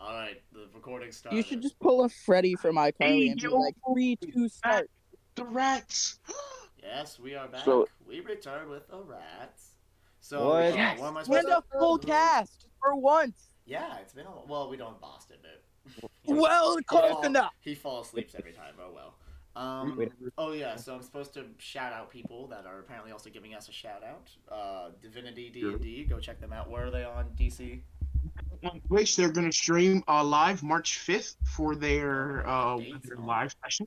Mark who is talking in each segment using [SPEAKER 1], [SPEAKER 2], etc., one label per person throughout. [SPEAKER 1] the recording started.
[SPEAKER 2] You should just pull a Freddy from iCarly
[SPEAKER 3] Hey,
[SPEAKER 2] and be
[SPEAKER 3] yo.
[SPEAKER 2] like, three, two, start.
[SPEAKER 3] The rats.
[SPEAKER 1] Yes, we are back.
[SPEAKER 4] So-
[SPEAKER 1] we return with the rats. So
[SPEAKER 4] What?
[SPEAKER 1] uh,
[SPEAKER 3] Yes.
[SPEAKER 1] what am I supposed
[SPEAKER 2] And
[SPEAKER 1] to?
[SPEAKER 2] a full cast for once.
[SPEAKER 1] Yeah, it's been a well. We don't Boston, but
[SPEAKER 2] Well,
[SPEAKER 1] He
[SPEAKER 2] close
[SPEAKER 1] fall-
[SPEAKER 2] enough.
[SPEAKER 1] He falls asleep every time. Oh well. Um,
[SPEAKER 4] Wait.
[SPEAKER 1] oh yeah, so I'm supposed to shout out people that are apparently also giving us a shout out. Uh, Divinity D and D, go check them out. Where are they on DC?
[SPEAKER 3] On Twitch, Um, they're going to stream uh, live March 5th for their, uh,
[SPEAKER 1] Oh, Dates
[SPEAKER 3] their
[SPEAKER 1] on-
[SPEAKER 3] live session.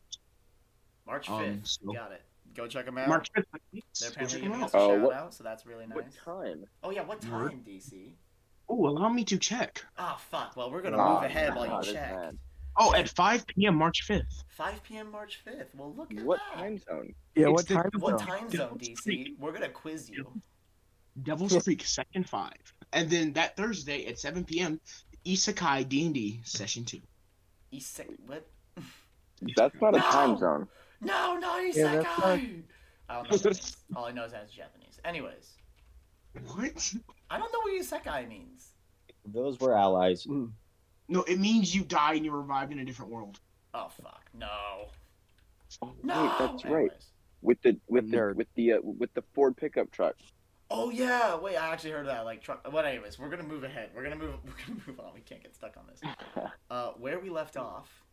[SPEAKER 1] March
[SPEAKER 3] Um,
[SPEAKER 1] 5th.
[SPEAKER 3] so-
[SPEAKER 1] Got it. Go check them out.
[SPEAKER 3] March 5th.
[SPEAKER 1] They're
[SPEAKER 3] please. Go
[SPEAKER 1] apparently
[SPEAKER 3] check 'em
[SPEAKER 1] giving
[SPEAKER 3] out.
[SPEAKER 1] us a
[SPEAKER 4] Uh,
[SPEAKER 1] shout
[SPEAKER 4] what-
[SPEAKER 1] out, so that's really nice.
[SPEAKER 4] What time?
[SPEAKER 1] Oh yeah, what
[SPEAKER 3] Where?
[SPEAKER 1] time DC?
[SPEAKER 3] Oh, allow me to check.
[SPEAKER 1] Ah fuck. Well, we're gonna
[SPEAKER 4] Nah,
[SPEAKER 1] move ahead
[SPEAKER 4] nah,
[SPEAKER 1] while you
[SPEAKER 4] this
[SPEAKER 1] check.
[SPEAKER 4] man.
[SPEAKER 3] Oh, at 5 p.m. March 5th.
[SPEAKER 1] 5 p.m. March 5th. Well, look at
[SPEAKER 4] What
[SPEAKER 1] that.
[SPEAKER 4] time zone?
[SPEAKER 5] Yeah,
[SPEAKER 3] It's
[SPEAKER 5] what
[SPEAKER 3] the-
[SPEAKER 5] time
[SPEAKER 1] What
[SPEAKER 5] zone?
[SPEAKER 1] time zone, DC?
[SPEAKER 3] Street.
[SPEAKER 1] We're gonna quiz you.
[SPEAKER 3] Devil's Creek Section 5. And then that Thursday at 7 p.m., Isekai D&D Session 2.
[SPEAKER 1] Isekai. What?
[SPEAKER 4] That's not a
[SPEAKER 1] No!
[SPEAKER 4] time zone.
[SPEAKER 1] No, not Isekai.
[SPEAKER 5] Yeah, that's
[SPEAKER 1] I don't know. what it is. All I know is that it's Japanese. Anyways,
[SPEAKER 3] What?
[SPEAKER 1] I don't know what Isekai means.
[SPEAKER 6] Those were allies.
[SPEAKER 3] No, it means you die and you're revived in a different world.
[SPEAKER 1] Oh fuck. No.
[SPEAKER 4] Oh,
[SPEAKER 1] No.
[SPEAKER 4] wait, that's right.
[SPEAKER 1] Anyways.
[SPEAKER 4] With the with the
[SPEAKER 5] Nerd.
[SPEAKER 4] with the uh, with the Ford pickup truck.
[SPEAKER 1] Oh yeah. Wait, I actually heard of that. Like truck. But anyways, we're gonna move ahead. We're gonna move. We're gonna move on. We can't get stuck on this. Uh, where we left off,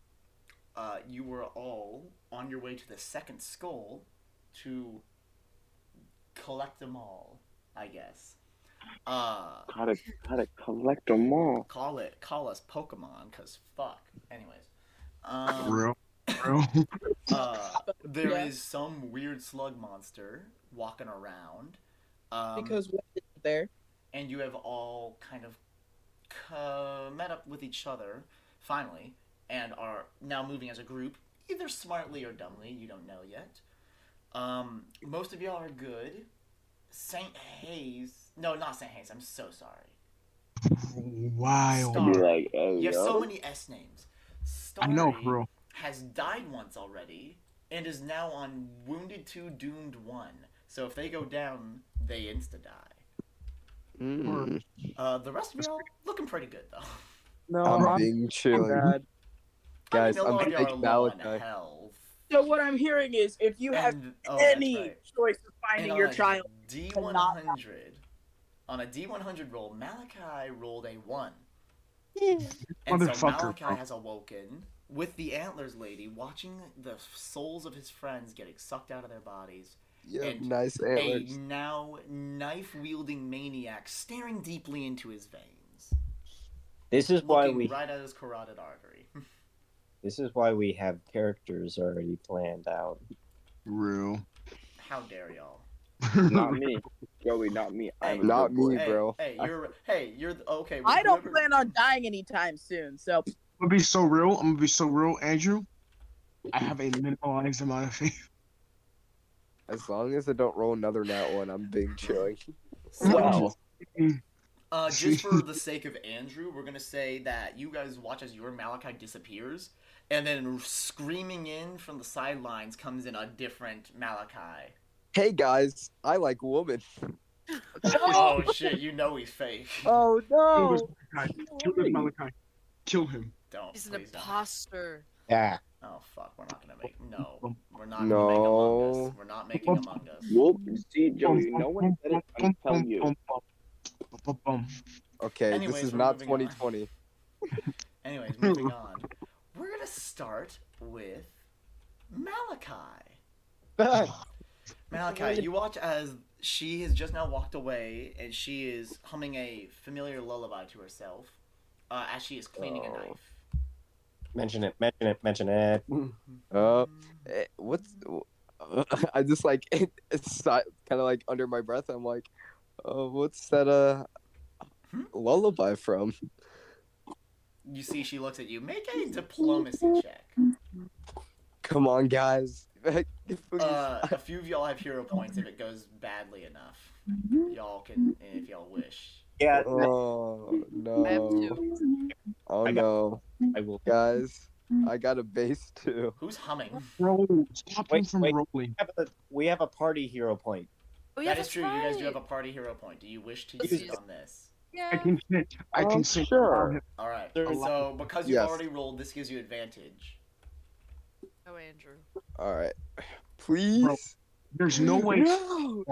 [SPEAKER 1] uh, you were all on your way to the second skull to collect them all. I guess. Uh,
[SPEAKER 4] Gotta gotta collect them all.
[SPEAKER 1] call it. Call us Pokemon, cause fuck. Anyways. Um,
[SPEAKER 3] Bro.
[SPEAKER 1] Uh, there is
[SPEAKER 2] Yeah.
[SPEAKER 1] some weird slug monster walking around. Um,
[SPEAKER 2] Because what is there?
[SPEAKER 1] and you have all kind of co- met up with each other finally, and are now moving as a group, either smartly or dumbly. You don't know yet. Um, most of y'all are good. Saint Hayes, no, not Saint Hayes. I'm so sorry.
[SPEAKER 3] Wild.
[SPEAKER 1] Star.
[SPEAKER 4] You're like, hey,
[SPEAKER 1] You have so
[SPEAKER 4] yo.
[SPEAKER 1] many S names.
[SPEAKER 3] I know,
[SPEAKER 1] Starry-
[SPEAKER 3] bro.
[SPEAKER 1] has died once already and is now on wounded two doomed one so if they go down they insta die
[SPEAKER 7] Mm-hmm.
[SPEAKER 4] Hmm.
[SPEAKER 5] Mm.
[SPEAKER 1] uh, the rest of y'all looking pretty good though
[SPEAKER 5] No,
[SPEAKER 7] I'm
[SPEAKER 5] I'm
[SPEAKER 7] being chilling.
[SPEAKER 5] bad.
[SPEAKER 7] Guys,
[SPEAKER 1] I mean, a
[SPEAKER 7] I'm
[SPEAKER 1] lot of
[SPEAKER 7] gonna
[SPEAKER 1] y'all
[SPEAKER 7] make
[SPEAKER 1] are low
[SPEAKER 7] valid
[SPEAKER 1] on
[SPEAKER 7] guy.
[SPEAKER 1] health
[SPEAKER 2] So what I'm hearing is, if you have
[SPEAKER 1] And- oh, that's
[SPEAKER 2] any
[SPEAKER 1] right.
[SPEAKER 2] choice of
[SPEAKER 1] And
[SPEAKER 2] finding
[SPEAKER 1] on
[SPEAKER 2] your
[SPEAKER 1] a
[SPEAKER 2] child,
[SPEAKER 1] d100 on a d100 roll malachi rolled a one and so
[SPEAKER 3] Motherfucker,
[SPEAKER 1] malachi
[SPEAKER 3] bro.
[SPEAKER 1] has awoken with the antlers lady watching the souls of his friends getting sucked out of their bodies
[SPEAKER 7] Yep,
[SPEAKER 1] And
[SPEAKER 7] nice
[SPEAKER 1] a
[SPEAKER 7] antlers.
[SPEAKER 1] now knife wielding maniac staring deeply into his veins,
[SPEAKER 6] This is why
[SPEAKER 1] looking
[SPEAKER 6] we.
[SPEAKER 1] right at his carotid artery.
[SPEAKER 6] This is why we have characters already planned out.
[SPEAKER 3] Rue.
[SPEAKER 1] How dare y'all?
[SPEAKER 4] Not me, Joey. Not me. I'm a
[SPEAKER 7] Not
[SPEAKER 4] good boy.
[SPEAKER 7] me,
[SPEAKER 1] Hey,
[SPEAKER 7] bro.
[SPEAKER 1] Hey,
[SPEAKER 7] I-
[SPEAKER 1] you're hey, you're the- okay.
[SPEAKER 2] I don't
[SPEAKER 1] whoever-
[SPEAKER 2] plan on dying anytime soon. So
[SPEAKER 3] I'm gonna be so real. I'm gonna be so real, Andrew. I have a minimalized amount of faith.
[SPEAKER 7] As long as I don't roll another nat one, I'm being chilling.
[SPEAKER 6] Oh.
[SPEAKER 1] So,
[SPEAKER 3] Wow.
[SPEAKER 1] uh, just for the sake of Andrew, we're gonna say that you guys watch as your Malachi disappears, and then screaming in from the sidelines comes in a different Malachi.
[SPEAKER 7] Hey guys, I like women.
[SPEAKER 1] oh shit! You know he's fake.
[SPEAKER 7] Oh no!
[SPEAKER 3] Kill this Malachi. Kill him.
[SPEAKER 1] Don't.
[SPEAKER 8] He's an
[SPEAKER 1] please don't.
[SPEAKER 8] imposter.
[SPEAKER 6] Yeah.
[SPEAKER 1] Oh fuck, we're not gonna make no. We're not
[SPEAKER 7] No.
[SPEAKER 1] gonna make Among Us. We're not making Among Us.
[SPEAKER 4] Nope. See, Joey. No one said it. I'm telling you.
[SPEAKER 7] Okay,
[SPEAKER 1] Anyways,
[SPEAKER 7] this is
[SPEAKER 1] we're
[SPEAKER 7] not
[SPEAKER 1] moving on.
[SPEAKER 7] 2020.
[SPEAKER 1] Anyways, moving on. We're gonna start with Malachi. Malachi, you watch as she has just now walked away and she is humming a familiar lullaby to herself uh, as she is cleaning a
[SPEAKER 7] Oh.
[SPEAKER 1] knife.
[SPEAKER 6] Mention it. Mention it. Mention it.
[SPEAKER 7] Oh, eh, what's? I just like it, it's kind of like under my breath. I'm like, oh, what's that uh
[SPEAKER 1] Hmm?
[SPEAKER 7] lullaby from?
[SPEAKER 1] You see, she looks at you. Make a diplomacy check.
[SPEAKER 7] Come on, guys. Please.
[SPEAKER 1] Uh, a few of y'all have hero points if it goes badly enough. Y'all can, if y'all wish.
[SPEAKER 6] Yeah.
[SPEAKER 7] oh
[SPEAKER 8] I have
[SPEAKER 7] no!
[SPEAKER 8] two.
[SPEAKER 7] Oh
[SPEAKER 6] I got-
[SPEAKER 7] no,
[SPEAKER 6] I will.
[SPEAKER 7] guys!
[SPEAKER 8] Hmm.
[SPEAKER 7] I got a base too.
[SPEAKER 1] Who's humming?
[SPEAKER 3] Bro, stop him
[SPEAKER 6] Wait,
[SPEAKER 3] from
[SPEAKER 6] wait.
[SPEAKER 3] rolling.
[SPEAKER 6] We have a- We have a party hero point.
[SPEAKER 8] Oh, yeah,
[SPEAKER 1] That is
[SPEAKER 8] that's
[SPEAKER 1] true. You guys do have a
[SPEAKER 8] right.
[SPEAKER 1] party hero point. Do you wish to
[SPEAKER 8] Let's
[SPEAKER 1] use it
[SPEAKER 8] use-
[SPEAKER 1] on this?
[SPEAKER 3] I can fit. I
[SPEAKER 4] Oh,
[SPEAKER 3] can sit.
[SPEAKER 4] sure.
[SPEAKER 1] All right.
[SPEAKER 7] There
[SPEAKER 3] is-
[SPEAKER 1] So because you've
[SPEAKER 7] Yes.
[SPEAKER 1] already rolled, this gives you advantage.
[SPEAKER 5] Oh, Andrew.
[SPEAKER 7] All right. Please.
[SPEAKER 3] There's no way.
[SPEAKER 7] No.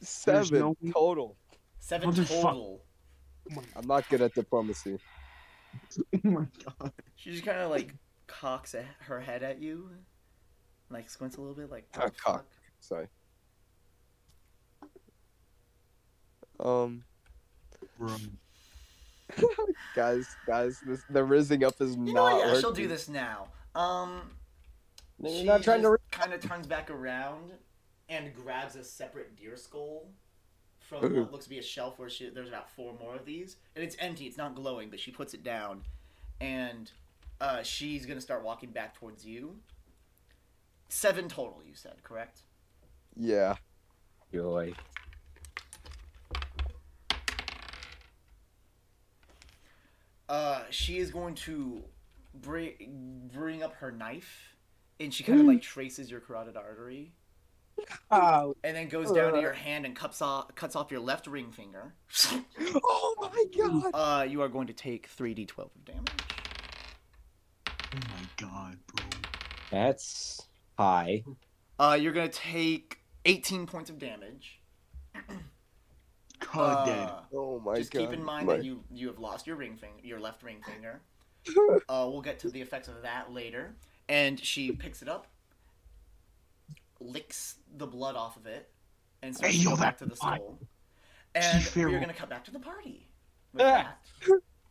[SPEAKER 7] Seven
[SPEAKER 3] no way.
[SPEAKER 7] total.
[SPEAKER 1] Seven
[SPEAKER 3] Motherfuck-
[SPEAKER 1] total.
[SPEAKER 7] I'm not good at diplomacy.
[SPEAKER 3] Oh my god.
[SPEAKER 1] She just kind of like cocks a- her head at you, like squints a little bit, like
[SPEAKER 7] Uh,
[SPEAKER 1] "Oh,
[SPEAKER 7] cock.
[SPEAKER 1] fuck."
[SPEAKER 7] Sorry. Um,
[SPEAKER 3] Oh
[SPEAKER 7] guys, guys, this, the rising up is
[SPEAKER 1] You know
[SPEAKER 7] not
[SPEAKER 1] what? Yeah, she'll
[SPEAKER 7] working.
[SPEAKER 1] do this now. Um,
[SPEAKER 6] No,
[SPEAKER 1] she
[SPEAKER 6] you're not trying to. Re-
[SPEAKER 1] kind of turns back around and grabs a separate deer skull from
[SPEAKER 7] Ooh.
[SPEAKER 1] what looks to be a shelf where she, there's about four more of these, and it's empty. It's not glowing, but she puts it down, and uh, she's gonna start walking back towards you. Seven total, you said, correct?
[SPEAKER 7] Yeah.
[SPEAKER 6] Joy.
[SPEAKER 1] Uh, she is going to bring bring up her knife, and she kind of like traces your carotid artery,
[SPEAKER 2] Oh,
[SPEAKER 1] and then goes down to your hand and cuts off cuts off your left ring finger.
[SPEAKER 7] Oh my god.
[SPEAKER 1] Uh, you are going to take three d twelve of damage.
[SPEAKER 3] Oh my god, bro.
[SPEAKER 6] That's high.
[SPEAKER 1] Uh, you're gonna take eighteen points of damage.
[SPEAKER 3] God damn.
[SPEAKER 1] Uh,
[SPEAKER 7] Oh my
[SPEAKER 1] just
[SPEAKER 7] god.
[SPEAKER 1] keep in mind
[SPEAKER 7] my...
[SPEAKER 1] that you you have lost your ring finger, your left ring finger. uh, we'll get to the effects of that later. And she picks it up, licks the blood off of it, and starts
[SPEAKER 3] Hey,
[SPEAKER 1] to
[SPEAKER 3] yo,
[SPEAKER 1] go back
[SPEAKER 3] that
[SPEAKER 1] to the
[SPEAKER 3] blood.
[SPEAKER 1] skull. And
[SPEAKER 3] Gee,
[SPEAKER 1] we're
[SPEAKER 3] Pharaoh.
[SPEAKER 1] gonna come back to the party. With
[SPEAKER 6] Ah.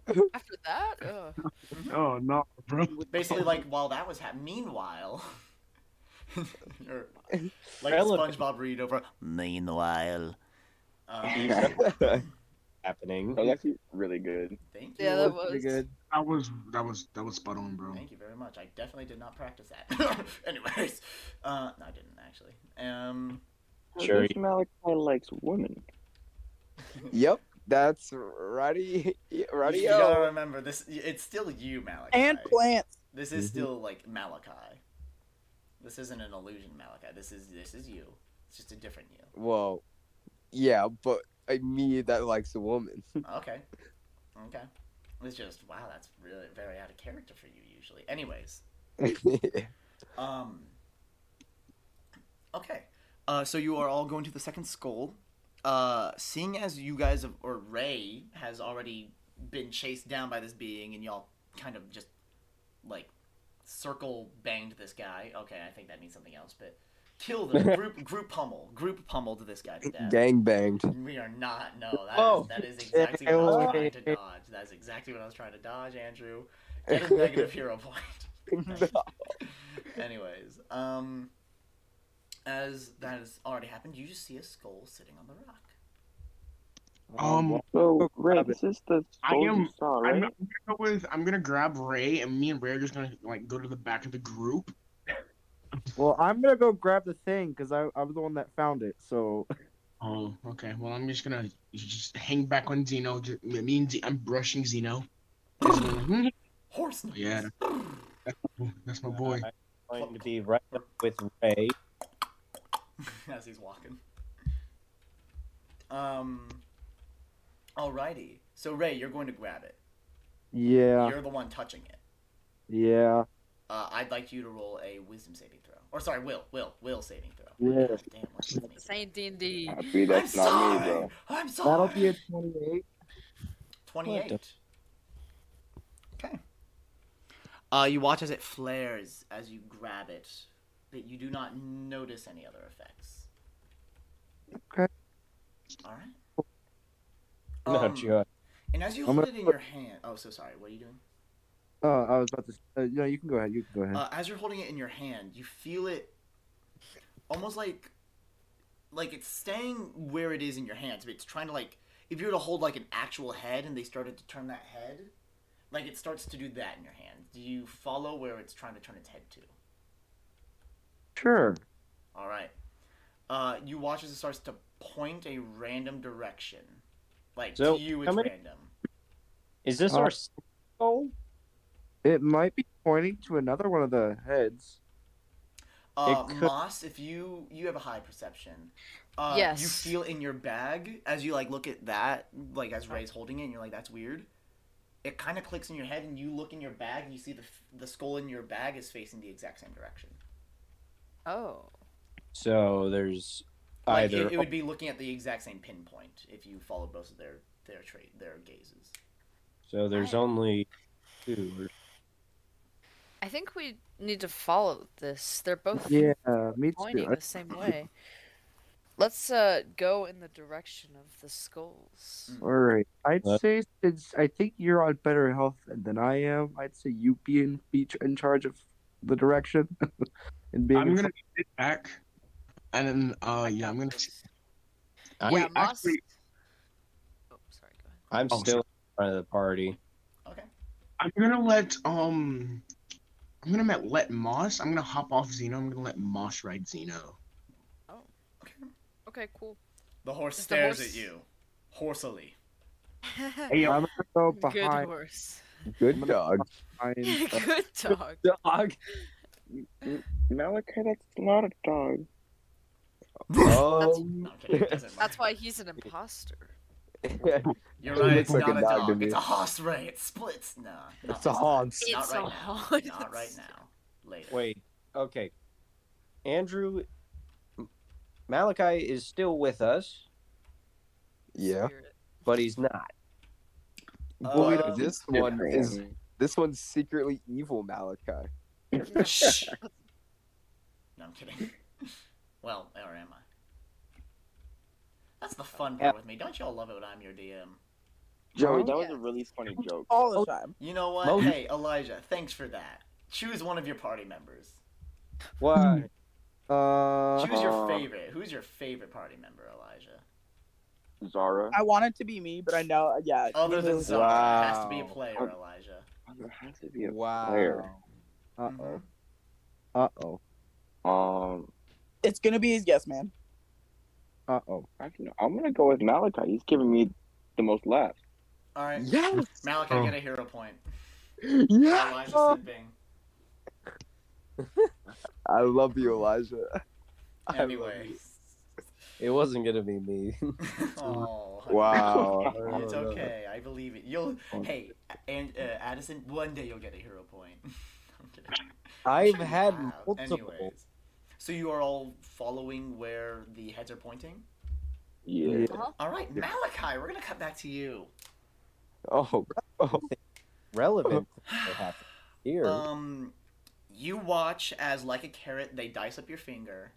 [SPEAKER 1] that.
[SPEAKER 5] After that, Ugh.
[SPEAKER 3] Oh no, bro.
[SPEAKER 1] Basically, like while that was happening, meanwhile, or like the
[SPEAKER 6] Relevant.
[SPEAKER 1] SpongeBob read over. Meanwhile, um,
[SPEAKER 6] Happening.
[SPEAKER 8] Oh,
[SPEAKER 4] That was actually really good.
[SPEAKER 1] thank you.
[SPEAKER 5] yeah, that
[SPEAKER 7] Pretty
[SPEAKER 5] was.
[SPEAKER 7] good.
[SPEAKER 3] That was that was that was spot on, bro.
[SPEAKER 1] Thank you very much. I definitely did not practice that. Anyways, uh, no, I didn't actually. Um,
[SPEAKER 6] Sure.
[SPEAKER 4] This Malachi likes women.
[SPEAKER 7] Yep. That's Roddy.
[SPEAKER 1] you, you gotta
[SPEAKER 7] Radio.
[SPEAKER 1] remember this. It's still you, Malachi.
[SPEAKER 2] and plants.
[SPEAKER 1] This is
[SPEAKER 3] Mm-hmm.
[SPEAKER 6] Mhm.
[SPEAKER 1] still like Malachi. This isn't an illusion, Malachi. This is this is you. It's just a different you.
[SPEAKER 7] Well, yeah, but I me that likes a woman.
[SPEAKER 1] Okay. Okay. It's just wow, that's really very out of character for you usually. Anyways, um Okay. Uh so you are all going to the second skull. Uh seeing as you guys have, or Ray has already been chased down by this being and y'all kind of just like circle banged this guy. Okay, I think that means something else, but kill them. group group pummel. Group pummel to this guy to death.
[SPEAKER 7] Gang banged.
[SPEAKER 1] We are not. No, that is that
[SPEAKER 7] Oh.
[SPEAKER 1] is exactly what I was trying to dodge. That is exactly what I was trying to dodge, Andrew. Get a negative hero point. Anyways, um, as that has already happened, you just see a skull sitting on the rock.
[SPEAKER 3] Um,
[SPEAKER 4] So, Ray,
[SPEAKER 6] grab
[SPEAKER 4] this is the
[SPEAKER 3] I
[SPEAKER 4] soul
[SPEAKER 3] am-
[SPEAKER 4] you saw,
[SPEAKER 3] I'm
[SPEAKER 4] right?
[SPEAKER 3] gonna go with I'm gonna grab Ray and me and Ray are just gonna like go to the back of the group.
[SPEAKER 8] Well, I'm gonna go grab the thing because I I'm the one that found it. So
[SPEAKER 3] Oh, okay. Well, I'm just gonna just hang back on Zeno. Just, me and Z- I'm brushing Zeno. Mhm.
[SPEAKER 1] Horse noise.
[SPEAKER 3] Yeah. That's my boy.
[SPEAKER 6] I'm going to be right up with Ray.
[SPEAKER 1] as he's walking. Um. Alrighty. So Ray, you're going to grab it.
[SPEAKER 8] yeah,
[SPEAKER 1] You're the one touching it.
[SPEAKER 8] yeah,
[SPEAKER 1] Uh, I'd like you to roll a wisdom saving throw. Or sorry, will, will, will saving throw.
[SPEAKER 8] Yeah.
[SPEAKER 1] God damn, what's with me?
[SPEAKER 5] Saint D&D.
[SPEAKER 4] Happy that's
[SPEAKER 1] I'm
[SPEAKER 4] not me,
[SPEAKER 1] sorry.
[SPEAKER 4] bro.
[SPEAKER 1] I'm sorry.
[SPEAKER 8] that'll be a twenty-eight.
[SPEAKER 1] 28. Okay. Uh, you watch as it flares as you grab it, but you do not notice any other effects.
[SPEAKER 8] Okay.
[SPEAKER 1] All right.
[SPEAKER 6] No
[SPEAKER 1] Um,
[SPEAKER 6] joy.
[SPEAKER 1] And as you
[SPEAKER 8] I'm
[SPEAKER 1] hold
[SPEAKER 8] gonna
[SPEAKER 1] it in your hand, oh, so sorry. What are you doing?
[SPEAKER 8] Oh, I was about to. Uh, no, you can go ahead. You can go
[SPEAKER 6] Hmm.
[SPEAKER 8] ahead.
[SPEAKER 1] Uh, as you're holding it in your hand, you feel it, almost like, like it's staying where it is in your hands, but it's trying to like, if you were to hold like an actual head and they started to turn that head, like it starts to do that in your hand. Do you follow where it's trying to turn its head to?
[SPEAKER 8] sure.
[SPEAKER 1] All right. Uh, you watch as it starts to point a random direction, like
[SPEAKER 6] So,
[SPEAKER 1] to you
[SPEAKER 6] how
[SPEAKER 1] it's
[SPEAKER 6] many-
[SPEAKER 1] random.
[SPEAKER 6] Is this
[SPEAKER 8] uh,
[SPEAKER 6] our s- goal?
[SPEAKER 8] It might be pointing to another one of the heads.
[SPEAKER 1] Uh,
[SPEAKER 6] It could-
[SPEAKER 1] Moss, if you you have a high perception, uh, you
[SPEAKER 5] Yes.
[SPEAKER 1] feel in your bag as you like look at that, like as Ray's holding it, and you're like, "That's weird." It kind of clicks in your head, and you look in your bag, and you see the f- the skull in your bag is facing the exact same direction.
[SPEAKER 5] Oh.
[SPEAKER 6] So there's
[SPEAKER 1] Like
[SPEAKER 6] either
[SPEAKER 1] it, it would be looking at the exact same pinpoint if you followed both of their their trait their gazes.
[SPEAKER 6] so there's only two. or-
[SPEAKER 5] I think we need to follow this. They're both
[SPEAKER 8] Yeah, me too.
[SPEAKER 5] pointing the same way. Let's uh go in the direction of the skulls.
[SPEAKER 1] Mm.
[SPEAKER 8] All right. I'd
[SPEAKER 6] Uh,
[SPEAKER 8] say since I think you're on better health than I am, I'd say you be in, be tr- in charge of the direction and being.
[SPEAKER 3] I'm
[SPEAKER 8] in
[SPEAKER 3] gonna sit back, and then uh, yeah, I'm gonna.
[SPEAKER 6] I-
[SPEAKER 5] yeah,
[SPEAKER 3] Wait,
[SPEAKER 5] Moss.
[SPEAKER 3] actually-
[SPEAKER 5] Oh, sorry. Go ahead.
[SPEAKER 6] I'm
[SPEAKER 3] Oh,
[SPEAKER 6] still in front of the party.
[SPEAKER 1] Okay.
[SPEAKER 3] I'm gonna let um, I'm gonna let, let Moss. I'm gonna hop off Xeno. I'm gonna let Moss ride Xeno.
[SPEAKER 1] Okay.
[SPEAKER 5] Okay, cool.
[SPEAKER 1] The horse
[SPEAKER 5] Is the
[SPEAKER 1] stares
[SPEAKER 5] horse-
[SPEAKER 1] at you, horsily.
[SPEAKER 8] front. I'm gonna go
[SPEAKER 5] Good
[SPEAKER 8] behind.
[SPEAKER 5] horse.
[SPEAKER 7] Good dog.
[SPEAKER 8] behind.
[SPEAKER 5] Good dog.
[SPEAKER 6] Dog.
[SPEAKER 4] Malachi, that's not a dog.
[SPEAKER 7] Um,
[SPEAKER 6] Um,
[SPEAKER 1] No, I'm kidding, it doesn't
[SPEAKER 5] That's
[SPEAKER 1] matter.
[SPEAKER 5] why he's an imposter.
[SPEAKER 1] you're right.
[SPEAKER 7] it looks
[SPEAKER 1] It's
[SPEAKER 7] like
[SPEAKER 1] not
[SPEAKER 7] a
[SPEAKER 1] a
[SPEAKER 7] dog to
[SPEAKER 1] dog.
[SPEAKER 7] me.
[SPEAKER 1] It's a horse, Ray. It splits. Nah. no,
[SPEAKER 7] it's a Hans.
[SPEAKER 5] It's
[SPEAKER 1] Not
[SPEAKER 5] a
[SPEAKER 1] right
[SPEAKER 5] horse.
[SPEAKER 1] now. Not right now. Later.
[SPEAKER 6] Wait. Okay. Andrew M- Malachi is still with us,
[SPEAKER 7] Yeah.
[SPEAKER 5] Spirit.
[SPEAKER 6] but he's not.
[SPEAKER 7] Boy,
[SPEAKER 1] Um,
[SPEAKER 7] this one
[SPEAKER 4] Different.
[SPEAKER 7] is this one's secretly evil, Malachi.
[SPEAKER 1] No, I'm kidding. well, or am I? That's the fun
[SPEAKER 6] Yeah.
[SPEAKER 1] part with me. Don't y'all love it when I'm your DM?
[SPEAKER 6] Huh?
[SPEAKER 4] Joey, Oh, that was
[SPEAKER 5] Oh, Yeah.
[SPEAKER 4] a really funny joke.
[SPEAKER 2] all the time.
[SPEAKER 1] You know what?
[SPEAKER 6] Well-
[SPEAKER 1] hey, Elijah, thanks for that. Choose one of your party members.
[SPEAKER 6] Why?
[SPEAKER 8] Uh,
[SPEAKER 1] Choose your
[SPEAKER 4] Uh-huh.
[SPEAKER 1] favorite. Who's your favorite party member, Elijah?
[SPEAKER 4] Zara.
[SPEAKER 2] I want it to be me, but I know, yeah.
[SPEAKER 1] Other than
[SPEAKER 2] Lulu.
[SPEAKER 1] Zara, it has to be a
[SPEAKER 7] Wow.
[SPEAKER 1] player, Elijah.
[SPEAKER 4] There has to be a
[SPEAKER 7] Wow.
[SPEAKER 4] player.
[SPEAKER 8] uh
[SPEAKER 1] Mhm.
[SPEAKER 8] oh. Uh oh.
[SPEAKER 4] Um,
[SPEAKER 2] it's gonna be his yes man.
[SPEAKER 8] Uh oh.
[SPEAKER 4] I don't know. I'm gonna go with Malachi. He's giving me the most laughs.
[SPEAKER 1] All right,
[SPEAKER 7] Yes.
[SPEAKER 1] Malachi,
[SPEAKER 3] Oh.
[SPEAKER 1] get a hero point.
[SPEAKER 7] Yeah.
[SPEAKER 1] Elijah sleeping.
[SPEAKER 7] I love you, Elijah. I love
[SPEAKER 1] Anyway.
[SPEAKER 6] It wasn't gonna be me.
[SPEAKER 1] oh,
[SPEAKER 7] you. Wow.
[SPEAKER 1] It's okay. I believe it. You'll hey, and uh, Addison, one day you'll get a hero point. I'm kidding.
[SPEAKER 6] I've
[SPEAKER 1] You
[SPEAKER 6] had
[SPEAKER 1] have.
[SPEAKER 6] multiple.
[SPEAKER 1] Anyways, so you are all following where the heads are pointing.
[SPEAKER 4] Yeah.
[SPEAKER 1] All right, Malachi, we're gonna cut back to you.
[SPEAKER 7] Oh,
[SPEAKER 6] relevant things that happened here.
[SPEAKER 1] Um, you watch as like a carrot, they dice up your finger,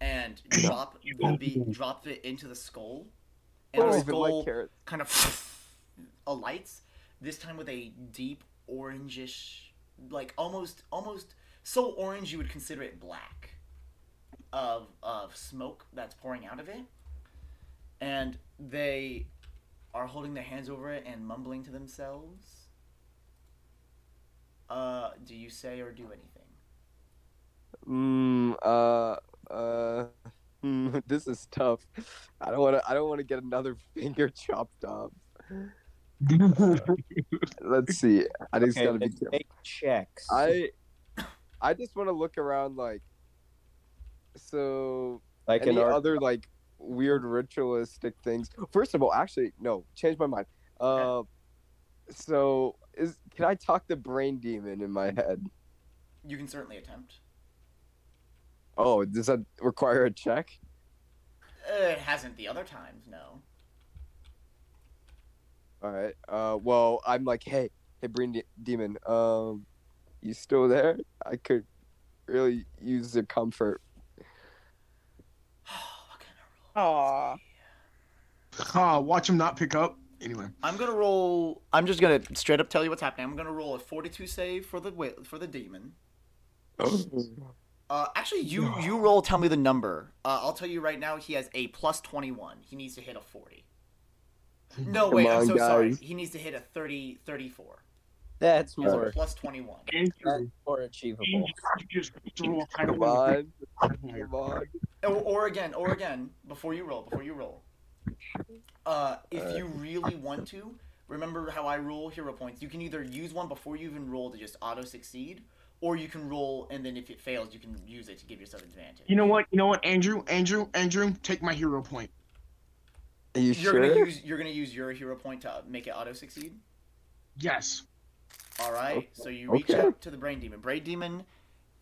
[SPEAKER 1] and drop the be- drop it into the skull,
[SPEAKER 7] I
[SPEAKER 1] and
[SPEAKER 7] don't
[SPEAKER 1] the
[SPEAKER 7] even like
[SPEAKER 1] skull
[SPEAKER 7] carrots.
[SPEAKER 1] kind of alights. This time with a deep orangish, like almost almost so orange you would consider it black, of of smoke that's pouring out of it, and they are holding their hands over it and mumbling to themselves. Uh, do you say or do anything?
[SPEAKER 7] Mm, uh, uh, hmm, this is tough. I don't want to. I don't want to get another finger chopped off. Let's see. I just
[SPEAKER 6] okay,
[SPEAKER 7] gotta be
[SPEAKER 6] then
[SPEAKER 7] careful.
[SPEAKER 6] make checks.
[SPEAKER 7] I, I just want to look around. Like, so
[SPEAKER 6] like
[SPEAKER 7] any
[SPEAKER 6] an art.
[SPEAKER 7] other like weird ritualistic things. First of all, actually, no, change my mind. Uh, so is can I talk the brain demon in my head?
[SPEAKER 1] You can certainly attempt.
[SPEAKER 7] Oh, does that require a check?
[SPEAKER 1] Uh, it hasn't the other times, no.
[SPEAKER 7] All right. Uh, well, I'm like, hey, hey, brain de- demon. Um, you still there? I could really use your comfort.
[SPEAKER 1] what kind of roll?
[SPEAKER 2] Aw.
[SPEAKER 3] Ah, watch him not pick up. Anyway,
[SPEAKER 1] I'm gonna roll. I'm just gonna straight up tell you what's happening. I'm gonna roll a 42 save for the wi- for the demon. Uh, actually, you you roll. Tell me the number. Uh, I'll tell you right now. He has a plus 21. He needs to hit a 40. No,
[SPEAKER 7] Come
[SPEAKER 1] wait. I'm
[SPEAKER 7] on,
[SPEAKER 1] so sorry.
[SPEAKER 7] guys.
[SPEAKER 1] He needs to hit a 30 34.
[SPEAKER 6] That's
[SPEAKER 1] He's a
[SPEAKER 6] more
[SPEAKER 1] plus 21.
[SPEAKER 6] that's more achievable.
[SPEAKER 3] just throw a kind of
[SPEAKER 7] Come on, come on.
[SPEAKER 1] Or, Oh, or again, or again, before you roll, before you roll. Uh, if
[SPEAKER 7] Alright.
[SPEAKER 1] you really want to, Remember how I roll hero points? You can either use one before you even roll to just auto succeed, or you can roll and then if it fails, you can use it to give yourself advantage.
[SPEAKER 3] You know what? You know what, Andrew? Andrew, Andrew, take my hero point.
[SPEAKER 7] Are you
[SPEAKER 1] You're
[SPEAKER 7] sure?
[SPEAKER 1] gonna use you're gonna use your hero point to make it auto succeed.
[SPEAKER 3] Yes.
[SPEAKER 1] All right. So you reach
[SPEAKER 7] Okay.
[SPEAKER 1] out to the brain demon. Brain demon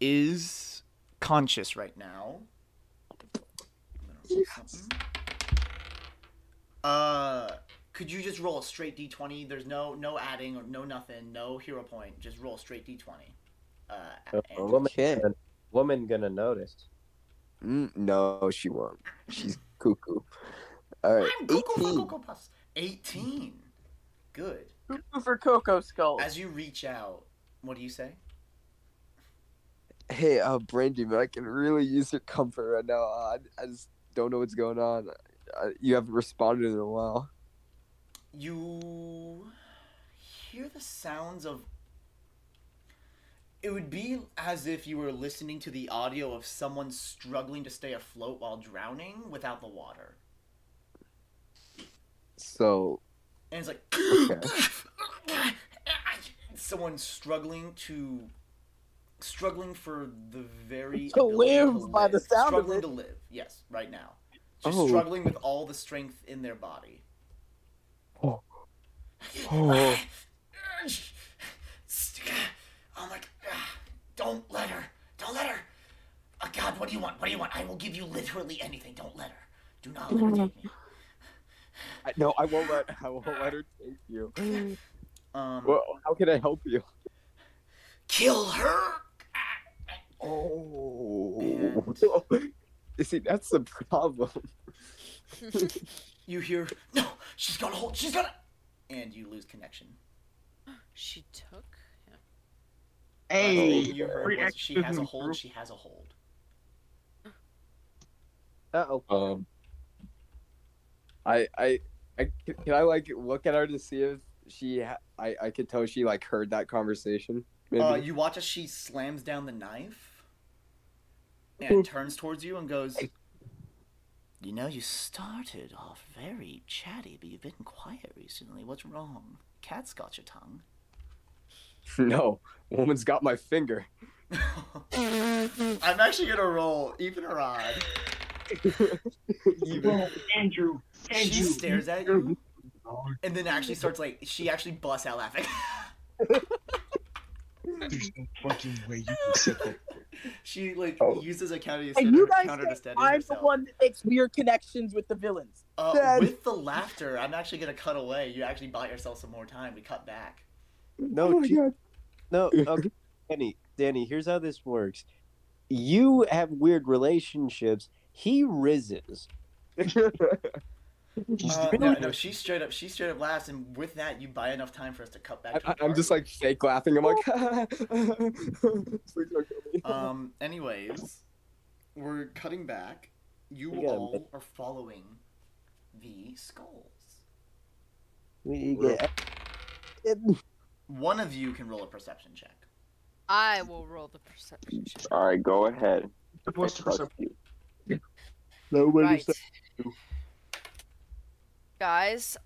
[SPEAKER 1] is conscious right now. I'm gonna roll something. Uh, could you just roll a straight d20? There's no no adding or no nothing, no hero point. Just roll a straight d20. Uh,
[SPEAKER 6] A
[SPEAKER 1] and-
[SPEAKER 6] woman,
[SPEAKER 7] Okay.
[SPEAKER 6] woman gonna notice.
[SPEAKER 7] Mm, no, she won't. She's cuckoo. All right,
[SPEAKER 1] I'm Coco, Coco,
[SPEAKER 7] 18.
[SPEAKER 1] Coco Puffs. 18. Good.
[SPEAKER 2] Cuckoo for Coco
[SPEAKER 9] Oh.
[SPEAKER 2] Skull.
[SPEAKER 1] As you reach out, what do you say?
[SPEAKER 7] Hey, uh, Brandy, man, I can really use your comfort right now. Uh, I, I just don't know what's going on. Uh, you haven't responded in a while.
[SPEAKER 1] you hear the sounds of it would be as if you were listening to the audio of someone struggling to stay afloat while drowning without the water
[SPEAKER 7] So,
[SPEAKER 1] and it's like someone struggling to struggling for the very
[SPEAKER 2] To
[SPEAKER 1] ability
[SPEAKER 2] live by the sound of
[SPEAKER 1] struggling
[SPEAKER 2] it.
[SPEAKER 1] to live yes right now just
[SPEAKER 7] Oh.
[SPEAKER 1] struggling with all the strength in their body
[SPEAKER 7] Oh. Oh.
[SPEAKER 1] I'm like "Ah, don't let her don't let her oh god what do you want what do you want i will give you literally anything don't let her do not let her take me
[SPEAKER 7] I, no, I won't let I won't let her take you.
[SPEAKER 1] um
[SPEAKER 7] Well, how can I help you?
[SPEAKER 1] kill her
[SPEAKER 7] Oh,
[SPEAKER 1] And-
[SPEAKER 7] you see, that's the problem.
[SPEAKER 1] you hear no she's gonna hold she's gonna and you lose connection
[SPEAKER 5] She took. Yeah.
[SPEAKER 1] Last
[SPEAKER 3] Hey.
[SPEAKER 1] thing you heard was she has a
[SPEAKER 3] Reactivism, bro.
[SPEAKER 1] hold she has a hold
[SPEAKER 6] Uh oh.
[SPEAKER 7] Um, I, I, I can, can I like look at her to see if she? Ha- I, I could tell she like heard that conversation. Maybe.
[SPEAKER 1] uh, you watch as she slams down the knife
[SPEAKER 2] Hmm.
[SPEAKER 1] and turns towards you and goes you know you started off very chatty but you've been quiet recently what's wrong cat's got your tongue
[SPEAKER 7] no, woman's got my finger.
[SPEAKER 1] i'm actually gonna roll even or odd
[SPEAKER 3] Bro,
[SPEAKER 4] Oh.
[SPEAKER 3] Andrew. Andrew. Oh,
[SPEAKER 1] she stares at
[SPEAKER 3] you're-
[SPEAKER 1] you and then actually starts like she actually busts out laughing
[SPEAKER 3] There's no fucking way you can sit there.
[SPEAKER 1] she like
[SPEAKER 7] Oh.
[SPEAKER 1] uses a counter,
[SPEAKER 2] And you guys
[SPEAKER 1] counter to
[SPEAKER 2] think
[SPEAKER 1] steady
[SPEAKER 2] I'm
[SPEAKER 1] herself.
[SPEAKER 2] the one that makes weird connections with the villains.
[SPEAKER 1] Uh,
[SPEAKER 2] Dad.
[SPEAKER 1] with the laughter, I'm actually gonna cut away. You actually bought yourself some more time. We cut back.
[SPEAKER 6] No,
[SPEAKER 7] Oh my
[SPEAKER 6] gee-
[SPEAKER 7] God.
[SPEAKER 6] no, okay. Danny, Danny, here's how this works. You have weird relationships. He rises.
[SPEAKER 3] He's
[SPEAKER 1] Uh, no,
[SPEAKER 3] really-
[SPEAKER 1] no, she straight up, she straight up laughs, and with that, you buy enough time for us to cut back.
[SPEAKER 7] I,
[SPEAKER 1] to
[SPEAKER 7] I,
[SPEAKER 1] the
[SPEAKER 7] I'm just
[SPEAKER 1] party.
[SPEAKER 7] like fake laughing. I'm like, please don't kill me.
[SPEAKER 1] Um. Anyways, we're cutting back. You
[SPEAKER 6] We got a
[SPEAKER 1] all are following the skulls.
[SPEAKER 6] We
[SPEAKER 7] Well-
[SPEAKER 6] get-
[SPEAKER 1] One of you can roll a perception check.
[SPEAKER 5] I will roll the perception check.
[SPEAKER 4] All right, go ahead. I
[SPEAKER 3] What's the
[SPEAKER 4] trust
[SPEAKER 3] perception?
[SPEAKER 4] you.
[SPEAKER 7] Nobody
[SPEAKER 5] Right.
[SPEAKER 7] said-
[SPEAKER 5] Guys,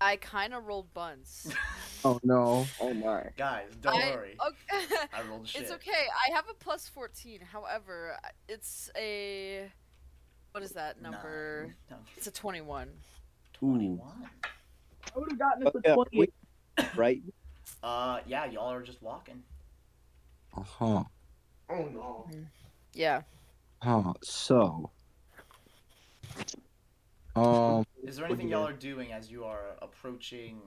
[SPEAKER 5] I kind of rolled buns.
[SPEAKER 8] Oh no.
[SPEAKER 4] Oh my.
[SPEAKER 1] Guys, don't
[SPEAKER 5] I-
[SPEAKER 1] worry.
[SPEAKER 5] Okay.
[SPEAKER 1] I rolled shit.
[SPEAKER 5] It's okay. I have a plus 14. However, it's a. What is that number?
[SPEAKER 1] Nine. No,
[SPEAKER 5] It's a 21.
[SPEAKER 1] Twenty-one.
[SPEAKER 2] I would have gotten it for
[SPEAKER 6] Yeah,
[SPEAKER 2] 20.
[SPEAKER 6] we- right?
[SPEAKER 1] Uh, yeah, y'all are just walking.
[SPEAKER 8] Uh huh.
[SPEAKER 3] Oh no.
[SPEAKER 5] Yeah.
[SPEAKER 8] Huh. So. Um.
[SPEAKER 1] Is there anything y'all are doing as you are approaching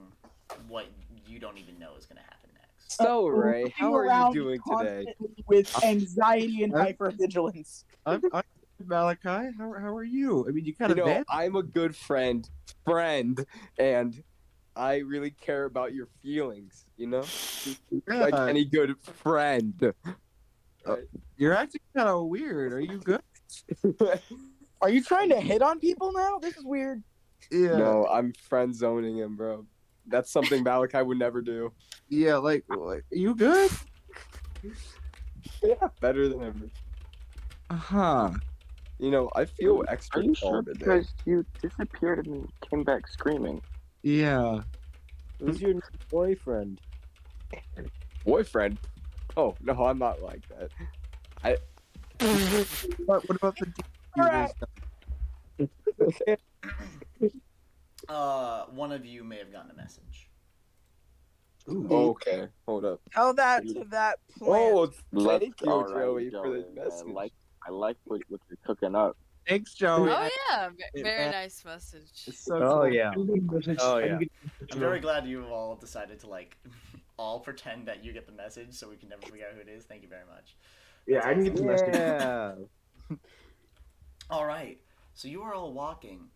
[SPEAKER 1] what you don't even know is going to happen next?
[SPEAKER 7] So
[SPEAKER 9] uh,
[SPEAKER 7] Ray, how
[SPEAKER 2] Moving
[SPEAKER 7] are
[SPEAKER 2] around
[SPEAKER 7] you doing today?
[SPEAKER 2] constantly With anxiety and
[SPEAKER 8] Huh?
[SPEAKER 2] hypervigilance.
[SPEAKER 8] I'm, I'm Malachi. How, how are you? I mean, you kind
[SPEAKER 7] You
[SPEAKER 8] of
[SPEAKER 7] know, I'm a good friend, friend, and I really care about your feelings. You know, like any good friend.
[SPEAKER 8] You're acting kind of weird. Are you good?
[SPEAKER 2] Are you trying to hit on people now? This is weird.
[SPEAKER 8] Yeah.
[SPEAKER 7] No, I'm friend zoning him, bro. That's something Malachi would never do.
[SPEAKER 8] Yeah. Like, like, are you good?
[SPEAKER 7] Yeah, better than ever.
[SPEAKER 8] Uh huh.
[SPEAKER 7] You know, I feel extra
[SPEAKER 4] Are you
[SPEAKER 7] calm
[SPEAKER 4] sure?
[SPEAKER 7] today.
[SPEAKER 4] Because you disappeared and came back screaming.
[SPEAKER 8] Yeah.
[SPEAKER 6] Who's your boyfriend?
[SPEAKER 7] Boyfriend? Oh no, I'm not like that.
[SPEAKER 8] But what about the D?
[SPEAKER 7] Alright.
[SPEAKER 1] Uh, one of you may have gotten a message.
[SPEAKER 3] Ooh.
[SPEAKER 7] Oh, okay, hold up.
[SPEAKER 2] Tell that to that plant.
[SPEAKER 7] Oh,
[SPEAKER 4] Let's-
[SPEAKER 7] thank you,
[SPEAKER 4] all right,
[SPEAKER 7] Joey, for this
[SPEAKER 4] Joey,
[SPEAKER 7] message.
[SPEAKER 4] I like, I like what, what you're cooking up.
[SPEAKER 8] Thanks, Joey.
[SPEAKER 5] Oh yeah, v-
[SPEAKER 8] it
[SPEAKER 5] very
[SPEAKER 8] adds-
[SPEAKER 5] nice message.
[SPEAKER 8] It's so
[SPEAKER 6] Oh,
[SPEAKER 8] cool.
[SPEAKER 6] yeah. Oh, yeah.
[SPEAKER 1] I'm very glad you all decided to like all pretend that you get the message so we can never figure out who it is. Thank you very much.
[SPEAKER 3] Yeah, I didn't get the message.
[SPEAKER 6] Yeah.
[SPEAKER 1] All right. So you are all walking,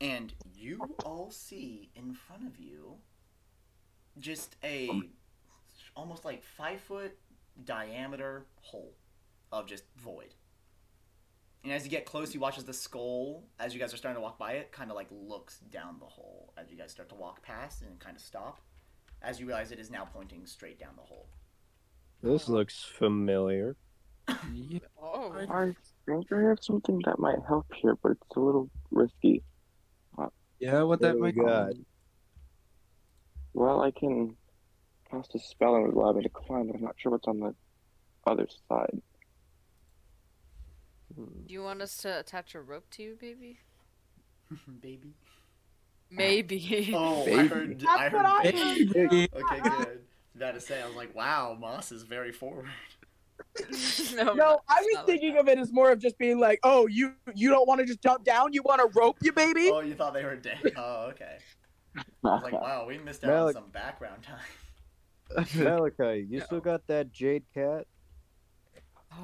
[SPEAKER 1] and you all see in front of you just a almost like five foot diameter hole of just void. And as you get close, you watch as the skull, as you guys are starting to walk by it, kind of like looks down the hole as you guys start to walk past and kind of stop. As you realize it is now pointing straight down the hole.
[SPEAKER 6] This looks familiar.
[SPEAKER 5] Oh,
[SPEAKER 4] I think I have something that might help here, but it's a little risky. Um,
[SPEAKER 8] Yeah, what that
[SPEAKER 6] Oh,
[SPEAKER 8] might
[SPEAKER 6] God.
[SPEAKER 4] Well, I can cast a spell and would allow me to climb, but I'm not sure what's on the other side.
[SPEAKER 5] do you want us to attach a rope to you, baby?
[SPEAKER 1] Baby.
[SPEAKER 5] Maybe.
[SPEAKER 1] Oh, I
[SPEAKER 7] Baby.
[SPEAKER 1] heard. I
[SPEAKER 2] That's
[SPEAKER 1] heard
[SPEAKER 2] what I
[SPEAKER 1] baby.
[SPEAKER 2] need.
[SPEAKER 1] Okay, good. I was about to say, I was like, wow, Moss is very forward.
[SPEAKER 2] No, I
[SPEAKER 5] no, it's
[SPEAKER 2] was
[SPEAKER 5] not like
[SPEAKER 2] thinking
[SPEAKER 5] that.
[SPEAKER 2] of it as more of just being like, oh, you you don't want to just jump down, you want to rope you, baby.
[SPEAKER 1] Oh, you thought they were dead. Oh, okay. I was like, wow, we missed out on
[SPEAKER 6] Malik-
[SPEAKER 1] some background time.
[SPEAKER 6] Malachi, you still got that jade cat?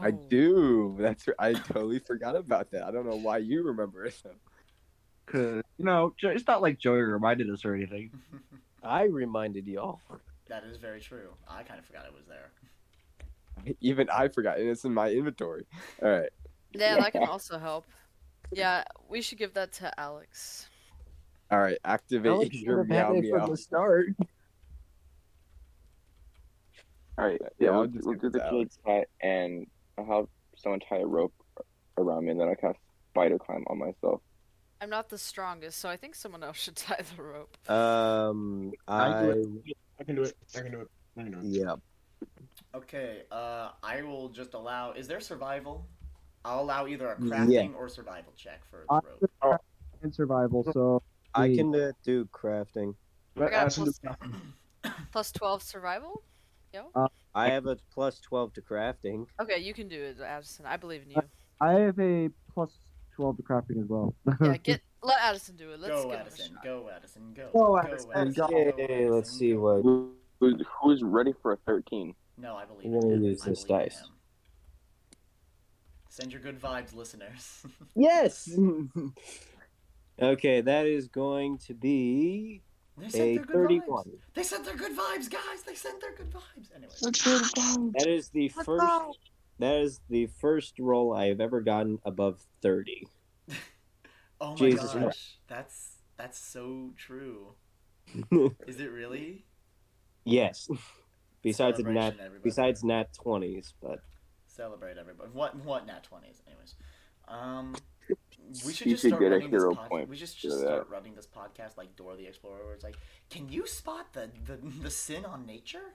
[SPEAKER 7] I
[SPEAKER 5] Oh.
[SPEAKER 7] do. That's right. I totally forgot about that. I don't know why you remember it. though.
[SPEAKER 8] Cause you know, Jo- it's not like Joey reminded us or anything.
[SPEAKER 6] I reminded y'all.
[SPEAKER 1] that is very true. I kind of forgot it was there.
[SPEAKER 7] Even I forgot, and it's in my inventory. All right.
[SPEAKER 5] Yeah, that can also help. Yeah, we should give that to Alex.
[SPEAKER 7] All right, activate
[SPEAKER 6] Alex
[SPEAKER 7] your
[SPEAKER 6] should've had
[SPEAKER 7] meow
[SPEAKER 6] it from
[SPEAKER 7] meow.
[SPEAKER 6] the start.
[SPEAKER 4] All right,
[SPEAKER 7] Yeah,
[SPEAKER 4] yeah,
[SPEAKER 7] I'll
[SPEAKER 4] we'll,
[SPEAKER 7] just
[SPEAKER 4] we'll
[SPEAKER 7] give
[SPEAKER 4] do
[SPEAKER 7] it
[SPEAKER 4] the
[SPEAKER 7] to
[SPEAKER 4] jade cat, and I'll have someone tie a rope around me, and then I'll cast spider climb on myself.
[SPEAKER 5] I'm not the strongest, so I think someone else should tie the rope.
[SPEAKER 6] Um,
[SPEAKER 3] I do
[SPEAKER 6] I
[SPEAKER 3] it. I can do it. I can do it. I can do it.
[SPEAKER 6] yeah.
[SPEAKER 1] Okay, uh, I will just allow. Is there survival? I'll allow either a
[SPEAKER 6] Yeah. Uh,
[SPEAKER 1] crafting or survival check for the rope.
[SPEAKER 10] and survival. So
[SPEAKER 6] I can uh, do crafting.
[SPEAKER 5] I got a
[SPEAKER 3] Absolutely.
[SPEAKER 5] plus, plus 12 survival?
[SPEAKER 6] I have a plus twelve to crafting.
[SPEAKER 5] Okay, you can do it, Addison. I believe in you.
[SPEAKER 10] I have a plus twelve to crafting as well.
[SPEAKER 5] Yeah, get let Addison do it. Let's
[SPEAKER 1] Go,
[SPEAKER 5] give
[SPEAKER 1] Addison.
[SPEAKER 5] him a shot.
[SPEAKER 1] Go, Addison. Go.
[SPEAKER 10] Go, Addison, go.
[SPEAKER 1] go,
[SPEAKER 6] Yay, let's
[SPEAKER 1] Addison,
[SPEAKER 6] see
[SPEAKER 1] go.
[SPEAKER 6] what.
[SPEAKER 4] Who- Who's, who's ready for a 13?
[SPEAKER 1] No, I believe.
[SPEAKER 6] We're gonna
[SPEAKER 1] in him.
[SPEAKER 6] use
[SPEAKER 1] I
[SPEAKER 6] this
[SPEAKER 1] believe in
[SPEAKER 6] dice.
[SPEAKER 1] him. Send your good vibes, listeners.
[SPEAKER 6] Yes. okay, that is going to be
[SPEAKER 1] they sent
[SPEAKER 6] a
[SPEAKER 1] their good vibes.
[SPEAKER 6] thirty-one.
[SPEAKER 1] They sent their good vibes, guys. They sent their good vibes. Anyway,
[SPEAKER 6] That is the first. That is the first roll I have ever gotten above thirty.
[SPEAKER 1] oh my
[SPEAKER 6] Jesus
[SPEAKER 1] gosh,
[SPEAKER 6] Christ.
[SPEAKER 1] that's that's so true. Is it really?
[SPEAKER 6] yes. Besides
[SPEAKER 1] Celebration,
[SPEAKER 6] nat,
[SPEAKER 1] everybody.
[SPEAKER 6] besides nat twenties, but
[SPEAKER 1] celebrate everybody. What what nat twenties? Anyways, um, we should
[SPEAKER 4] You
[SPEAKER 1] just
[SPEAKER 4] should
[SPEAKER 1] start
[SPEAKER 4] get a
[SPEAKER 1] running this
[SPEAKER 4] hero
[SPEAKER 1] podcast.
[SPEAKER 4] point
[SPEAKER 1] we just
[SPEAKER 4] for
[SPEAKER 1] just
[SPEAKER 4] that.
[SPEAKER 1] start running this podcast like Dora the Explorer, where it's like, can you spot the the, the sin on nature?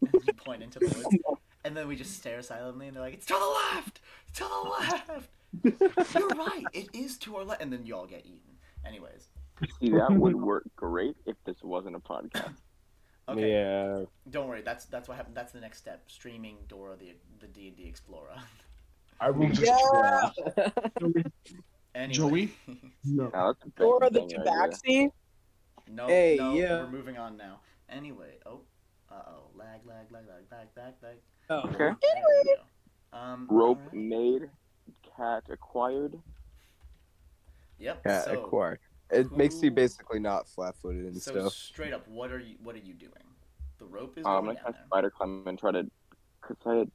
[SPEAKER 1] And you point into the woods, and then we just stare silently, and they're like, it's to the left, it's to the left. You're right, it is to our left, and then y'all get eaten. Anyways,
[SPEAKER 4] See, that would work great if this wasn't a podcast.
[SPEAKER 1] okay.
[SPEAKER 6] yeah,
[SPEAKER 1] Don't worry, that's that's what happened. That's the next step: streaming Dora the the D and D Explorer.
[SPEAKER 3] I will just
[SPEAKER 2] Yeah,
[SPEAKER 1] Anyway.
[SPEAKER 3] Joey?
[SPEAKER 10] No.
[SPEAKER 4] Now, that's a big
[SPEAKER 2] or the
[SPEAKER 4] thing right there.
[SPEAKER 2] tabaxi.
[SPEAKER 1] no,
[SPEAKER 6] Hey,
[SPEAKER 1] no,
[SPEAKER 6] yeah.
[SPEAKER 1] we're moving on now. Anyway, oh, uh oh, lag, lag, lag, lag, lag, lag, lag.
[SPEAKER 6] Oh.
[SPEAKER 4] Okay.
[SPEAKER 1] There we go. Um,
[SPEAKER 4] Rope
[SPEAKER 1] alright.
[SPEAKER 4] made, cat acquired.
[SPEAKER 1] Yep.
[SPEAKER 7] Yeah,
[SPEAKER 1] so,
[SPEAKER 7] acquire. It makes you
[SPEAKER 1] who-
[SPEAKER 7] basically not flat-footed and
[SPEAKER 1] So
[SPEAKER 7] stuff. Um,
[SPEAKER 1] straight up, what are you? What are you doing? The rope is
[SPEAKER 4] Uh, I'm
[SPEAKER 1] going
[SPEAKER 4] gonna
[SPEAKER 1] down
[SPEAKER 4] cast
[SPEAKER 1] there.
[SPEAKER 4] spider climb and try to, cause I had.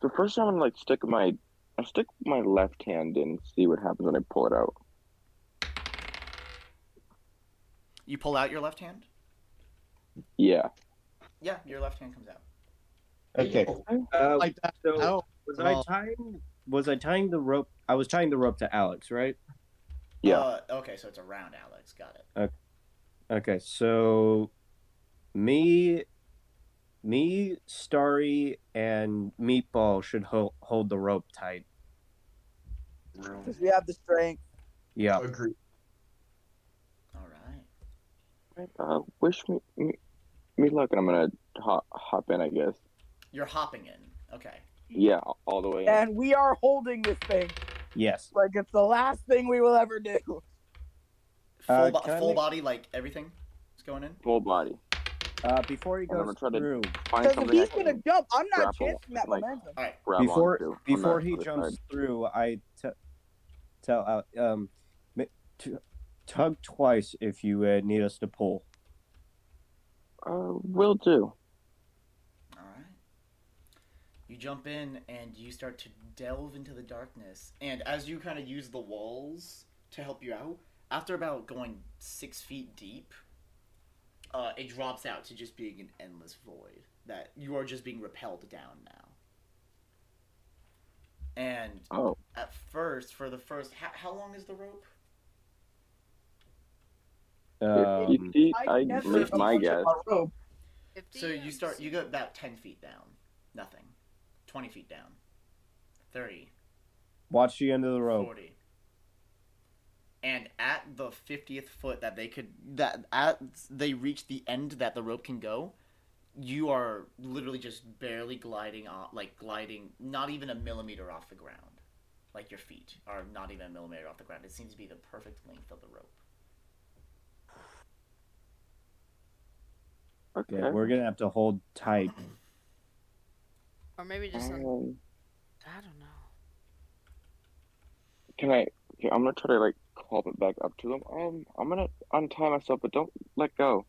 [SPEAKER 4] So first I'm gonna like stick my, I stick my left hand in, see what happens when I pull it out.
[SPEAKER 1] You pull out your left hand.
[SPEAKER 4] Yeah.
[SPEAKER 1] Yeah, your left hand comes out.
[SPEAKER 6] Okay. Uh,
[SPEAKER 8] Like that.
[SPEAKER 6] so
[SPEAKER 8] Oh,
[SPEAKER 7] uh,
[SPEAKER 6] was
[SPEAKER 8] well.
[SPEAKER 6] I tying? Was I tying the rope? I was tying the rope to Alex, right?
[SPEAKER 4] Yeah.
[SPEAKER 1] Uh, okay, so it's around Alex. Got it.
[SPEAKER 7] Okay, so me, me, Starry, and Meatball should ho- hold the rope tight.
[SPEAKER 9] Because we have the strength.
[SPEAKER 7] Yeah.
[SPEAKER 3] Agree.
[SPEAKER 1] All right.
[SPEAKER 6] Uh, wish me, me me luck, and I'm gonna hop, hop in. I guess.
[SPEAKER 1] You're hopping in. Okay.
[SPEAKER 6] Yeah, all the way. In.
[SPEAKER 9] And we are holding this thing
[SPEAKER 7] Yes.
[SPEAKER 9] like it's the last thing we will ever do.
[SPEAKER 1] Full,
[SPEAKER 7] Uh,
[SPEAKER 1] bo-
[SPEAKER 7] can I
[SPEAKER 1] full
[SPEAKER 7] make-
[SPEAKER 1] body, like everything is going in.
[SPEAKER 6] Full body.
[SPEAKER 7] Uh, before he
[SPEAKER 6] I'm gonna
[SPEAKER 7] goes
[SPEAKER 6] try to
[SPEAKER 7] through,
[SPEAKER 6] Find
[SPEAKER 9] Because if
[SPEAKER 6] something I
[SPEAKER 9] he's
[SPEAKER 6] can
[SPEAKER 9] gonna jump, I'm not
[SPEAKER 6] grapple,
[SPEAKER 9] chancing that
[SPEAKER 6] like-
[SPEAKER 9] momentum.
[SPEAKER 1] All right.
[SPEAKER 6] grab
[SPEAKER 7] before
[SPEAKER 6] onto on
[SPEAKER 7] before
[SPEAKER 6] the
[SPEAKER 7] he
[SPEAKER 6] other
[SPEAKER 7] jumps
[SPEAKER 6] side.
[SPEAKER 7] through, I t- tell out um, m- t- tug twice if you uh, need us to pull.
[SPEAKER 6] Uh, will do.
[SPEAKER 1] All right. You jump in and you start to delve into the darkness. And as you kind of use the walls to help you out, after about going six feet deep, uh, it drops out to just being an endless void that you are just being repelled down now. And
[SPEAKER 6] Oh,
[SPEAKER 1] at first, for the first, how, how long is the rope?
[SPEAKER 7] Um,
[SPEAKER 6] fifty. I
[SPEAKER 9] guess
[SPEAKER 6] missed
[SPEAKER 9] I'm
[SPEAKER 6] my
[SPEAKER 9] pushing
[SPEAKER 6] guess.
[SPEAKER 9] my rope.
[SPEAKER 5] 50
[SPEAKER 1] So you
[SPEAKER 5] and
[SPEAKER 1] start. You go about ten feet down. Nothing. Twenty feet down. Thirty.
[SPEAKER 7] watch the end of the rope.
[SPEAKER 1] 40. And at the 50th foot that they could that at they reach the end that the rope can go, you are literally just barely gliding off like gliding not even a millimeter off the ground. Like your feet are not even a millimeter off the ground. It seems to be the perfect length of the rope.
[SPEAKER 6] Okay.
[SPEAKER 7] Yeah, we're gonna have to hold tight.
[SPEAKER 5] Or maybe just on,
[SPEAKER 6] Um,
[SPEAKER 5] I don't know.
[SPEAKER 6] can I? Okay, I'm gonna try to like call it back up to them. Um, I'm gonna untie myself, but don't let go.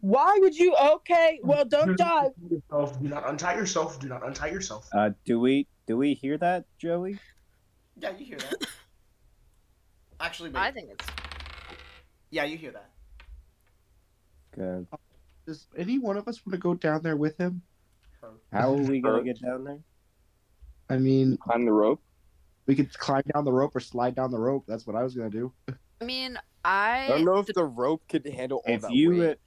[SPEAKER 9] Why would you? Okay, well, don't dive.
[SPEAKER 3] Yourself, Do not untie yourself. Do not untie yourself.
[SPEAKER 7] Uh, do we do we hear that, Joey?
[SPEAKER 1] Yeah, you hear that. Actually,
[SPEAKER 5] I
[SPEAKER 1] wait.
[SPEAKER 5] think it's
[SPEAKER 1] yeah, you hear that.
[SPEAKER 7] Good.
[SPEAKER 8] Does any one of us want to go down there with him?
[SPEAKER 7] How are we gonna get down there?
[SPEAKER 8] I mean,
[SPEAKER 6] Climb the rope.
[SPEAKER 8] we could climb down the rope or slide down the rope. That's what I was gonna do.
[SPEAKER 5] I mean,
[SPEAKER 11] I
[SPEAKER 5] I
[SPEAKER 11] don't know if the rope could handle all
[SPEAKER 7] if
[SPEAKER 11] that
[SPEAKER 7] you
[SPEAKER 11] weight.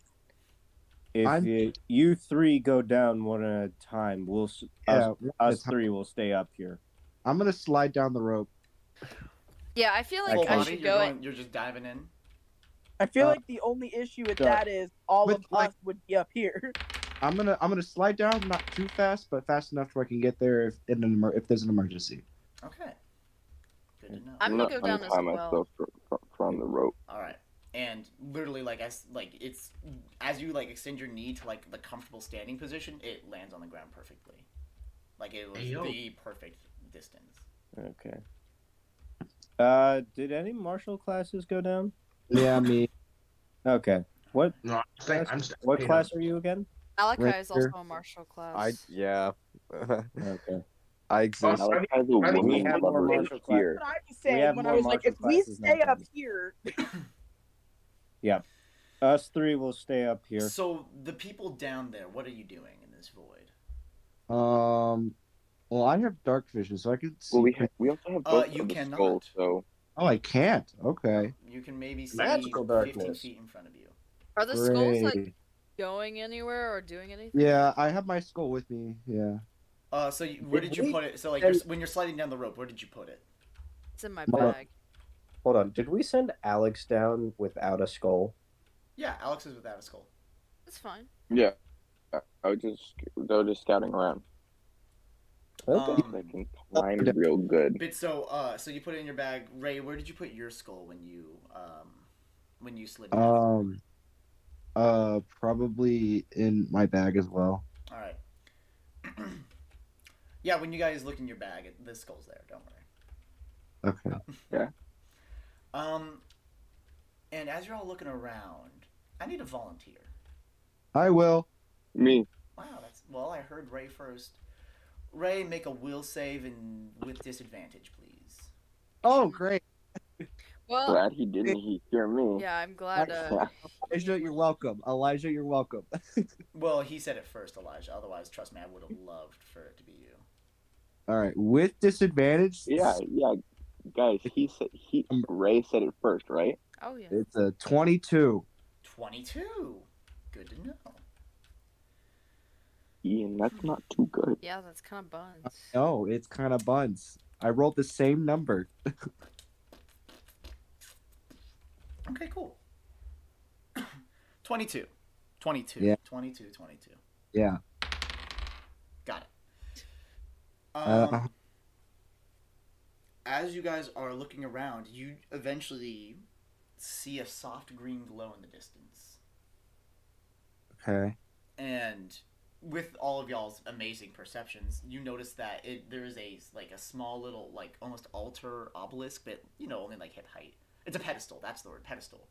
[SPEAKER 7] if
[SPEAKER 8] I'm-
[SPEAKER 7] you, you three go down one at a time, we'll s us,
[SPEAKER 8] one at a
[SPEAKER 7] us
[SPEAKER 8] time.
[SPEAKER 7] three will stay up here.
[SPEAKER 8] I'm gonna slide down the rope.
[SPEAKER 5] yeah, I feel like
[SPEAKER 1] Full
[SPEAKER 7] Okay.
[SPEAKER 5] I
[SPEAKER 1] body,
[SPEAKER 5] should
[SPEAKER 1] you're,
[SPEAKER 5] go.
[SPEAKER 1] going, you're just diving in.
[SPEAKER 9] I feel
[SPEAKER 8] Uh,
[SPEAKER 9] like the only issue with
[SPEAKER 7] so-
[SPEAKER 9] that is all
[SPEAKER 8] With,
[SPEAKER 9] of
[SPEAKER 8] like-
[SPEAKER 9] us would be up here.
[SPEAKER 8] I'm gonna I'm gonna slide down, not too fast, but fast enough where I can get there if in an emer- if there's an emergency.
[SPEAKER 1] Okay. Good
[SPEAKER 7] Mm.
[SPEAKER 1] to know.
[SPEAKER 5] I'm gonna go down as
[SPEAKER 6] untie
[SPEAKER 5] well.
[SPEAKER 6] myself fr- fr- from the rope.
[SPEAKER 1] All right. And literally, like as like it's as you like extend your knee to like the comfortable standing position, it lands on the ground perfectly. Like it was
[SPEAKER 3] Ayo.
[SPEAKER 1] the perfect distance.
[SPEAKER 7] Okay. Uh, did any martial classes go down?
[SPEAKER 8] Yeah, me.
[SPEAKER 7] Okay. What
[SPEAKER 3] No, I'm staying. I'm staying.
[SPEAKER 7] what class are you again?
[SPEAKER 5] Malachi
[SPEAKER 8] Right
[SPEAKER 5] is also
[SPEAKER 8] here.
[SPEAKER 5] a martial class.
[SPEAKER 11] I yeah.
[SPEAKER 7] Okay.
[SPEAKER 11] I exist.
[SPEAKER 3] Awesome.
[SPEAKER 6] Alec has a
[SPEAKER 3] I think we
[SPEAKER 6] woman
[SPEAKER 7] have more
[SPEAKER 6] lover
[SPEAKER 7] martial class.
[SPEAKER 6] here.
[SPEAKER 9] That's what I was
[SPEAKER 7] We have
[SPEAKER 9] saying when I
[SPEAKER 7] more
[SPEAKER 9] was like, if
[SPEAKER 7] martial
[SPEAKER 9] we
[SPEAKER 7] classes now,
[SPEAKER 9] stay up
[SPEAKER 7] Tommy.
[SPEAKER 9] here,
[SPEAKER 7] Us three will stay up here.
[SPEAKER 1] So the people down there, what are you doing in this void?
[SPEAKER 8] Um, well, I have dark vision, so I can see.
[SPEAKER 6] Well, we ha- we also have
[SPEAKER 1] Uh,
[SPEAKER 6] both
[SPEAKER 1] you
[SPEAKER 6] of the
[SPEAKER 1] cannot.
[SPEAKER 6] skulls, so
[SPEAKER 8] oh, I can't. Okay.
[SPEAKER 1] You can maybe see
[SPEAKER 7] Magical
[SPEAKER 1] fifteen
[SPEAKER 7] darkness.
[SPEAKER 1] feet in front of you.
[SPEAKER 5] Are the skulls like
[SPEAKER 8] Great.
[SPEAKER 5] going anywhere or doing anything?
[SPEAKER 8] Yeah, I have my skull with me. Yeah.
[SPEAKER 1] Uh, so you, where
[SPEAKER 7] Did
[SPEAKER 1] did you
[SPEAKER 7] we-
[SPEAKER 1] put it? So like you're, s- when you're sliding down the rope, where did you put it?
[SPEAKER 5] It's in my
[SPEAKER 8] Well,
[SPEAKER 5] bag.
[SPEAKER 7] Hold on. Did we send Alex down without a skull?
[SPEAKER 1] Yeah, Alex is without a skull.
[SPEAKER 5] It's fine.
[SPEAKER 6] yeah. I- I was just they were just scouting around.
[SPEAKER 7] Okay.
[SPEAKER 1] Um,
[SPEAKER 6] They can climb real good.
[SPEAKER 1] But so uh, so you put it in your bag, Ray. Where did you put your skull when you um when you slid? down?
[SPEAKER 8] Um. Uh, probably in my bag as well.
[SPEAKER 1] All right. yeah, when you guys look in your bag, it- the skull's there. Don't worry.
[SPEAKER 8] Okay.
[SPEAKER 1] Um, and as you're all looking around, I need a volunteer.
[SPEAKER 8] I will.
[SPEAKER 6] Me,
[SPEAKER 1] Wow, that's well. I heard Ray first. Ray, make a will save and with disadvantage, please.
[SPEAKER 8] Oh, great.
[SPEAKER 5] Well,
[SPEAKER 6] glad he didn't he hear me.
[SPEAKER 5] Oh. yeah, I'm glad. Uh,
[SPEAKER 8] Elijah, you're welcome. Elijah, you're welcome.
[SPEAKER 1] Well, he said it first, Elijah. Otherwise, trust me, I would have loved for it to be you.
[SPEAKER 8] All right, with disadvantage.
[SPEAKER 9] Um,
[SPEAKER 6] yeah, yeah. Guys, he said he Ray said it first, right?
[SPEAKER 5] Oh yeah.
[SPEAKER 8] It's a 22.
[SPEAKER 1] 22. Good to know.
[SPEAKER 4] Ian, that's not too good.
[SPEAKER 5] Yeah, that's kind of buns.
[SPEAKER 8] No, Oh, it's kind of buns. I rolled the same number.
[SPEAKER 1] Okay, cool. 22. 22.
[SPEAKER 8] Yeah.
[SPEAKER 1] 22, 22.
[SPEAKER 8] Yeah.
[SPEAKER 1] Got it.
[SPEAKER 8] Uh,
[SPEAKER 1] Um, as you guys are looking around, you eventually see a soft green glow in the distance.
[SPEAKER 8] okay.
[SPEAKER 1] And with all of y'all's amazing perceptions, you notice that it there is a like a small little like almost altar obelisk, but you know only like hip height. It's a pedestal. That's the word, pedestal.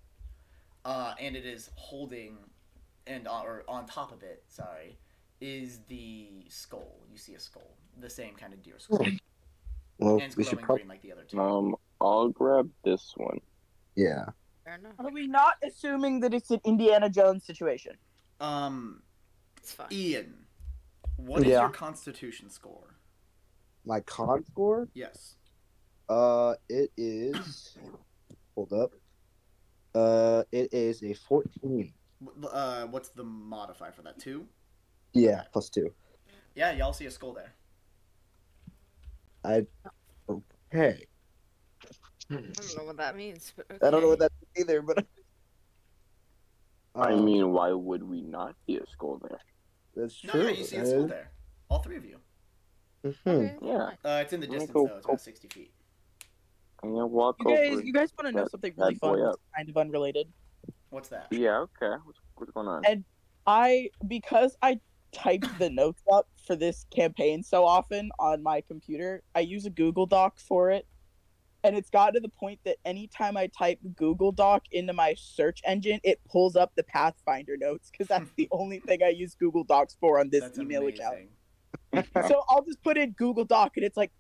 [SPEAKER 1] Uh, and it is holding, and on- or on top of it, sorry, is the skull. You see a skull, the same kind of deer skull, and
[SPEAKER 8] Oh, Well,
[SPEAKER 1] it's
[SPEAKER 8] we
[SPEAKER 1] glowing
[SPEAKER 8] should probably.
[SPEAKER 1] green like the other two.
[SPEAKER 4] Um, I'll grab this one.
[SPEAKER 8] Yeah.
[SPEAKER 5] Fair enough.
[SPEAKER 9] Are we not assuming that it's an Indiana Jones situation?
[SPEAKER 1] Um,
[SPEAKER 5] It's fine.
[SPEAKER 1] Ian, what is
[SPEAKER 8] Yeah.
[SPEAKER 1] your constitution score?
[SPEAKER 8] My con score?
[SPEAKER 1] Yes.
[SPEAKER 8] Uh, it is. Hold up. Uh, it is a 14.
[SPEAKER 1] W- Uh, what's the modifier for that? Two.
[SPEAKER 8] Yeah, plus two.
[SPEAKER 1] Yeah, y'all see a skull there.
[SPEAKER 8] Hey,
[SPEAKER 5] I don't know what that means, but okay.
[SPEAKER 8] I don't know what that is either, but.
[SPEAKER 4] I
[SPEAKER 8] Uh,
[SPEAKER 4] mean, why would we not see a skull there?
[SPEAKER 8] that's
[SPEAKER 1] No,
[SPEAKER 8] true. Uh,
[SPEAKER 1] yeah, you see a
[SPEAKER 8] that
[SPEAKER 1] skull
[SPEAKER 8] is-
[SPEAKER 1] there. All three of you.
[SPEAKER 8] Mhm.
[SPEAKER 5] Okay,
[SPEAKER 4] Yeah.
[SPEAKER 5] fine.
[SPEAKER 1] Uh, it's in the
[SPEAKER 4] I'm gonna
[SPEAKER 1] distance
[SPEAKER 4] go-
[SPEAKER 1] though. It's about sixty feet.
[SPEAKER 4] I'm gonna walk
[SPEAKER 9] You guys,
[SPEAKER 4] over.
[SPEAKER 9] you guys want to know
[SPEAKER 4] That-
[SPEAKER 9] something really
[SPEAKER 4] that
[SPEAKER 9] fun?
[SPEAKER 4] boy
[SPEAKER 9] that's
[SPEAKER 4] up.
[SPEAKER 9] Kind of unrelated.
[SPEAKER 1] What's that?
[SPEAKER 4] Yeah. Okay. What's, what's going on?
[SPEAKER 9] And- I because I typed the notes up for this campaign so often on my computer, I use a Google Doc for it. And it's gotten to the point that anytime I type Google Doc into my search engine, it pulls up the Pathfinder notes because that's the only thing I use Google Docs for on this
[SPEAKER 1] That's
[SPEAKER 9] email
[SPEAKER 1] amazing.
[SPEAKER 9] account. So I'll just put in Google Doc and it's like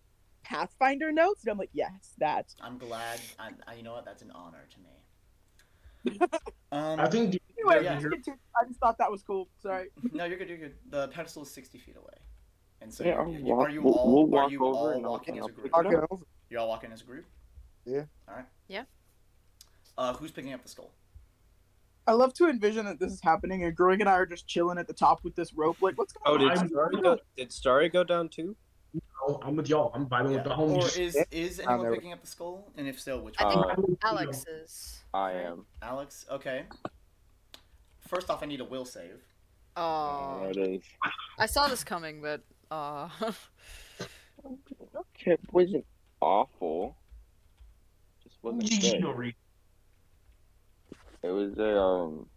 [SPEAKER 9] Pathfinder notes. And I'm like, yes, that.
[SPEAKER 1] I'm glad. I, I, you know what? That's an honor to me. Um,
[SPEAKER 3] I think
[SPEAKER 9] Anyway,
[SPEAKER 1] Yeah.
[SPEAKER 9] let's continue. I just thought that was cool. Sorry.
[SPEAKER 1] no, you're good. You're good. The pedestal is sixty feet away. And so,
[SPEAKER 4] Yeah,
[SPEAKER 1] you're-
[SPEAKER 4] I'll
[SPEAKER 1] you-
[SPEAKER 4] walk-
[SPEAKER 1] are you
[SPEAKER 4] we'll-
[SPEAKER 1] all
[SPEAKER 4] we'll
[SPEAKER 1] are
[SPEAKER 4] walk
[SPEAKER 1] you
[SPEAKER 4] over
[SPEAKER 1] all
[SPEAKER 4] and I'll-
[SPEAKER 1] walking as
[SPEAKER 4] I'll
[SPEAKER 1] a
[SPEAKER 4] pick
[SPEAKER 1] group?
[SPEAKER 4] it up.
[SPEAKER 8] Okay.
[SPEAKER 1] You're all walking as a group.
[SPEAKER 8] Yeah.
[SPEAKER 1] All right.
[SPEAKER 5] Yeah.
[SPEAKER 1] Uh, who's picking up the skull?
[SPEAKER 9] I love to envision that this is happening and Groig and I are just chilling at the top with this rope. Like, what's
[SPEAKER 6] Oh,
[SPEAKER 9] going
[SPEAKER 6] did
[SPEAKER 9] on?
[SPEAKER 3] I'm-
[SPEAKER 6] Starry go? Did Starry go down too?
[SPEAKER 3] no, I'm with y'all. I'm vibing
[SPEAKER 1] Yeah.
[SPEAKER 3] with the
[SPEAKER 1] Or
[SPEAKER 3] homies.
[SPEAKER 1] is is
[SPEAKER 8] I'm
[SPEAKER 1] anyone
[SPEAKER 8] there.
[SPEAKER 1] picking up the skull? And if so, which
[SPEAKER 5] I
[SPEAKER 1] one?
[SPEAKER 5] think
[SPEAKER 4] Uh,
[SPEAKER 5] Alex is.
[SPEAKER 4] I
[SPEAKER 5] right?
[SPEAKER 4] am.
[SPEAKER 1] Alex. Okay. First off, I need a will save.
[SPEAKER 9] Uh,
[SPEAKER 5] Oh,
[SPEAKER 4] That is.
[SPEAKER 5] I saw this coming, but uh,
[SPEAKER 4] Okay, wasn't awful. Just wasn't good.
[SPEAKER 3] Yori.
[SPEAKER 4] It was a um,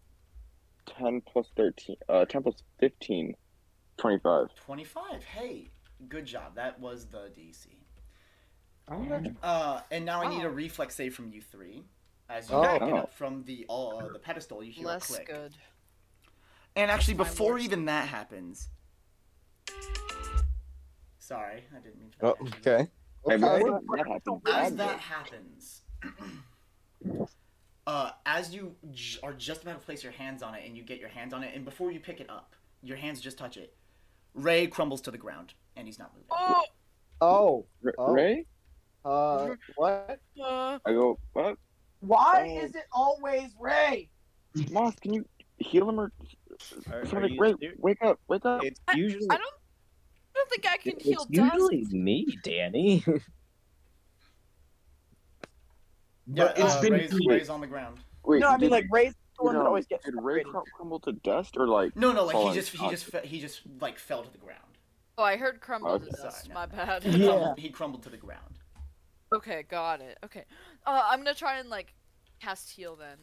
[SPEAKER 4] ten plus thirteen. Uh, ten plus 15, 25.
[SPEAKER 1] Twenty-five. Hey, good job. That was the DC.
[SPEAKER 3] Alright.
[SPEAKER 1] Uh, and now I need a
[SPEAKER 5] Oh.
[SPEAKER 1] reflex save from you three. As you
[SPEAKER 8] Oh.
[SPEAKER 1] guys get
[SPEAKER 4] Oh.
[SPEAKER 1] up from the uh, the pedestal, you hear a
[SPEAKER 5] less
[SPEAKER 1] click.
[SPEAKER 5] good.
[SPEAKER 1] And actually,
[SPEAKER 5] That's my
[SPEAKER 1] before
[SPEAKER 5] worst.
[SPEAKER 1] even that happens. Sorry, I didn't mean for
[SPEAKER 7] Oh,
[SPEAKER 1] that. to happen.
[SPEAKER 7] okay.
[SPEAKER 4] Hey, but
[SPEAKER 7] Okay.
[SPEAKER 4] that-
[SPEAKER 1] as that
[SPEAKER 4] that happened. bad,
[SPEAKER 1] happens, uh, as you j- are just about to place your hands on it, and you get your hands on it, and before you pick it up, your hands just touch it. Ray crumbles to the ground, and he's not moving.
[SPEAKER 5] Oh,
[SPEAKER 8] Oh,
[SPEAKER 4] though.
[SPEAKER 8] Oh.
[SPEAKER 4] Ray,
[SPEAKER 8] uh, what?
[SPEAKER 5] uh,
[SPEAKER 4] I go. What?
[SPEAKER 9] Why
[SPEAKER 6] um,
[SPEAKER 4] Oh.
[SPEAKER 9] is it always Ray?
[SPEAKER 4] Moss, can you heal him or?
[SPEAKER 6] Are-
[SPEAKER 4] Sonic,
[SPEAKER 6] are you
[SPEAKER 4] Ray,
[SPEAKER 6] serious?
[SPEAKER 4] wake up! Wake up!
[SPEAKER 6] It's usually
[SPEAKER 5] I don't. I don't think I can heal
[SPEAKER 6] it's
[SPEAKER 5] dust.
[SPEAKER 6] usually me, Danny.
[SPEAKER 1] Yeah,
[SPEAKER 3] But it's
[SPEAKER 1] uh,
[SPEAKER 3] been
[SPEAKER 1] Ray's,
[SPEAKER 3] two
[SPEAKER 1] Ray's on the ground.
[SPEAKER 4] Wait,
[SPEAKER 9] no, I mean
[SPEAKER 4] did-
[SPEAKER 9] like Ray's the
[SPEAKER 4] did,
[SPEAKER 9] one that
[SPEAKER 4] um,
[SPEAKER 9] always gets
[SPEAKER 4] Did Ray
[SPEAKER 9] frustrated.
[SPEAKER 4] crum- crumble to dust or like?
[SPEAKER 1] No, no, like
[SPEAKER 4] fall
[SPEAKER 1] he just he just
[SPEAKER 4] unconscious?
[SPEAKER 1] fe- he just like fell to the ground.
[SPEAKER 5] Oh, I heard crumble to
[SPEAKER 4] Okay.
[SPEAKER 5] dust.
[SPEAKER 1] Sorry, no.
[SPEAKER 5] My bad.
[SPEAKER 1] He, crumbled, he crumbled to the ground.
[SPEAKER 5] Okay, got it. Okay, uh, I'm gonna try and like cast heal then.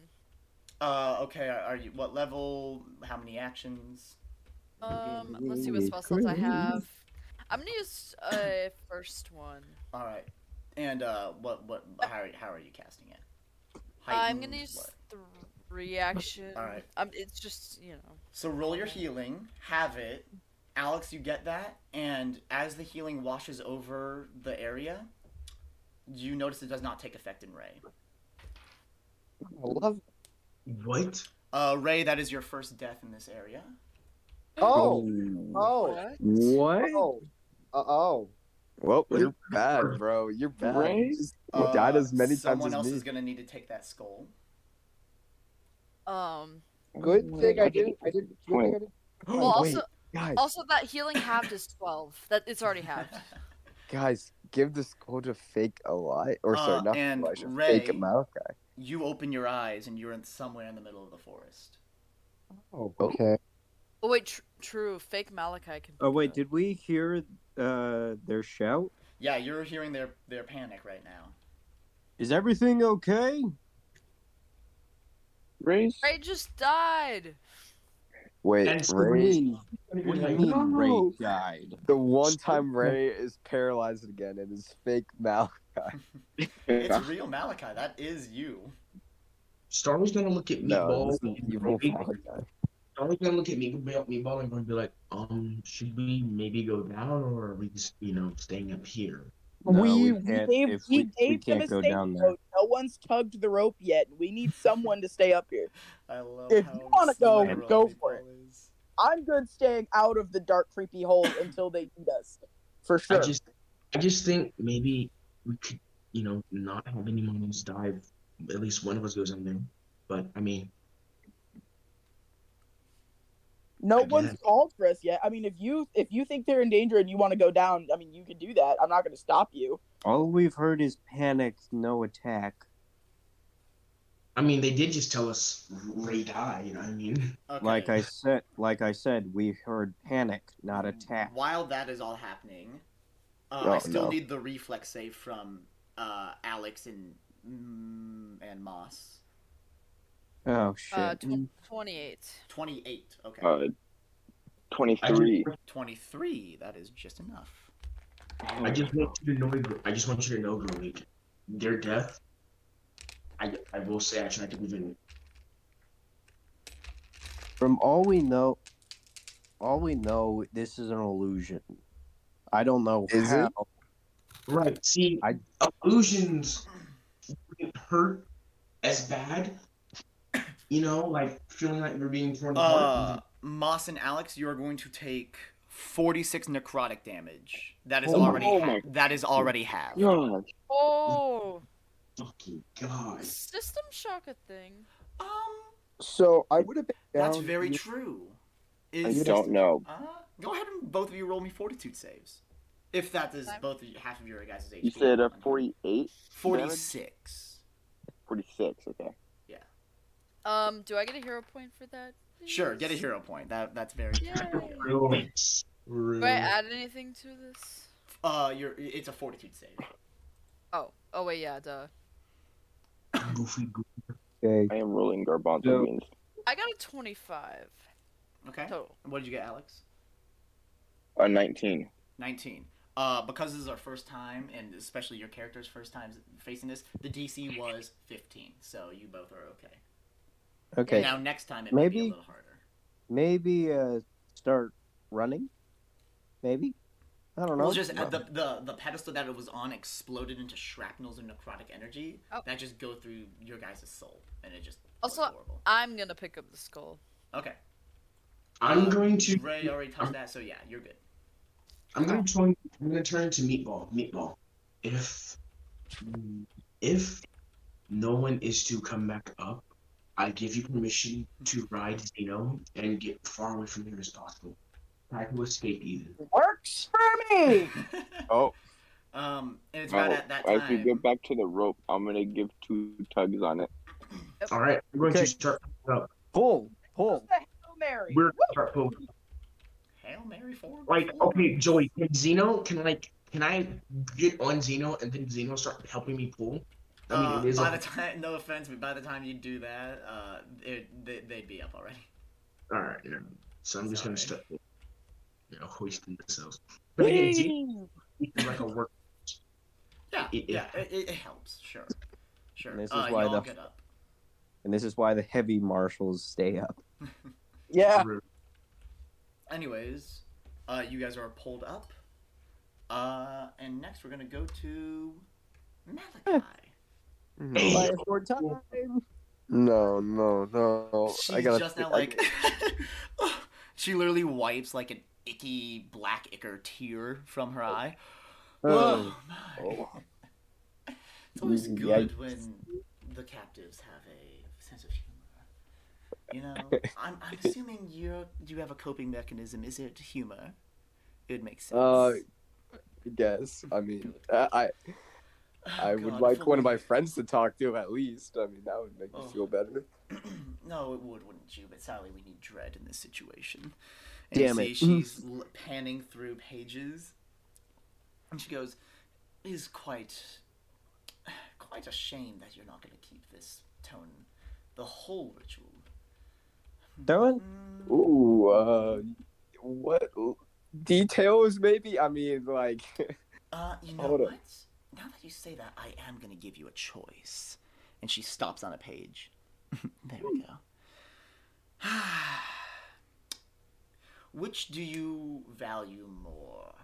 [SPEAKER 1] Uh, okay, are, are you what level? How many actions?
[SPEAKER 5] Um, let's see what spell slots I have. I'm gonna use a first one.
[SPEAKER 1] All right, and uh, what what how are, how are you casting it?
[SPEAKER 5] I'm
[SPEAKER 1] Heightened,
[SPEAKER 5] gonna use
[SPEAKER 1] what?
[SPEAKER 5] the reaction.
[SPEAKER 1] Alright.
[SPEAKER 5] Um, it's just you know.
[SPEAKER 1] So roll your healing, have it. Alex, you get that, and as the healing washes over the area, you notice it does not take effect in Ray.
[SPEAKER 8] I love.
[SPEAKER 3] What?
[SPEAKER 1] Uh, Ray, that is your first death in this area.
[SPEAKER 8] Oh, oh,
[SPEAKER 5] What?
[SPEAKER 7] What?
[SPEAKER 8] oh, uh, oh.
[SPEAKER 7] Well, you're bad, bro. You're bad.
[SPEAKER 4] Right?
[SPEAKER 7] You just
[SPEAKER 1] Uh,
[SPEAKER 7] died as many times
[SPEAKER 1] someone
[SPEAKER 7] as
[SPEAKER 1] else
[SPEAKER 7] me.
[SPEAKER 1] is gonna need to take that skull.
[SPEAKER 5] Um,
[SPEAKER 7] Good thing I didn't. I didn't. Good thing I didn't.
[SPEAKER 5] well, also, also that healing halved is twelve. That it's already halved.
[SPEAKER 7] guys, give the score to fake a lie, or
[SPEAKER 1] Uh,
[SPEAKER 7] sorry, not
[SPEAKER 1] and
[SPEAKER 7] Elijah,
[SPEAKER 1] Ray-
[SPEAKER 7] fake Malachi.
[SPEAKER 1] You open your eyes and you're in somewhere in the middle of the forest.
[SPEAKER 7] Oh,
[SPEAKER 8] okay.
[SPEAKER 5] Oh wait, tr- true. Fake Malachi can.
[SPEAKER 6] Oh wait, did we hear uh, their shout?
[SPEAKER 1] Yeah, you're hearing their their panic right now.
[SPEAKER 6] Is everything okay?
[SPEAKER 4] Raise.
[SPEAKER 5] Ray just died.
[SPEAKER 7] Wait,
[SPEAKER 3] That's
[SPEAKER 7] Ray.
[SPEAKER 3] crazy. What do you mean
[SPEAKER 7] No.
[SPEAKER 3] Ray died?
[SPEAKER 7] The one time Ray is paralyzed again, and is fake Malachi.
[SPEAKER 1] It's real Malachi. That is you.
[SPEAKER 3] Star was gonna look at
[SPEAKER 7] No,
[SPEAKER 3] Meatball.
[SPEAKER 7] this is
[SPEAKER 3] and
[SPEAKER 7] evil
[SPEAKER 3] Meatball-
[SPEAKER 7] Malachi.
[SPEAKER 3] Star was gonna look at Meatball, Meatball and gonna be like, um, should we maybe go down or are we just, you know, staying up here?
[SPEAKER 6] No,
[SPEAKER 9] we,
[SPEAKER 6] we
[SPEAKER 9] we
[SPEAKER 6] can't
[SPEAKER 9] gave,
[SPEAKER 6] if
[SPEAKER 9] we,
[SPEAKER 6] we- we
[SPEAKER 9] gave them
[SPEAKER 6] can't
[SPEAKER 9] a
[SPEAKER 6] go
[SPEAKER 9] safety
[SPEAKER 6] down there.
[SPEAKER 9] rope. No one's tugged the rope yet. We need someone to stay up here.
[SPEAKER 1] I love
[SPEAKER 9] If
[SPEAKER 1] how
[SPEAKER 9] you wanna go,
[SPEAKER 1] literal
[SPEAKER 9] go
[SPEAKER 1] people
[SPEAKER 9] for it.
[SPEAKER 1] is.
[SPEAKER 9] I'm good staying out of the dark, creepy hole until they eat us. For sure.
[SPEAKER 3] I just, I just think maybe we could, you know, not have anyone else die. if At least one of us goes in there. But I mean,
[SPEAKER 9] no
[SPEAKER 3] I
[SPEAKER 9] one's
[SPEAKER 3] guess.
[SPEAKER 9] called for us yet. I mean, if you if you think they're in danger and you want to go down, I mean, you can do that. I'm not going to stop you.
[SPEAKER 6] All we've heard is panic, no attack.
[SPEAKER 3] I mean, they did just tell us Ray died. You know what I mean?
[SPEAKER 1] Okay.
[SPEAKER 6] Like I said, like I said, we heard panic, not attack.
[SPEAKER 1] Mm, While that is all happening, uh, I
[SPEAKER 7] Oh,
[SPEAKER 1] still
[SPEAKER 7] no.
[SPEAKER 1] need the reflex save from uh, Alex and mm, and Moss.
[SPEAKER 6] Oh shit!
[SPEAKER 5] Uh, tw- twenty-eight.
[SPEAKER 1] Twenty eight. Okay.
[SPEAKER 4] Uh, 23.
[SPEAKER 1] Twenty three. That is just enough.
[SPEAKER 3] I just want you to know. I just want you to know, Malik, their death. I, I will say I tried to believe in it.
[SPEAKER 6] From all we know, all we know, this is an illusion. I don't know
[SPEAKER 7] Is
[SPEAKER 6] how.
[SPEAKER 7] it?
[SPEAKER 3] Right. See,
[SPEAKER 6] I-
[SPEAKER 3] illusions wouldn't hurt as bad. You know, like feeling like you're being torn
[SPEAKER 1] Uh,
[SPEAKER 3] apart.
[SPEAKER 1] Moss and Alex, you are going to take forty six necrotic damage. That is
[SPEAKER 7] Oh my-
[SPEAKER 1] already
[SPEAKER 4] oh
[SPEAKER 1] ha-
[SPEAKER 4] my-
[SPEAKER 1] that is already halved.
[SPEAKER 4] God.
[SPEAKER 5] Oh,
[SPEAKER 3] Fucking god.
[SPEAKER 5] system shock a thing.
[SPEAKER 1] Um,
[SPEAKER 7] So I would have been down.
[SPEAKER 1] that's very true.
[SPEAKER 4] I
[SPEAKER 1] Is
[SPEAKER 4] don't know.
[SPEAKER 1] Uh, go ahead and both of you roll me fortitude saves. If that is
[SPEAKER 5] Okay.
[SPEAKER 1] both of you, half of your guys' HP.
[SPEAKER 4] You said uh, 48?
[SPEAKER 1] 46.
[SPEAKER 4] 46, okay.
[SPEAKER 5] Um, do I get a hero point for that?
[SPEAKER 1] Sure, get a
[SPEAKER 5] please?
[SPEAKER 1] hero point. That that's very.
[SPEAKER 5] Yay.
[SPEAKER 3] Ruins.
[SPEAKER 5] Do I add anything to this?
[SPEAKER 1] Uh, you're it's a fortitude save.
[SPEAKER 5] Oh, oh wait, yeah, duh.
[SPEAKER 3] Goofy, goofy.
[SPEAKER 4] I am rolling garbanzo beans.
[SPEAKER 5] I got a twenty-five
[SPEAKER 1] Okay.
[SPEAKER 5] total.
[SPEAKER 1] What did you get, Alex?
[SPEAKER 4] Uh, 19.
[SPEAKER 1] Nineteen. Uh, because this is our first time, and especially your character's first time facing this, the DC was fifteen, so you both are okay.
[SPEAKER 6] Okay,
[SPEAKER 1] Now next time it may be a
[SPEAKER 6] Maybe-
[SPEAKER 1] little harder.
[SPEAKER 6] maybe uh, start running. Maybe I don't know.
[SPEAKER 1] Well, just uh, the, the the pedestal that it was on exploded into shrapnels and necrotic energy
[SPEAKER 5] Oh.
[SPEAKER 1] that just go through your guys' soul, and it just
[SPEAKER 5] Also-
[SPEAKER 1] was horrible.
[SPEAKER 5] I'm gonna pick up the skull.
[SPEAKER 1] Okay,
[SPEAKER 3] I'm going to.
[SPEAKER 1] Ray already touched that, so yeah, you're good.
[SPEAKER 3] I'm gonna turn. I'm gonna turn to meatball. Meatball. If if no one is to come back up, I give you permission to ride Zeno and get far away from here as possible. Try to escape even.
[SPEAKER 9] Works for me.
[SPEAKER 7] Oh,
[SPEAKER 1] um, and it's
[SPEAKER 4] Oh,
[SPEAKER 1] about at that time.
[SPEAKER 4] As we get back to the rope, I'm going to give two tugs on it.
[SPEAKER 3] All right, we're going
[SPEAKER 6] Okay.
[SPEAKER 3] to start pulling up.
[SPEAKER 6] pull,
[SPEAKER 9] Just
[SPEAKER 6] pull.
[SPEAKER 9] a Hail Mary.
[SPEAKER 3] We're gonna start pulling. up.
[SPEAKER 1] Hail Mary for
[SPEAKER 3] Like, okay, Joey, can Zeno can like can I get on Zeno and then Zeno start helping me pull? I mean,
[SPEAKER 1] Uh,
[SPEAKER 3] it is.
[SPEAKER 1] by
[SPEAKER 3] a-
[SPEAKER 1] the time, no offense, but by the time you do that, uh, it, they, they'd be up already.
[SPEAKER 3] All right, yeah. so I'm just gonna
[SPEAKER 1] Sorry.
[SPEAKER 3] start, you know, hoisting themselves. But again, Zeno is like a work.
[SPEAKER 1] Yeah,
[SPEAKER 3] It- it-
[SPEAKER 1] yeah, it, it, it helps. Sure, sure.
[SPEAKER 6] And this is
[SPEAKER 1] uh,
[SPEAKER 6] why
[SPEAKER 1] you all
[SPEAKER 6] the-
[SPEAKER 1] get up.
[SPEAKER 6] And this is why the heavy marshals stay up.
[SPEAKER 9] Yeah.
[SPEAKER 1] Anyways, uh, you guys are pulled up. Uh, and next we're gonna go to Malachi.
[SPEAKER 6] Eh.
[SPEAKER 3] Hey,
[SPEAKER 7] no, no,
[SPEAKER 6] Oh,
[SPEAKER 7] no!
[SPEAKER 1] She's
[SPEAKER 7] I gotta.
[SPEAKER 1] just
[SPEAKER 7] think-
[SPEAKER 1] now
[SPEAKER 7] I-
[SPEAKER 1] like, she literally wipes like an icky black ichor tear from
[SPEAKER 6] Oh.
[SPEAKER 1] her eye. Whoa,
[SPEAKER 7] Oh.
[SPEAKER 1] my.
[SPEAKER 7] Oh.
[SPEAKER 1] It's always
[SPEAKER 6] Mm,
[SPEAKER 1] good when the captives have a sense of humor. You know, I'm, I'm assuming you you have a coping mechanism. Is it humor? It would make sense.
[SPEAKER 6] Uh, I guess. I mean,
[SPEAKER 9] Uh,
[SPEAKER 6] I I, I would
[SPEAKER 1] God,
[SPEAKER 6] like
[SPEAKER 1] if
[SPEAKER 6] one of
[SPEAKER 1] only-
[SPEAKER 6] my friends to talk to at least. I mean, that would make
[SPEAKER 1] Oh.
[SPEAKER 6] me feel better.
[SPEAKER 1] no, it would, wouldn't you? But sadly, we need Dread in this situation.
[SPEAKER 6] Damn
[SPEAKER 1] you
[SPEAKER 6] it. Mm-hmm.
[SPEAKER 1] see She's l- panning through pages, and she goes, "It "Is quite, quite a shame that you're not going to keep this tone, the whole ritual." Mm.
[SPEAKER 6] Darwin? Ooh, uh, what details? Maybe. I mean, like.
[SPEAKER 1] Uh, you know
[SPEAKER 6] Hold
[SPEAKER 1] what?
[SPEAKER 6] up.
[SPEAKER 1] Now that you say that, I am going to give you a choice. And she stops on a page. there we go. Which do you value more?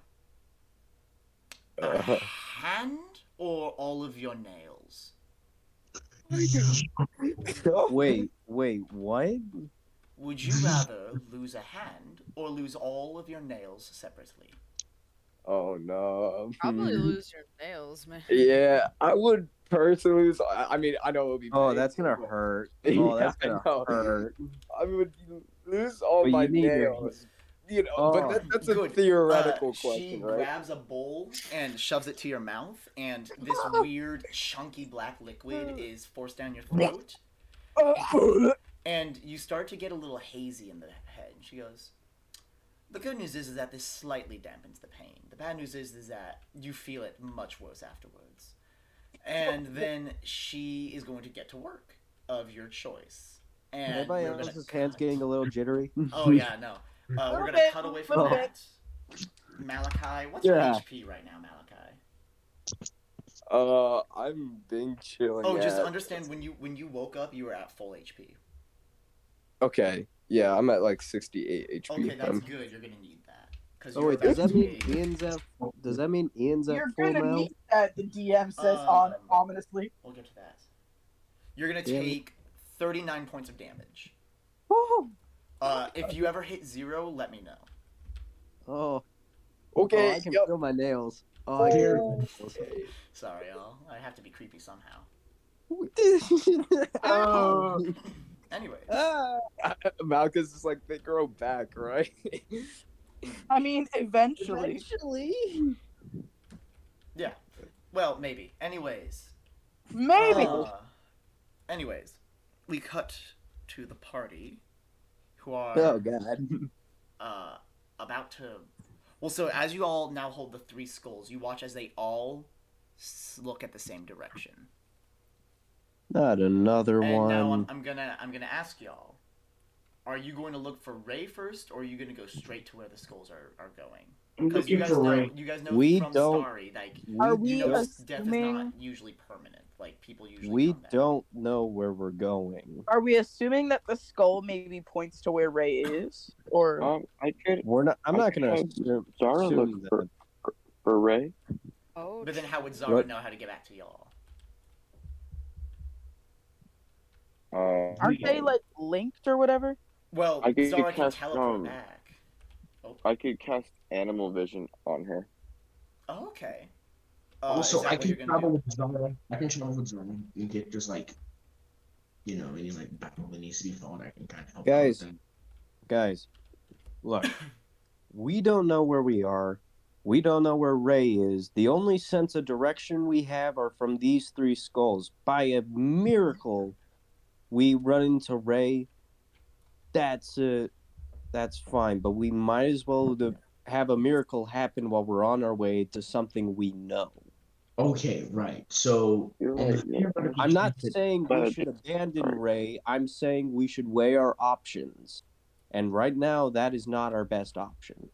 [SPEAKER 1] A
[SPEAKER 6] Uh-huh.
[SPEAKER 1] hand or all of your nails?
[SPEAKER 7] wait, wait, what?
[SPEAKER 1] Would you rather lose a hand or lose all of your nails separately?
[SPEAKER 6] Oh
[SPEAKER 9] Um,
[SPEAKER 6] no.
[SPEAKER 5] Probably
[SPEAKER 6] Hmm.
[SPEAKER 5] lose your nails, man.
[SPEAKER 6] Yeah, I would personally. lose- I I mean, I know it would be.
[SPEAKER 7] Oh,
[SPEAKER 6] painful,
[SPEAKER 7] that's gonna
[SPEAKER 6] but-
[SPEAKER 7] hurt.
[SPEAKER 6] Yeah,
[SPEAKER 7] Oh, that's
[SPEAKER 6] I
[SPEAKER 7] gonna
[SPEAKER 6] know.
[SPEAKER 7] hurt.
[SPEAKER 6] I would lose all
[SPEAKER 7] But you
[SPEAKER 6] my
[SPEAKER 7] need your-
[SPEAKER 6] nails. You know,
[SPEAKER 7] Oh.
[SPEAKER 6] but that, that's a
[SPEAKER 1] Good.
[SPEAKER 6] theoretical
[SPEAKER 1] Uh, She
[SPEAKER 6] question, right?
[SPEAKER 1] grabs a bowl and shoves it to your mouth, and this weird, chunky black liquid is forced down your throat. And you start to get a little hazy in the head. And she goes, The good news is, is that this slightly dampens the pain. The bad news is, is that you feel it much worse afterwards. And then she is going to get to work of your choice. And
[SPEAKER 7] Anybody
[SPEAKER 1] we're gonna
[SPEAKER 7] else's hands
[SPEAKER 1] cut-
[SPEAKER 7] getting a little jittery?
[SPEAKER 8] Hmm.
[SPEAKER 1] Oh yeah, no. Uh, we're
[SPEAKER 9] Little
[SPEAKER 1] gonna
[SPEAKER 9] bit,
[SPEAKER 1] cut away from
[SPEAKER 9] little
[SPEAKER 1] that. Malachi, what's your
[SPEAKER 7] Yeah.
[SPEAKER 1] HP right now, Malachi?
[SPEAKER 6] Uh, I'm being chilling.
[SPEAKER 1] Oh, just
[SPEAKER 6] at-
[SPEAKER 1] understand when you when you woke up, you were at full HP.
[SPEAKER 6] Okay, yeah, I'm at like 68 HP.
[SPEAKER 1] Okay, that's
[SPEAKER 6] um,
[SPEAKER 1] good. You're gonna need that because
[SPEAKER 7] Oh wait, does that mean Ian's at? Does that mean Ian's at
[SPEAKER 9] You're
[SPEAKER 7] full
[SPEAKER 9] gonna
[SPEAKER 7] now?
[SPEAKER 9] need that. The DM says on
[SPEAKER 1] Um,
[SPEAKER 9] ominously.
[SPEAKER 1] We'll get to that. You're gonna
[SPEAKER 7] Damn it.
[SPEAKER 1] take 39 points of damage. Uh, if you ever hit zero, let me know.
[SPEAKER 7] Oh,
[SPEAKER 6] okay,
[SPEAKER 7] oh, I can
[SPEAKER 6] yep.
[SPEAKER 7] feel my nails. Oh, I can feel my nails.
[SPEAKER 6] Okay.
[SPEAKER 1] Sorry, y'all. I have to be creepy somehow.
[SPEAKER 6] Oh,
[SPEAKER 1] Anyway,
[SPEAKER 7] Ah.
[SPEAKER 6] Malchus is like they grow back, right?
[SPEAKER 9] I mean, eventually.
[SPEAKER 6] Eventually.
[SPEAKER 1] yeah. Well, maybe. Anyways.
[SPEAKER 9] Maybe.
[SPEAKER 1] Uh, anyways, we cut to the party, who are
[SPEAKER 7] Oh god.
[SPEAKER 1] uh, about to. Well, so as you all now hold the three skulls, you watch as they all s- look at the same direction.
[SPEAKER 7] Not another
[SPEAKER 1] and now I'm,
[SPEAKER 7] one.
[SPEAKER 1] I'm gonna I'm gonna ask y'all: Are you going to look for Ray first, or are you gonna go straight to where the skulls are, are going?
[SPEAKER 3] I'm
[SPEAKER 1] Because you
[SPEAKER 3] looking
[SPEAKER 1] guys
[SPEAKER 3] for
[SPEAKER 1] know
[SPEAKER 3] Ray.
[SPEAKER 1] you guys know
[SPEAKER 7] We
[SPEAKER 1] from
[SPEAKER 7] don't-
[SPEAKER 1] Starry, like
[SPEAKER 9] Are
[SPEAKER 7] We
[SPEAKER 9] we
[SPEAKER 1] you know, death is not
[SPEAKER 9] assuming?
[SPEAKER 1] usually permanent. Like people usually
[SPEAKER 7] we
[SPEAKER 1] come back.
[SPEAKER 7] don't know where we're going.
[SPEAKER 9] Are we assuming that the skull maybe points to where Ray is, or
[SPEAKER 3] Oh,
[SPEAKER 12] Um, I could.
[SPEAKER 7] We're not. I'm
[SPEAKER 12] I
[SPEAKER 7] not gonna.
[SPEAKER 12] think
[SPEAKER 7] assume-
[SPEAKER 12] Zara
[SPEAKER 7] assume
[SPEAKER 12] looked
[SPEAKER 7] that.
[SPEAKER 12] for, for Ray.
[SPEAKER 5] Oh,
[SPEAKER 1] But then how would Zara
[SPEAKER 7] What?
[SPEAKER 1] know how to get back to y'all?
[SPEAKER 12] Uh,
[SPEAKER 9] aren't they like linked or whatever?
[SPEAKER 1] Well,
[SPEAKER 12] I could
[SPEAKER 1] Zara can
[SPEAKER 12] cast,
[SPEAKER 1] teleport
[SPEAKER 12] um,
[SPEAKER 1] back.
[SPEAKER 12] I could cast animal vision on her.
[SPEAKER 1] Oh, okay. Uh,
[SPEAKER 3] Also,
[SPEAKER 1] is that
[SPEAKER 3] I
[SPEAKER 1] what
[SPEAKER 3] can
[SPEAKER 1] you're gonna
[SPEAKER 3] travel
[SPEAKER 1] do?
[SPEAKER 3] with Zara. I can travel with Zara and get just like, you know, any like battle that needs to be fought. I can kind of help.
[SPEAKER 7] Guys.
[SPEAKER 3] out with
[SPEAKER 7] guys, look, we don't know where we are. We don't know where Ray is. The only sense of direction we have are from these three skulls. By a miracle, we run into Ray. That's it. That's fine, but we might as well to have a miracle happen while we're on our way to something we know.
[SPEAKER 3] them. Okay, right. So
[SPEAKER 12] You're
[SPEAKER 3] on the
[SPEAKER 12] right, yeah.
[SPEAKER 3] theoretical
[SPEAKER 7] I'm not
[SPEAKER 3] chance that-
[SPEAKER 7] saying we
[SPEAKER 12] But-
[SPEAKER 7] should abandon Ray. I'm saying we should weigh our options. And right now, that is not our best option.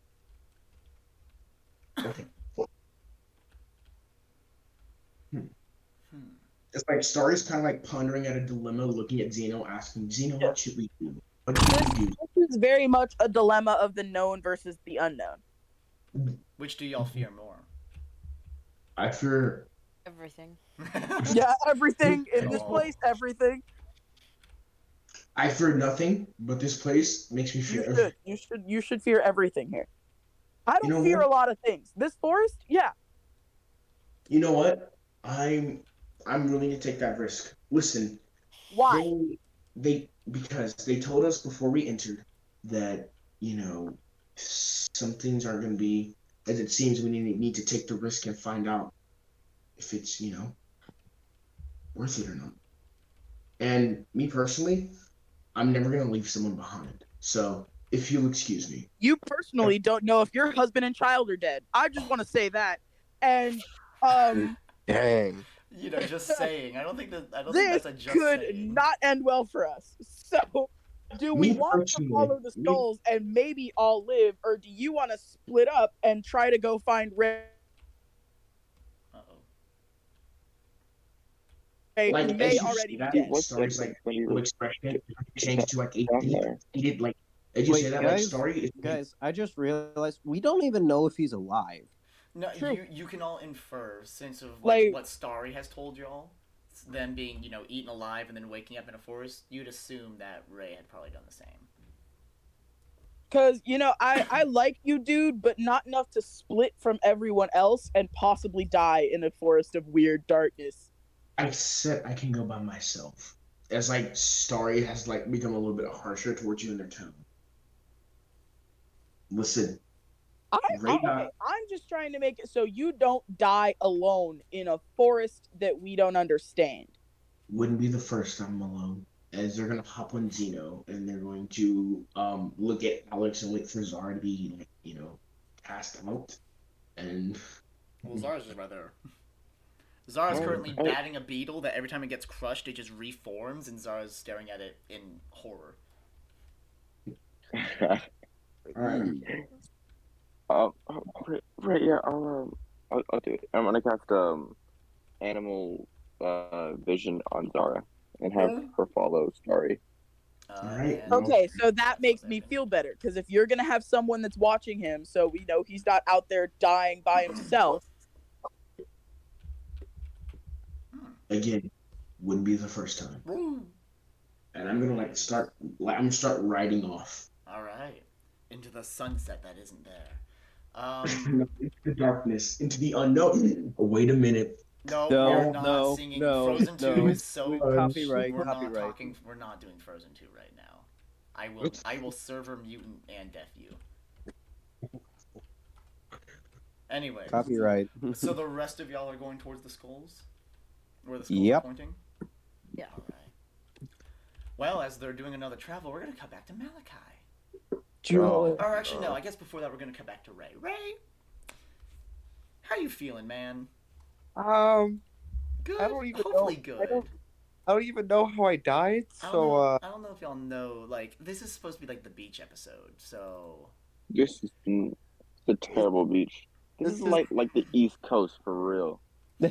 [SPEAKER 1] Hmm.
[SPEAKER 3] It's like Starry's kind of like pondering at a dilemma, looking at Zeno, asking Zeno,
[SPEAKER 9] Yeah.
[SPEAKER 3] "What should we do? What should we do?"
[SPEAKER 9] This is very much a dilemma of the known versus the unknown.
[SPEAKER 1] Which do y'all fear more?
[SPEAKER 3] I fear
[SPEAKER 5] everything.
[SPEAKER 9] Yeah, everything in this
[SPEAKER 1] Oh.
[SPEAKER 9] place, everything.
[SPEAKER 3] I fear nothing, but this place makes me
[SPEAKER 9] You
[SPEAKER 3] fear.
[SPEAKER 9] should, you should, you should fear everything here. I don't
[SPEAKER 3] You know
[SPEAKER 9] fear
[SPEAKER 3] what?
[SPEAKER 9] a lot of things. This forest, yeah.
[SPEAKER 3] You know what? I'm I'm willing to take that risk. Listen,
[SPEAKER 9] Why?
[SPEAKER 3] they they because they told us before we entered that you know some things aren't going to be as it seems. We need need to take the risk and find out if it's you know worth it or not. And me personally, I'm never going to leave someone behind. So if you'll excuse me,
[SPEAKER 9] You personally don't know if your husband and child are dead. I just want to say that. And um,
[SPEAKER 7] Dang.
[SPEAKER 1] You know, just saying. I don't think that. I don't think
[SPEAKER 9] this
[SPEAKER 1] that's a just
[SPEAKER 9] could
[SPEAKER 1] saying.
[SPEAKER 9] not end well for us. So, do we
[SPEAKER 3] Me
[SPEAKER 9] want to
[SPEAKER 3] personally,
[SPEAKER 9] follow the
[SPEAKER 3] me-
[SPEAKER 9] skulls and maybe all live, or do you want to split up and try to go find Ray? Ray
[SPEAKER 3] like
[SPEAKER 9] who
[SPEAKER 3] as
[SPEAKER 9] may
[SPEAKER 3] you
[SPEAKER 9] already
[SPEAKER 3] say
[SPEAKER 9] be
[SPEAKER 3] that,
[SPEAKER 9] dead.
[SPEAKER 4] What's
[SPEAKER 3] stories
[SPEAKER 4] that
[SPEAKER 3] like
[SPEAKER 4] when you
[SPEAKER 3] facial expression change to like
[SPEAKER 4] down
[SPEAKER 3] 18.
[SPEAKER 4] there?
[SPEAKER 3] He did like as you
[SPEAKER 6] Wait,
[SPEAKER 3] say that like
[SPEAKER 6] guys?
[SPEAKER 3] story.
[SPEAKER 7] Mm-hmm.
[SPEAKER 3] Is,
[SPEAKER 6] Guys, I just realized we don't even know if he's alive.
[SPEAKER 1] No,
[SPEAKER 9] True.
[SPEAKER 1] you you can all infer since of like,
[SPEAKER 9] Like-
[SPEAKER 1] what Starry has told y'all, s- them being you know eaten alive and then waking up in a forest. You'd assume that Ray had probably done the same.
[SPEAKER 9] Cause you know, I I like you, dude, but not enough to split from everyone else and possibly die in a forest of weird darkness.
[SPEAKER 3] I said I can go by myself. As like story has like become a little bit harsher towards you in their tone. Listen,
[SPEAKER 9] I,
[SPEAKER 3] Right,
[SPEAKER 9] I'm,
[SPEAKER 3] uh,
[SPEAKER 9] okay, I'm just trying to make it so you don't die alone in a forest that we don't understand.
[SPEAKER 3] wouldn't be the first time I'm alone. As they're gonna hop on Zeno and they're going to um look at Alex and wait for Zara to be like, you know, passed out. And
[SPEAKER 1] Well, Zara's just right there. Zara's
[SPEAKER 4] Oh,
[SPEAKER 1] currently
[SPEAKER 4] oh.
[SPEAKER 1] batting a beetle that every time it gets crushed, it just reforms, and Zara's staring at it in horror.
[SPEAKER 6] Hmm.
[SPEAKER 3] alright.
[SPEAKER 4] Um, oh, right, right, yeah, I'll, um, I'll, I'll do it. I'm gonna cast um, animal uh, vision on Zara and have
[SPEAKER 1] Yeah.
[SPEAKER 4] her follow Starry.
[SPEAKER 1] Uh,
[SPEAKER 3] Alright.
[SPEAKER 1] and-
[SPEAKER 9] Okay, so that
[SPEAKER 1] That's
[SPEAKER 9] makes
[SPEAKER 1] what
[SPEAKER 9] me
[SPEAKER 1] they do.
[SPEAKER 9] feel better because if you're gonna have someone that's watching him, so we know he's not out there dying by himself.
[SPEAKER 3] Again, wouldn't be the first time.
[SPEAKER 1] Woo.
[SPEAKER 3] And I'm gonna like start like I'm gonna start riding off.
[SPEAKER 1] All right, into the sunset that isn't there. Um,
[SPEAKER 3] into the darkness, into the unknown. Oh, Wait a minute.
[SPEAKER 1] no,
[SPEAKER 6] No,
[SPEAKER 1] we're not
[SPEAKER 6] no,
[SPEAKER 1] singing
[SPEAKER 6] no,
[SPEAKER 1] Frozen
[SPEAKER 6] no.
[SPEAKER 1] Two. Is so
[SPEAKER 3] Uh,
[SPEAKER 6] Copyright,
[SPEAKER 1] we're not
[SPEAKER 6] copyright.
[SPEAKER 1] talking. We're not doing Frozen Two right now. I will.
[SPEAKER 7] Oops.
[SPEAKER 1] I will server mutant and deaf you. Anyway,
[SPEAKER 6] Copyright.
[SPEAKER 1] so the rest of y'all are going towards the skulls, where the skulls
[SPEAKER 6] Yep.
[SPEAKER 1] are pointing.
[SPEAKER 5] Yeah.
[SPEAKER 1] All right. Well, as they're doing another travel, we're gonna come back to Malachi. Or actually, no. I guess before that, we're gonna come back to Ray. Ray, how you feeling, man?
[SPEAKER 8] Um,
[SPEAKER 1] Good.
[SPEAKER 8] I don't even know.
[SPEAKER 1] Hopefully good.
[SPEAKER 8] I don't- I don't even know how I died.
[SPEAKER 1] I don't
[SPEAKER 8] So
[SPEAKER 1] know,
[SPEAKER 8] uh,
[SPEAKER 1] I don't know if y'all know. Like, this is supposed to be like the beach episode, so
[SPEAKER 4] This is n- it's a terrible beach. This,
[SPEAKER 6] This
[SPEAKER 4] is,
[SPEAKER 6] is-
[SPEAKER 4] like like the East Coast for real.
[SPEAKER 5] No,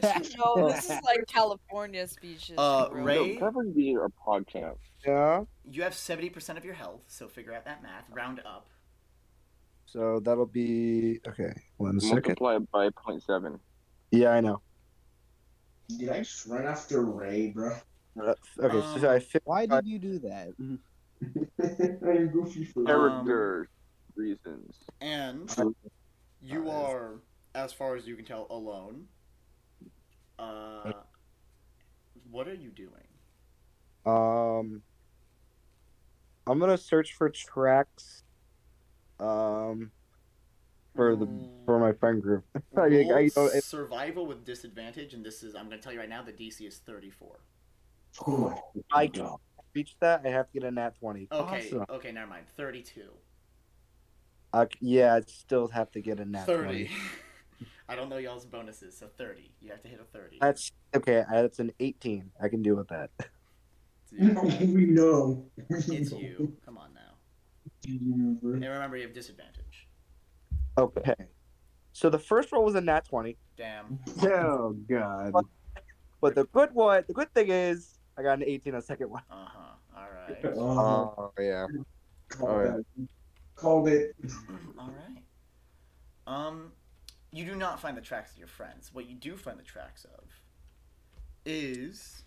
[SPEAKER 5] this is like California's beaches.
[SPEAKER 1] Uh,
[SPEAKER 5] bro.
[SPEAKER 1] Ray-
[SPEAKER 4] No, California beaches are pog champs.
[SPEAKER 8] yeah.
[SPEAKER 1] you have seventy percent of your health. So figure out that math. Round up.
[SPEAKER 8] So that'll be okay. One second.
[SPEAKER 4] Multiply by 0.7.
[SPEAKER 8] Mm-hmm. Yeah, I know.
[SPEAKER 3] Did I just run after Ray, bro?
[SPEAKER 8] Uh, Okay, so
[SPEAKER 1] Um,
[SPEAKER 8] I fit.
[SPEAKER 6] Why did you do that?
[SPEAKER 3] I'm goofy for
[SPEAKER 1] Uh,
[SPEAKER 3] real.
[SPEAKER 4] Character reasons.
[SPEAKER 1] And you are, as far as you can tell, alone. Uh, what are you doing?
[SPEAKER 8] Um, I'm gonna search for tracks. Um, for the for my friend group. I, I,
[SPEAKER 1] Roll
[SPEAKER 8] you know, it-
[SPEAKER 1] survival with disadvantage, and this is I'm gonna tell you right now. The DC is thirty-four.
[SPEAKER 3] Oh my
[SPEAKER 8] I
[SPEAKER 3] God.
[SPEAKER 8] can't reach that. I have to get a nat twenty.
[SPEAKER 1] Okay,
[SPEAKER 8] Awesome.
[SPEAKER 1] okay, never mind. Thirty-two.
[SPEAKER 8] I, yeah, I still have to get a nat
[SPEAKER 1] 30.
[SPEAKER 8] 20.
[SPEAKER 1] I don't know y'all's bonuses, so 30. You have to hit a 30.
[SPEAKER 8] That's okay. I- That's an eighteen. I can deal with that.
[SPEAKER 1] It's you.
[SPEAKER 3] we know.
[SPEAKER 1] It's you. Come on now. And
[SPEAKER 3] you.
[SPEAKER 1] remember, you have disadvantage.
[SPEAKER 8] Okay. So the first roll was a nat twenty.
[SPEAKER 1] Damn.
[SPEAKER 6] oh god.
[SPEAKER 8] But the good one, the good thing is, I got an 18 on the second one.
[SPEAKER 1] Uh huh. Alright.
[SPEAKER 3] Oh,
[SPEAKER 7] Oh yeah. Oh,
[SPEAKER 3] called,
[SPEAKER 7] alright.
[SPEAKER 3] it. called it.
[SPEAKER 1] Alright. Um, you do not find the tracks of your friends. What you do find the tracks of is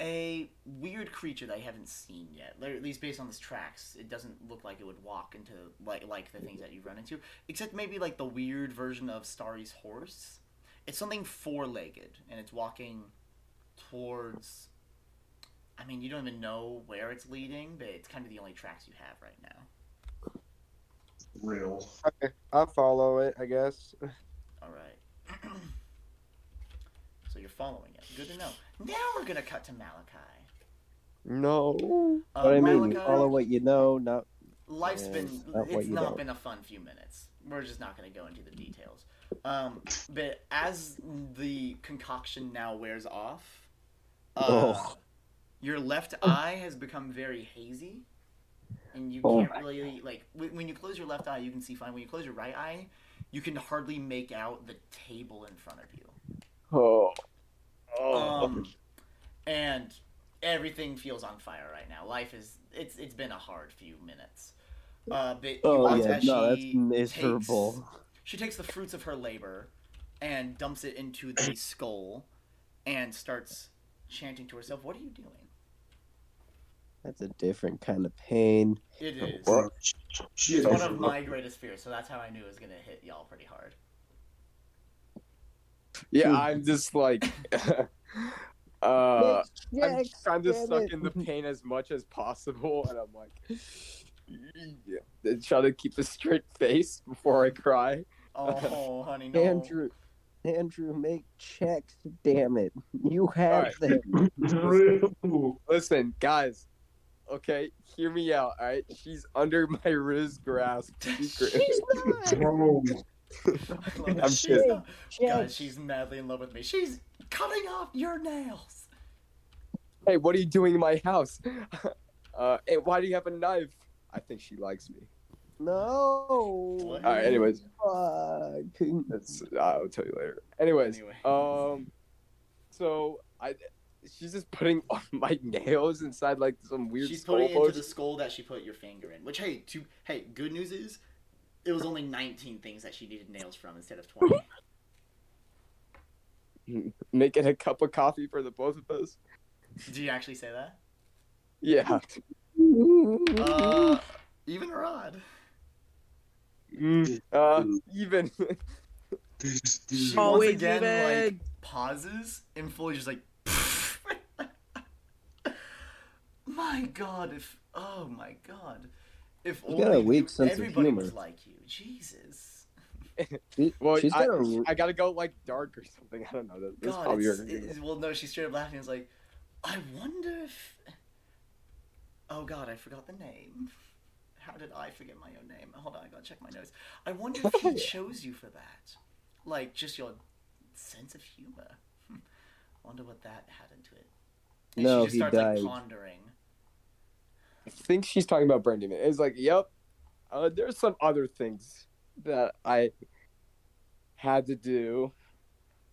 [SPEAKER 1] a weird creature that I haven't seen yet. Or at least based on these tracks, it doesn't look like it would walk into like like the things that you run into. Except maybe like the weird version of Starry's horse. It's something four legged and it's walking towards I mean, you don't even know where it's leading, but it's kind of the only tracks you have right now.
[SPEAKER 3] Real.
[SPEAKER 7] Okay, I'll follow it, I guess.
[SPEAKER 1] All right. so you're following it. Good to know. Now we're gonna cut to Malachi.
[SPEAKER 7] No.
[SPEAKER 1] Uh,
[SPEAKER 6] but I mean,
[SPEAKER 1] Malachi-
[SPEAKER 6] follow what you know, not
[SPEAKER 1] Life's
[SPEAKER 6] Yeah,
[SPEAKER 1] been
[SPEAKER 6] it's not what
[SPEAKER 1] it's
[SPEAKER 6] you
[SPEAKER 1] not
[SPEAKER 6] know.
[SPEAKER 1] been a fun few minutes. We're just not going to go into the details. Um, but as the concoction now wears off, uh,
[SPEAKER 6] Oh.
[SPEAKER 1] your left eye has become very hazy, and you
[SPEAKER 6] Oh.
[SPEAKER 1] can't really like when, when you close your left eye, you can see fine. When you close your right eye, you can hardly make out the table in front of you.
[SPEAKER 7] Oh. Oh.
[SPEAKER 1] Um, and everything feels on fire right now. Life is it's it's been a hard few minutes. Uh, but you
[SPEAKER 6] Oh
[SPEAKER 1] watch
[SPEAKER 6] yeah,
[SPEAKER 1] as
[SPEAKER 6] no, that's
[SPEAKER 1] she
[SPEAKER 6] miserable.
[SPEAKER 1] Takes, she takes the fruits of her labor and dumps it into the skull and starts chanting to herself, "What are you doing?"
[SPEAKER 6] That's a different kind of pain.
[SPEAKER 1] It is.
[SPEAKER 3] Bro, she- She is
[SPEAKER 1] It's one of my greatest fears, so that's how I knew it was gonna hit y'all pretty hard.
[SPEAKER 6] Hmm.
[SPEAKER 7] Yeah, I'm just like, uh, I'm, I'm just
[SPEAKER 6] damn
[SPEAKER 7] stuck
[SPEAKER 6] it.
[SPEAKER 7] in the pain as much as possible, and I'm like, yeah, and try to keep a straight face before I cry.
[SPEAKER 1] Oh, honey, no.
[SPEAKER 6] Andrew, Andrew, make checks. Damn it, you have
[SPEAKER 7] Alright.
[SPEAKER 6] them.
[SPEAKER 3] Real.
[SPEAKER 7] Listen, guys, okay, hear me out. All right, she's under my Riz grasp. secret.
[SPEAKER 3] Bro.
[SPEAKER 1] I love that.
[SPEAKER 7] I'm
[SPEAKER 1] she's
[SPEAKER 7] kidding.
[SPEAKER 1] not- guys, she's madly in love with me. She's cutting off your nails.
[SPEAKER 7] hey, what are you doing in my house? Uh, hey, why do you have a knife? I think she likes me.
[SPEAKER 6] No.
[SPEAKER 1] What?
[SPEAKER 7] All right, anyways,
[SPEAKER 6] Fuck.
[SPEAKER 7] that's I'll tell you later. Anyways,
[SPEAKER 1] Anyway.
[SPEAKER 7] um, so I, she's just putting all my nails inside like some weird.
[SPEAKER 1] She's
[SPEAKER 7] skull
[SPEAKER 1] putting it into
[SPEAKER 7] motion.
[SPEAKER 1] the skull that she put your finger in. Which hey, to hey, good news is it was only 19 things that she needed nails from instead of 20.
[SPEAKER 7] making a cup of coffee for the both of us.
[SPEAKER 1] Did you actually say that?
[SPEAKER 7] Yeah.
[SPEAKER 1] Uh, even Rod.
[SPEAKER 7] Mm, uh, even.
[SPEAKER 3] This
[SPEAKER 1] She
[SPEAKER 3] dude.
[SPEAKER 9] Oh.
[SPEAKER 1] once
[SPEAKER 9] Always
[SPEAKER 1] again
[SPEAKER 9] even.
[SPEAKER 1] like pauses and fully just like. my God! If oh my God, if
[SPEAKER 6] You got a
[SPEAKER 1] only
[SPEAKER 6] weak sense of
[SPEAKER 1] everybody
[SPEAKER 6] humor.
[SPEAKER 1] was like you, Jesus.
[SPEAKER 7] Well,
[SPEAKER 6] She's
[SPEAKER 7] I,
[SPEAKER 6] gonna-
[SPEAKER 7] I gotta go like dark or something. I don't know. That, that's
[SPEAKER 1] God,
[SPEAKER 7] probably
[SPEAKER 1] it's,
[SPEAKER 7] her.
[SPEAKER 1] it- well, no, she straight up laughing. It's like, I wonder if. Oh God, I forgot the name. How did I forget my own name? Hold on, I gotta check my notes. I wonder if he chose you for that, like just your sense of humor. Hmm. wonder what that had into it. And
[SPEAKER 6] No,
[SPEAKER 1] she just
[SPEAKER 6] he
[SPEAKER 1] starts
[SPEAKER 6] died.
[SPEAKER 1] like pondering.
[SPEAKER 7] I think she's talking about Brandy. Man. It's like, yep. Uh, there's some other things that I had to do.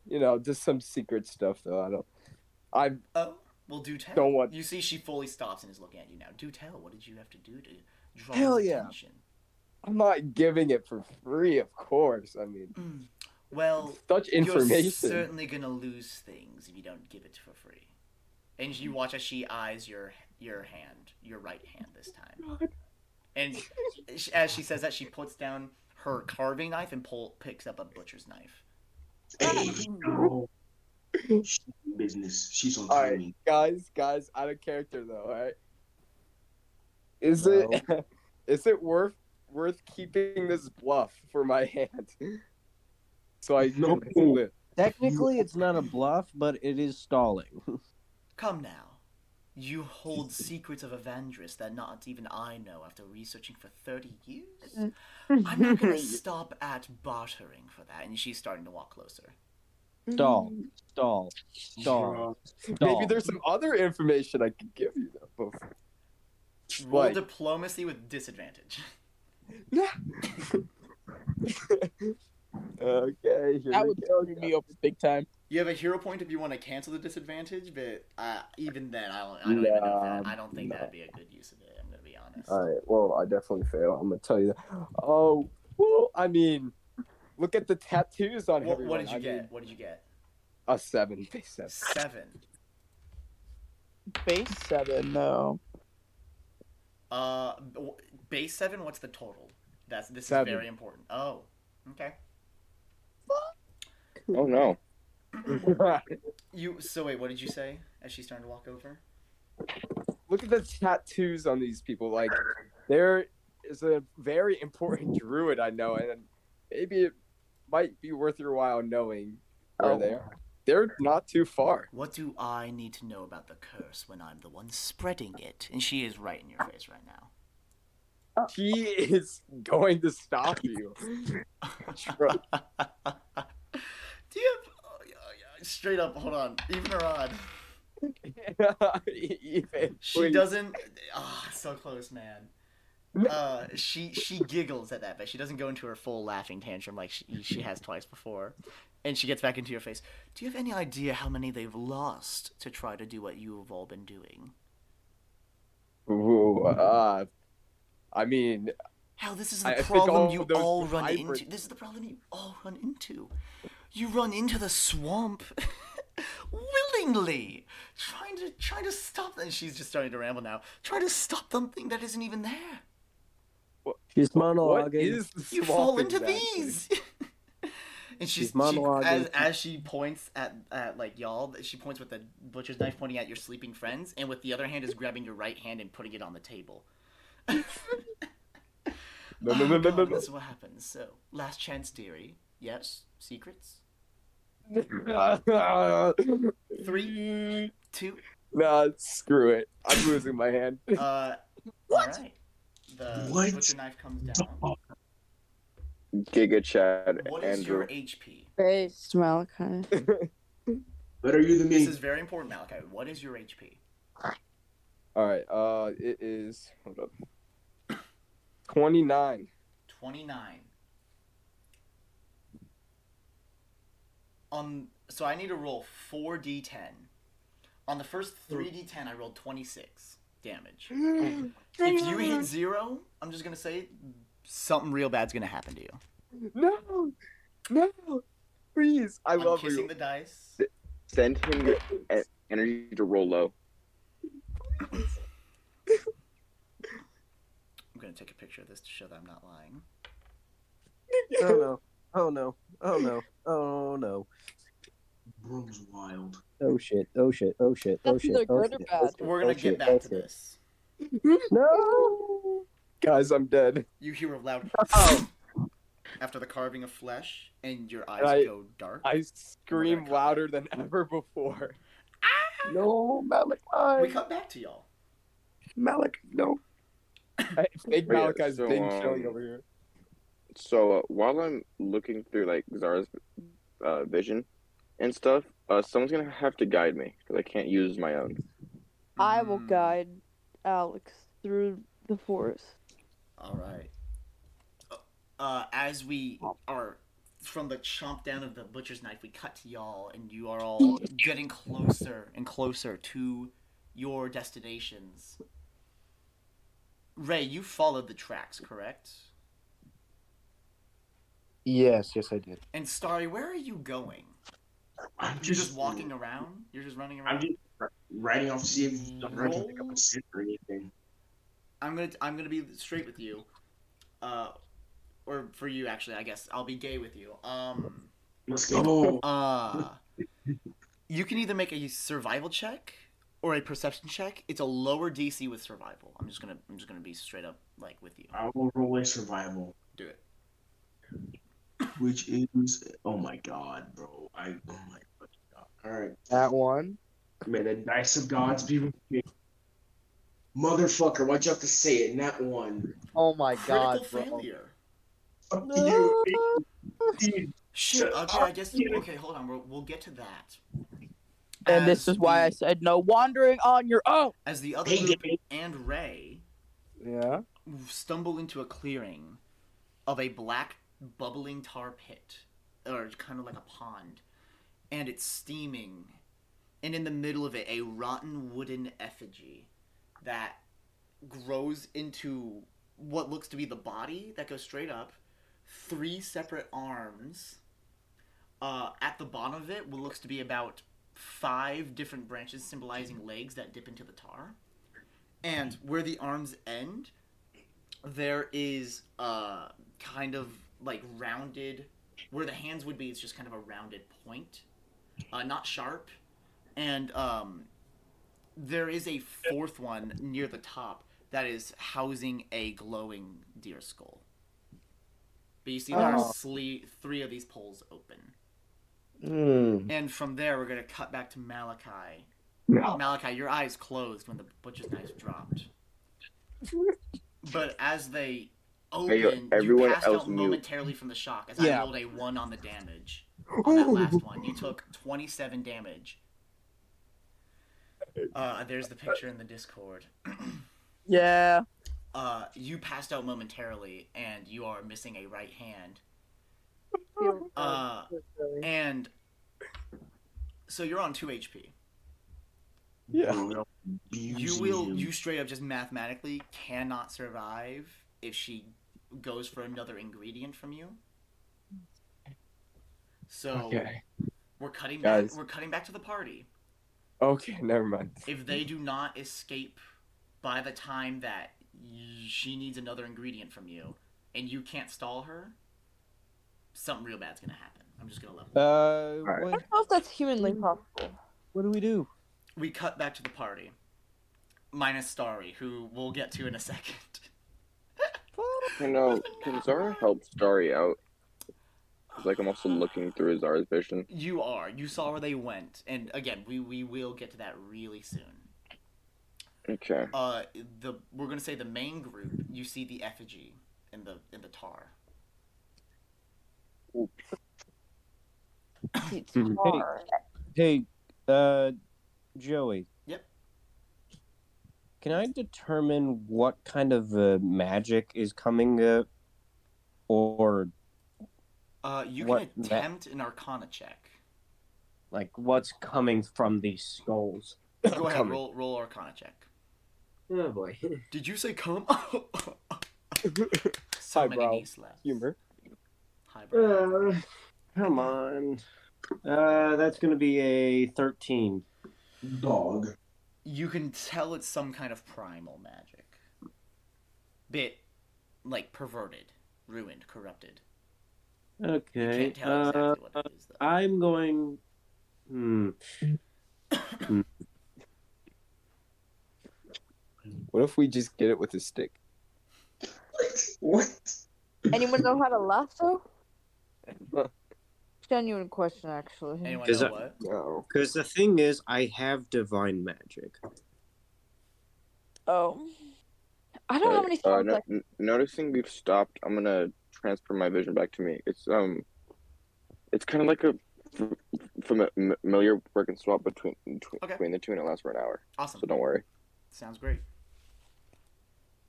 [SPEAKER 7] You know, just some secret stuff though. I don't. I
[SPEAKER 1] Oh, well, do tell.
[SPEAKER 7] Don't want-
[SPEAKER 1] You see, she fully stops and is looking at you now. Do tell. What did you have to do to draw
[SPEAKER 7] Hell
[SPEAKER 1] his
[SPEAKER 7] yeah.
[SPEAKER 1] attention?
[SPEAKER 7] I'm not giving it for free, of course. I mean,
[SPEAKER 1] Mm. Well,
[SPEAKER 7] such
[SPEAKER 1] You're
[SPEAKER 7] information.
[SPEAKER 1] certainly gonna lose things if you don't give it for free. And you watch as she eyes your your hand, your right hand this time. And sh- as she says that, she puts down her carving knife and pull, picks up a butcher's knife.
[SPEAKER 3] Hey, yo. She's in business. She's on
[SPEAKER 7] Alright.
[SPEAKER 3] timing.
[SPEAKER 7] guys, guys, out of character though, alright? Is
[SPEAKER 6] No.
[SPEAKER 7] it is it worth worth keeping this bluff for my hand? So I
[SPEAKER 3] No.
[SPEAKER 7] know
[SPEAKER 6] Technically, it's not a bluff, but it is stalling.
[SPEAKER 1] Come now, you hold secrets of Evandris that not even I know after researching for thirty years. I'm not gonna stop at bartering for that. And she's starting to walk closer.
[SPEAKER 6] Stall, stall, stall, stall.
[SPEAKER 7] maybe there's some other information I could give you though. but-
[SPEAKER 1] Roll
[SPEAKER 7] Like-
[SPEAKER 1] diplomacy with disadvantage.
[SPEAKER 7] Okay, here
[SPEAKER 9] That
[SPEAKER 7] we
[SPEAKER 9] would
[SPEAKER 7] go.
[SPEAKER 9] screw me over big time.
[SPEAKER 1] You have a hero point if you want to cancel the disadvantage, but uh, even then, I don't, I don't even know
[SPEAKER 7] Nah,
[SPEAKER 1] that. I don't think
[SPEAKER 7] nah.
[SPEAKER 1] that'd be a good use of it. I'm gonna be honest.
[SPEAKER 7] Alright, well I definitely fail. I'm gonna tell you that. Oh well I mean look at the tattoos on
[SPEAKER 1] what,
[SPEAKER 7] everyone.
[SPEAKER 1] what did you
[SPEAKER 7] I
[SPEAKER 1] get?
[SPEAKER 7] mean,
[SPEAKER 1] what did you get?
[SPEAKER 7] a seven, base seven.
[SPEAKER 1] Seven.
[SPEAKER 9] Base seven, no.
[SPEAKER 1] Uh, w- base seven. What's the total? That's this
[SPEAKER 7] Seven.
[SPEAKER 1] is very important. Oh, okay.
[SPEAKER 4] Oh no.
[SPEAKER 7] uh,
[SPEAKER 1] You so wait. What did you say as she's starting to walk over?
[SPEAKER 7] look at the tattoos on these people. Like, there is a very important druid I know, and maybe it might be worth your while knowing where
[SPEAKER 1] Oh.
[SPEAKER 7] they are. They're not too far.
[SPEAKER 1] What do I need to know about the curse when I'm the one spreading it? And she is right in your face right now.
[SPEAKER 7] He is going to stop you. Trust-
[SPEAKER 1] Do you have oh, yeah, yeah, straight up? Hold on, even or odd?
[SPEAKER 7] even,
[SPEAKER 1] She doesn't. Ah, so close, man. Uh, she she giggles at that, but she doesn't go into her full laughing tantrum like she she has twice before, and she gets back into your face. Do you have any idea how many they've lost to try to do what you have all been doing?
[SPEAKER 7] Ooh, uh, I mean,
[SPEAKER 1] Hell, this is
[SPEAKER 7] I- I
[SPEAKER 1] the
[SPEAKER 7] think
[SPEAKER 1] problem
[SPEAKER 7] all
[SPEAKER 1] you
[SPEAKER 7] those
[SPEAKER 1] all run
[SPEAKER 7] hybrid-
[SPEAKER 1] into. This is the problem you all run into. You run into the swamp willingly, trying to trying to stop them. She's just starting to ramble now. Trying to stop something that isn't even there.
[SPEAKER 6] She's
[SPEAKER 7] what
[SPEAKER 6] monologuing.
[SPEAKER 7] is the
[SPEAKER 1] You
[SPEAKER 7] swamp
[SPEAKER 1] fall into
[SPEAKER 7] exactly?
[SPEAKER 1] these. and she's,
[SPEAKER 6] She's
[SPEAKER 1] she-
[SPEAKER 6] monologuing.
[SPEAKER 1] as, as she points at, at like y'all, she points with the butcher's knife pointing at your sleeping friends, and with the other hand is grabbing your right hand and putting it on the table.
[SPEAKER 7] No, no,
[SPEAKER 1] Oh,
[SPEAKER 7] no, no,
[SPEAKER 1] God,
[SPEAKER 7] no, no.
[SPEAKER 1] This is what happens. So, last chance theory. Yes, secrets. Three, two.
[SPEAKER 7] Nah, screw it. I'm losing my hand.
[SPEAKER 1] Uh, what? All right. The
[SPEAKER 3] What?
[SPEAKER 1] butcher knife comes down.
[SPEAKER 4] Giga Chad,
[SPEAKER 1] What is
[SPEAKER 4] Andrew.
[SPEAKER 1] your HP? Hmm.
[SPEAKER 13] Praise Malachi.
[SPEAKER 3] Better you than me.
[SPEAKER 1] This is very important, Malachi. What is your HP?
[SPEAKER 7] All right. Uh, it is. Hold up. Twenty nine.
[SPEAKER 1] Twenty-nine. On Um, so I need to roll four d10. On the first three d10, I rolled twenty-six damage. if you hit zero, I'm just gonna say something real bad's gonna happen to you.
[SPEAKER 7] No, no, please. I
[SPEAKER 1] I'm
[SPEAKER 7] love
[SPEAKER 1] kissing
[SPEAKER 7] you.
[SPEAKER 1] the dice.
[SPEAKER 4] Send him your e- energy to roll low.
[SPEAKER 1] I'm gonna take a picture of this to show that I'm not lying.
[SPEAKER 6] Oh no! Oh no! Oh no! Oh no!
[SPEAKER 3] Room's wild.
[SPEAKER 6] Oh shit! Oh shit! Oh shit! Oh
[SPEAKER 9] That's
[SPEAKER 6] shit!
[SPEAKER 9] either
[SPEAKER 6] oh
[SPEAKER 9] good or
[SPEAKER 6] shit,
[SPEAKER 9] bad.
[SPEAKER 6] oh shit,
[SPEAKER 1] We're gonna
[SPEAKER 6] oh shit,
[SPEAKER 1] get back
[SPEAKER 6] oh
[SPEAKER 1] to
[SPEAKER 6] shit.
[SPEAKER 1] this.
[SPEAKER 6] No!
[SPEAKER 7] Guys, I'm dead.
[SPEAKER 1] You hear a loud oh. after the carving of flesh, and your eyes
[SPEAKER 7] I-
[SPEAKER 1] go dark.
[SPEAKER 7] I scream
[SPEAKER 1] cut.
[SPEAKER 7] louder than ever before.
[SPEAKER 6] No,
[SPEAKER 1] we
[SPEAKER 6] Malachi!
[SPEAKER 1] come back to y'all.
[SPEAKER 8] Malik, no.
[SPEAKER 7] I think
[SPEAKER 4] Wait,
[SPEAKER 7] Malachi's
[SPEAKER 4] so,
[SPEAKER 7] big
[SPEAKER 4] um,
[SPEAKER 7] showing over here.
[SPEAKER 4] So uh, while I'm looking through like Zara's uh, vision and stuff, uh, someone's gonna have to guide me because I can't use my own.
[SPEAKER 13] I will
[SPEAKER 1] Mm,
[SPEAKER 13] guide Alex through the forest.
[SPEAKER 1] All right. Uh, as we are from the chomp down of the butcher's knife, we cut to y'all, and you are all getting closer and closer to your destinations. Ray, you followed the tracks, correct?
[SPEAKER 8] Yes, yes, I did.
[SPEAKER 1] And Starry, where are you going?
[SPEAKER 3] I'm
[SPEAKER 1] You're just walking around. You're just running around.
[SPEAKER 3] I'm just riding off to see if I can pick up
[SPEAKER 1] Roll.
[SPEAKER 3] a scent or anything.
[SPEAKER 1] I'm gonna I'm gonna be straight with you, uh, or for you actually, I guess I'll be gay with you. Um,
[SPEAKER 3] Let's go.
[SPEAKER 1] uh, you can either make a survival check or a perception check. It's a lower DC with survival. I'm just gonna I'm just gonna be straight up like with you.
[SPEAKER 3] I will roll a survival,
[SPEAKER 1] Do it.
[SPEAKER 3] which is oh my god, bro. I oh my fucking god. All right,
[SPEAKER 8] That one.
[SPEAKER 3] may the dice of gods be with me. Motherfucker, why'd you have to say it? Not one.
[SPEAKER 8] Oh my god,
[SPEAKER 1] Critical
[SPEAKER 8] bro.
[SPEAKER 1] failure.
[SPEAKER 3] Fuck you. dude.
[SPEAKER 1] Shit.
[SPEAKER 3] Shut
[SPEAKER 1] Okay, I guess.
[SPEAKER 3] dude.
[SPEAKER 1] Okay, hold on. We'll, we'll get to that.
[SPEAKER 9] And this
[SPEAKER 1] As
[SPEAKER 9] is why I
[SPEAKER 1] the-
[SPEAKER 9] said no wandering on your own.
[SPEAKER 1] as the other
[SPEAKER 3] Hey,
[SPEAKER 1] group
[SPEAKER 3] dude.
[SPEAKER 1] and Ray
[SPEAKER 8] Yeah.
[SPEAKER 1] stumble into a clearing of a black bubbling tar pit or kind of like a pond and it's steaming and in the middle of it a rotten wooden effigy that grows into what looks to be the body that goes straight up three separate arms uh, at the bottom of it what looks to be about five different branches symbolizing legs that dip into the tar and where the arms end there is uh kind of like rounded where the hands would be it's just kind of a rounded point uh not sharp and um there is a fourth one near the top that is housing a glowing deer skull. But you see, there
[SPEAKER 6] Oh.
[SPEAKER 1] are sle- three of these poles open.
[SPEAKER 7] Hmm.
[SPEAKER 1] And from there, we're going to cut back to Malachi.
[SPEAKER 2] No.
[SPEAKER 1] Malachi, your eyes closed when the butcher's knife dropped. But as they open,
[SPEAKER 4] Hey, yo,
[SPEAKER 1] you
[SPEAKER 4] everyone
[SPEAKER 1] passed
[SPEAKER 4] else
[SPEAKER 1] out
[SPEAKER 4] mute.
[SPEAKER 1] momentarily from the shock as I
[SPEAKER 4] Yeah.
[SPEAKER 1] rolled a 1 on the damage. On that last one, you took 27 damage. Uh, there's the picture in the Discord.
[SPEAKER 9] Yeah.
[SPEAKER 1] Uh, you passed out momentarily, and you are missing a right hand. Uh, and so you're on two HP.
[SPEAKER 3] Yeah.
[SPEAKER 1] You will. You straight up just mathematically cannot survive if she goes for another ingredient from you. So
[SPEAKER 7] Okay.
[SPEAKER 1] we're cutting back.
[SPEAKER 7] Guys.
[SPEAKER 1] We're cutting back to the party.
[SPEAKER 7] Okay, never mind.
[SPEAKER 1] If they do not escape by the time that y- she needs another ingredient from you, and you can't stall her, something real bad's gonna happen. I'm just gonna level.
[SPEAKER 7] Uh,
[SPEAKER 13] I
[SPEAKER 7] what,
[SPEAKER 13] don't know if that's humanly possible.
[SPEAKER 7] what do we do?
[SPEAKER 1] We cut back to the party, minus Starry, who we'll get to in a second.
[SPEAKER 4] Can uh, can Zara help Starry out? 'Cause, like I'm also looking through Zara's vision.
[SPEAKER 1] You are. You saw where they went, and again, we we will get to that really soon.
[SPEAKER 4] Okay.
[SPEAKER 1] Uh, the we're gonna say the main group. You see the effigy in the in the tar.
[SPEAKER 6] Hey, hey, uh, Joey.
[SPEAKER 1] Yep.
[SPEAKER 6] Can I determine what kind of uh, magic is coming up, or
[SPEAKER 1] Uh, you
[SPEAKER 6] What
[SPEAKER 1] can
[SPEAKER 6] ma-
[SPEAKER 1] attempt an Arcana check.
[SPEAKER 6] like what's coming from these skulls?
[SPEAKER 1] Go ahead,
[SPEAKER 6] Coming.
[SPEAKER 1] roll roll Arcana check.
[SPEAKER 6] Oh boy.
[SPEAKER 1] Did you say come? so many
[SPEAKER 7] Highbrow
[SPEAKER 1] knee slaps.
[SPEAKER 7] humor.
[SPEAKER 1] Highbrow.
[SPEAKER 6] Uh, come on. Uh, that's gonna be a thirteen.
[SPEAKER 3] Dog.
[SPEAKER 1] You can tell it's some kind of primal magic. Bit like perverted, ruined, corrupted.
[SPEAKER 6] Okay.
[SPEAKER 1] You can't tell exactly
[SPEAKER 6] uh,
[SPEAKER 1] what it is, though.
[SPEAKER 6] I'm going. Hmm. Hmm.
[SPEAKER 7] What if we just get it with a stick?
[SPEAKER 3] What?
[SPEAKER 13] Anyone know how to lasso?
[SPEAKER 7] Huh.
[SPEAKER 13] Genuine question, actually.
[SPEAKER 1] Anyone
[SPEAKER 6] Is
[SPEAKER 1] know
[SPEAKER 6] it-
[SPEAKER 1] what?
[SPEAKER 7] No.
[SPEAKER 6] Because the thing is, I have divine magic.
[SPEAKER 13] Oh. I don't have any
[SPEAKER 4] Uh,
[SPEAKER 13] spells.
[SPEAKER 4] no,
[SPEAKER 13] like-
[SPEAKER 4] n- noticing we've stopped, I'm gonna transfer my vision back to me. It's um, it's kind of like a f- fam- m- familiar work and swap between between,
[SPEAKER 1] Okay.
[SPEAKER 4] between the two, and it lasts for an hour.
[SPEAKER 1] Awesome.
[SPEAKER 4] So don't worry.
[SPEAKER 1] Sounds great.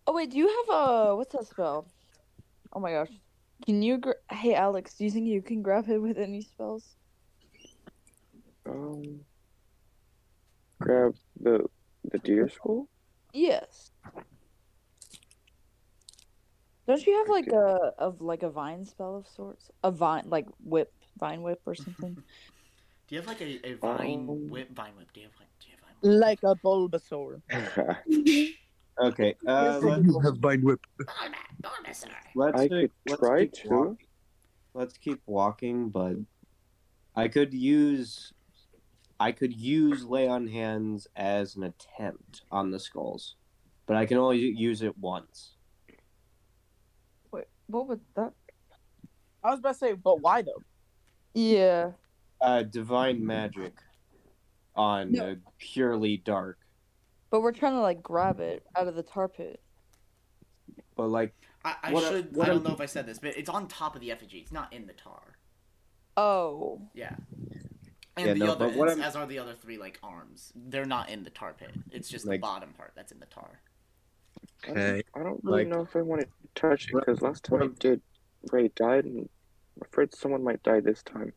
[SPEAKER 13] Oh wait, do you have a what's that spell? Oh my gosh. Can you? Gra- hey Alex, do you think you can grab him with any spells?
[SPEAKER 4] Um, grab the the deer skull.
[SPEAKER 13] Yes. Don't you have like a of like a vine spell of sorts? A vine like whip, vine whip or something?
[SPEAKER 1] Do you have like a, a vine
[SPEAKER 6] Um,
[SPEAKER 1] whip? Vine whip. Do you have like? Do you have
[SPEAKER 9] Like a Bulbasaur.
[SPEAKER 6] okay. Uh,
[SPEAKER 8] I
[SPEAKER 6] let's
[SPEAKER 8] do have Vine Whip.
[SPEAKER 6] let's,
[SPEAKER 4] I
[SPEAKER 6] uh,
[SPEAKER 4] could
[SPEAKER 6] let's
[SPEAKER 4] try
[SPEAKER 6] keep
[SPEAKER 4] to.
[SPEAKER 6] walking. Let's keep walking, but I could use I could use lay on hands as an attempt on the skulls, but I can only use it once.
[SPEAKER 13] Wait, what would that?
[SPEAKER 9] I was about to say, but why though?
[SPEAKER 13] Yeah.
[SPEAKER 6] Uh, divine magic on
[SPEAKER 13] No.
[SPEAKER 6] uh, purely dark,
[SPEAKER 13] But we're trying to like grab it out of the tar pit.
[SPEAKER 6] but like
[SPEAKER 1] I, I
[SPEAKER 6] What a-
[SPEAKER 1] should.
[SPEAKER 6] what
[SPEAKER 1] I
[SPEAKER 6] a-
[SPEAKER 1] don't know if I said this, but it's on top of the effigy. It's not in the tar.
[SPEAKER 13] Oh.
[SPEAKER 1] Yeah. And
[SPEAKER 6] Yeah,
[SPEAKER 1] the
[SPEAKER 6] no,
[SPEAKER 1] other,
[SPEAKER 6] but what
[SPEAKER 1] as,
[SPEAKER 6] I'm-
[SPEAKER 1] as are the other three, like arms. They're not in the tar pit. It's just the
[SPEAKER 6] Like-
[SPEAKER 1] bottom part that's in the tar.
[SPEAKER 6] okay,
[SPEAKER 4] I don't really
[SPEAKER 6] Like-
[SPEAKER 4] know if I want to touch it because last time I did, Ray died, and I'm afraid someone might die this time.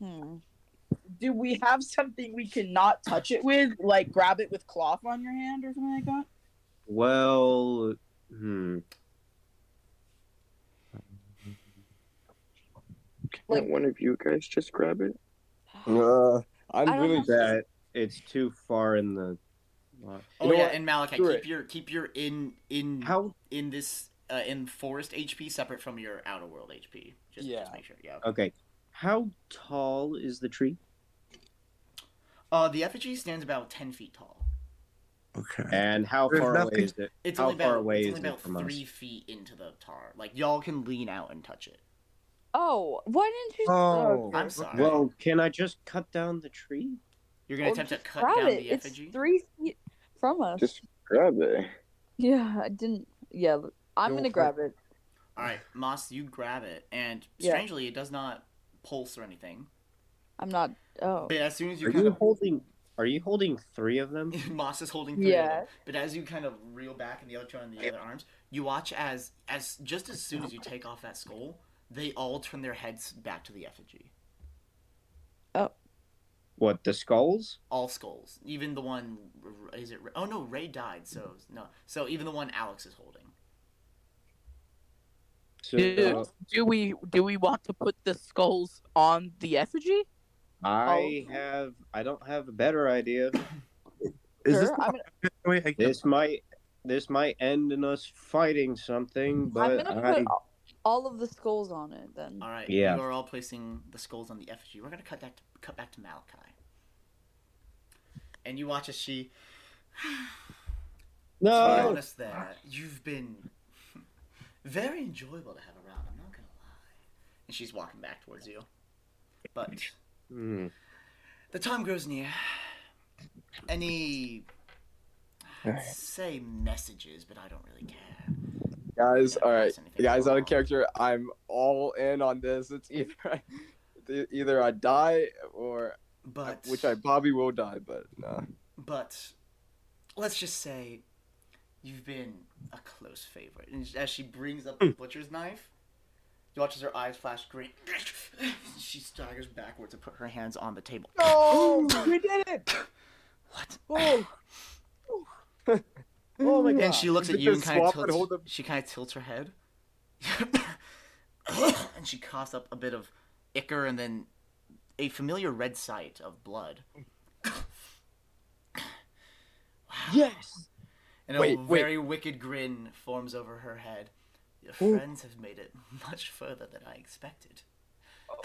[SPEAKER 13] Hmm.
[SPEAKER 9] Do we have something we cannot touch it with? Like grab it with cloth on your hand or something like that?
[SPEAKER 6] well, hmm.
[SPEAKER 4] Can't one of you guys just grab it?
[SPEAKER 7] Uh, I'm
[SPEAKER 13] I don't
[SPEAKER 7] really
[SPEAKER 13] have-
[SPEAKER 6] that it's too far in the.
[SPEAKER 1] Oh
[SPEAKER 7] know
[SPEAKER 1] yeah,
[SPEAKER 7] what?
[SPEAKER 1] and Malachi,
[SPEAKER 7] Screw
[SPEAKER 1] keep
[SPEAKER 7] it.
[SPEAKER 1] your keep your in in
[SPEAKER 6] How?
[SPEAKER 1] in this uh, in forest HP separate from your outer world HP. Just,
[SPEAKER 7] Yeah.
[SPEAKER 1] just make sure. Yeah.
[SPEAKER 6] Okay, how tall is the tree?
[SPEAKER 1] Uh, the effigy stands about ten feet tall.
[SPEAKER 6] Okay. And how
[SPEAKER 1] There's
[SPEAKER 6] far
[SPEAKER 1] nothing-
[SPEAKER 6] away is it?
[SPEAKER 1] It's
[SPEAKER 6] how
[SPEAKER 1] only
[SPEAKER 6] far
[SPEAKER 1] about,
[SPEAKER 6] away
[SPEAKER 1] it's
[SPEAKER 6] is
[SPEAKER 1] only
[SPEAKER 6] it
[SPEAKER 1] about
[SPEAKER 6] from us?
[SPEAKER 1] three feet into the tar. Like y'all can lean out and touch it.
[SPEAKER 13] Oh, why didn't you?
[SPEAKER 6] Oh,
[SPEAKER 1] I'm sorry.
[SPEAKER 6] Well, can I just cut down the tree?
[SPEAKER 1] You're
[SPEAKER 13] Or just grab it. It's three feet from us.
[SPEAKER 4] Just grab it.
[SPEAKER 13] Yeah, I didn't. Yeah, l- I'm
[SPEAKER 1] Don't
[SPEAKER 13] gonna
[SPEAKER 1] cut-
[SPEAKER 13] grab it.
[SPEAKER 1] All right, Moss, you grab it, and
[SPEAKER 13] Yeah.
[SPEAKER 1] strangely, it does not pulse or anything.
[SPEAKER 13] I'm not. Oh.
[SPEAKER 1] But as soon as you
[SPEAKER 6] Are
[SPEAKER 1] kind
[SPEAKER 6] you
[SPEAKER 1] of
[SPEAKER 6] holding? Are you holding three of them?
[SPEAKER 1] Moss is holding three of
[SPEAKER 13] Yeah.
[SPEAKER 1] them, but as you kind of reel back in the other two on the other arms, you watch as as just as soon as you take off that skull, they all turn their heads back to the effigy.
[SPEAKER 6] What the skulls?
[SPEAKER 1] All skulls, even the one is it? Oh no, Ray died, so no. So even the one Alex is holding.
[SPEAKER 6] So,
[SPEAKER 9] Do, do we do we want to put the skulls on the effigy?
[SPEAKER 6] I have. I don't have a better idea.
[SPEAKER 13] Is this Sure, the- I'm
[SPEAKER 6] this might. This might end in us fighting something,
[SPEAKER 13] I'm
[SPEAKER 6] but
[SPEAKER 13] gonna put
[SPEAKER 6] I-
[SPEAKER 13] all- all of the skulls on it then.
[SPEAKER 9] Uh,
[SPEAKER 1] All right,
[SPEAKER 6] Yeah.
[SPEAKER 1] you are all placing the skulls on the effigy. We're gonna cut back to, cut back to Malachi, and you watch as she.
[SPEAKER 6] No.
[SPEAKER 1] To be honest, there you've been very enjoyable to have around. I'm not gonna lie. And she's walking back towards you, but
[SPEAKER 6] Hmm.
[SPEAKER 1] the time grows near. Any I'd say messages, but I don't really care.
[SPEAKER 7] Guys, all right, guys, out of character. I'm all in on this. It's either I, e- either I die or,
[SPEAKER 1] But-
[SPEAKER 7] which I probably will die, but nah.
[SPEAKER 1] But let's just say you've been a close favorite. And as she brings up the butcher's knife, you watch as her eyes flash green. She staggers backwards and put her hands on the table.
[SPEAKER 2] No, we did it.
[SPEAKER 1] What?
[SPEAKER 6] Oh my god!
[SPEAKER 1] And she looks at you and kind of tilts. She kind of tilts her head, and she coughs up a bit of ichor and then a familiar red sight of blood.
[SPEAKER 6] Yes.
[SPEAKER 1] And a
[SPEAKER 7] Wait, wait.
[SPEAKER 1] very wicked grin forms over her head. Your friends have made it much further than I expected.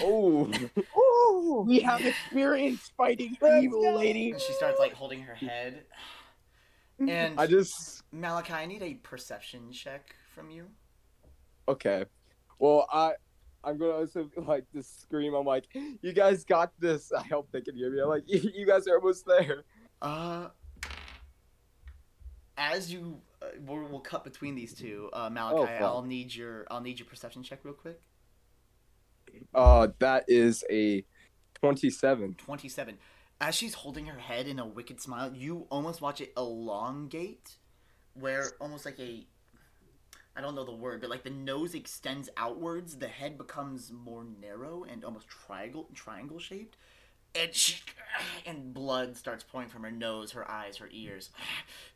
[SPEAKER 7] Oh.
[SPEAKER 9] Ooh, we have experience fighting evil, lady.
[SPEAKER 1] And she starts like holding her head. And
[SPEAKER 7] Mm-hmm. I just
[SPEAKER 1] Malachi, I need a perception check from you.
[SPEAKER 7] okay. Well, I I'm gonna also like just scream. I'm like, you guys got this. I hope they can hear me. I'm like, you guys are almost there.
[SPEAKER 1] Uh, as you, uh, we'll, we'll cut between these two. Uh,
[SPEAKER 7] Oh,
[SPEAKER 1] Malachi,
[SPEAKER 7] fuck.
[SPEAKER 1] I'll need your, I'll need your perception check real quick.
[SPEAKER 7] Uh, that is a twenty-seven.
[SPEAKER 1] Twenty-seven. As she's holding her head in a wicked smile, you almost watch it elongate, where almost like a, I don't know the word, but like the nose extends outwards, the head becomes more narrow and almost triangle, triangle shaped, and she, and blood starts pouring from her nose, her eyes, her ears,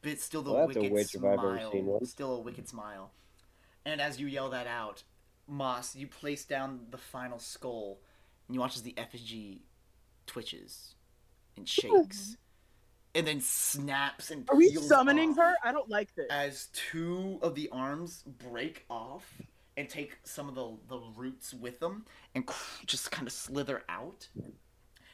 [SPEAKER 1] but it's still the
[SPEAKER 6] Well, that's a
[SPEAKER 1] wicked
[SPEAKER 6] witch if I've
[SPEAKER 1] smile,
[SPEAKER 6] ever seen one.
[SPEAKER 1] still a wicked smile. And as you yell that out, Moss, you place down the final skull, and you watch as the effigy twitches and shakes, and then snaps and
[SPEAKER 9] Are we
[SPEAKER 1] peels
[SPEAKER 9] summoning
[SPEAKER 1] off
[SPEAKER 9] her? I don't like this.
[SPEAKER 1] as two of the arms break off and take some of the, the roots with them and cr- just kind of slither out. And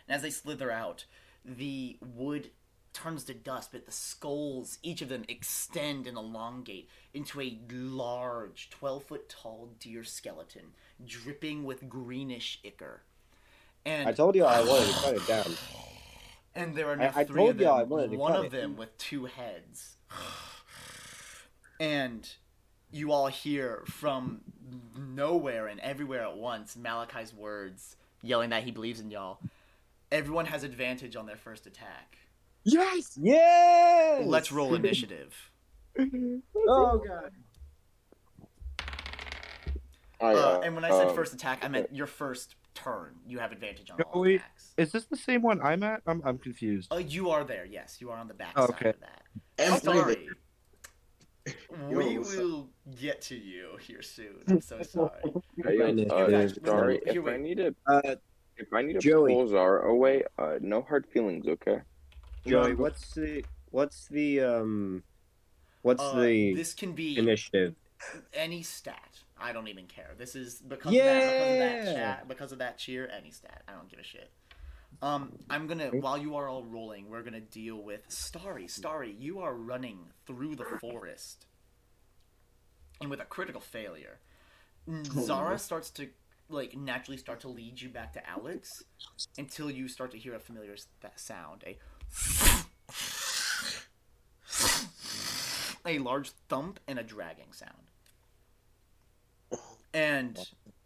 [SPEAKER 1] as they slither out, the wood turns to dust, but the skulls, each of them, extend and elongate into a large, 12 foot tall deer skeleton, dripping with greenish ichor. And
[SPEAKER 6] I told you I wanted to cut it down.
[SPEAKER 1] and there are
[SPEAKER 6] I-
[SPEAKER 1] now
[SPEAKER 6] I
[SPEAKER 1] three
[SPEAKER 6] told
[SPEAKER 1] of
[SPEAKER 6] y'all I
[SPEAKER 1] them,
[SPEAKER 6] wanted to
[SPEAKER 1] one
[SPEAKER 6] cut
[SPEAKER 1] of
[SPEAKER 6] it.
[SPEAKER 1] them with two heads. And you all hear from nowhere and everywhere at once Malachi's words yelling that he believes in y'all. Everyone has advantage on their first attack.
[SPEAKER 7] Yes. Yes.
[SPEAKER 1] Let's roll initiative.
[SPEAKER 7] oh god.
[SPEAKER 1] Uh, and when I said first attack, I meant your first turn. You have advantage on all.
[SPEAKER 8] No, wait, is this the same one I'm at? I'm, I'm confused.
[SPEAKER 1] Oh, you are there. Yes, you are on the back side
[SPEAKER 8] Okay.
[SPEAKER 1] of that. I'm sorry. We will get to you here soon. I'm so sorry.
[SPEAKER 4] Hey, yo,
[SPEAKER 1] You
[SPEAKER 4] uh,
[SPEAKER 1] guys-
[SPEAKER 4] sorry,
[SPEAKER 1] here,
[SPEAKER 4] if I
[SPEAKER 1] wait.
[SPEAKER 4] need to,
[SPEAKER 14] Uh,
[SPEAKER 4] if I need to
[SPEAKER 6] Joey.
[SPEAKER 4] pull Zara away, uh, no hard feelings, okay?
[SPEAKER 6] Joey, what's the what's the um, what's
[SPEAKER 1] Uh,
[SPEAKER 6] the
[SPEAKER 1] this can be-
[SPEAKER 6] initiative?
[SPEAKER 1] any stat. I don't even care. This is because of that, because of that
[SPEAKER 6] Yeah.
[SPEAKER 1] chat, because of that cheer. Any stat. I don't give a shit. Um, I'm gonna while you are all rolling, we're gonna deal with Starry. Starry, you are running through the forest, and with a critical failure, n-
[SPEAKER 2] Oh.
[SPEAKER 1] Zara starts to like naturally start to lead you back to Alex until you start to hear a familiar s- that sound a a large thump and a dragging sound. And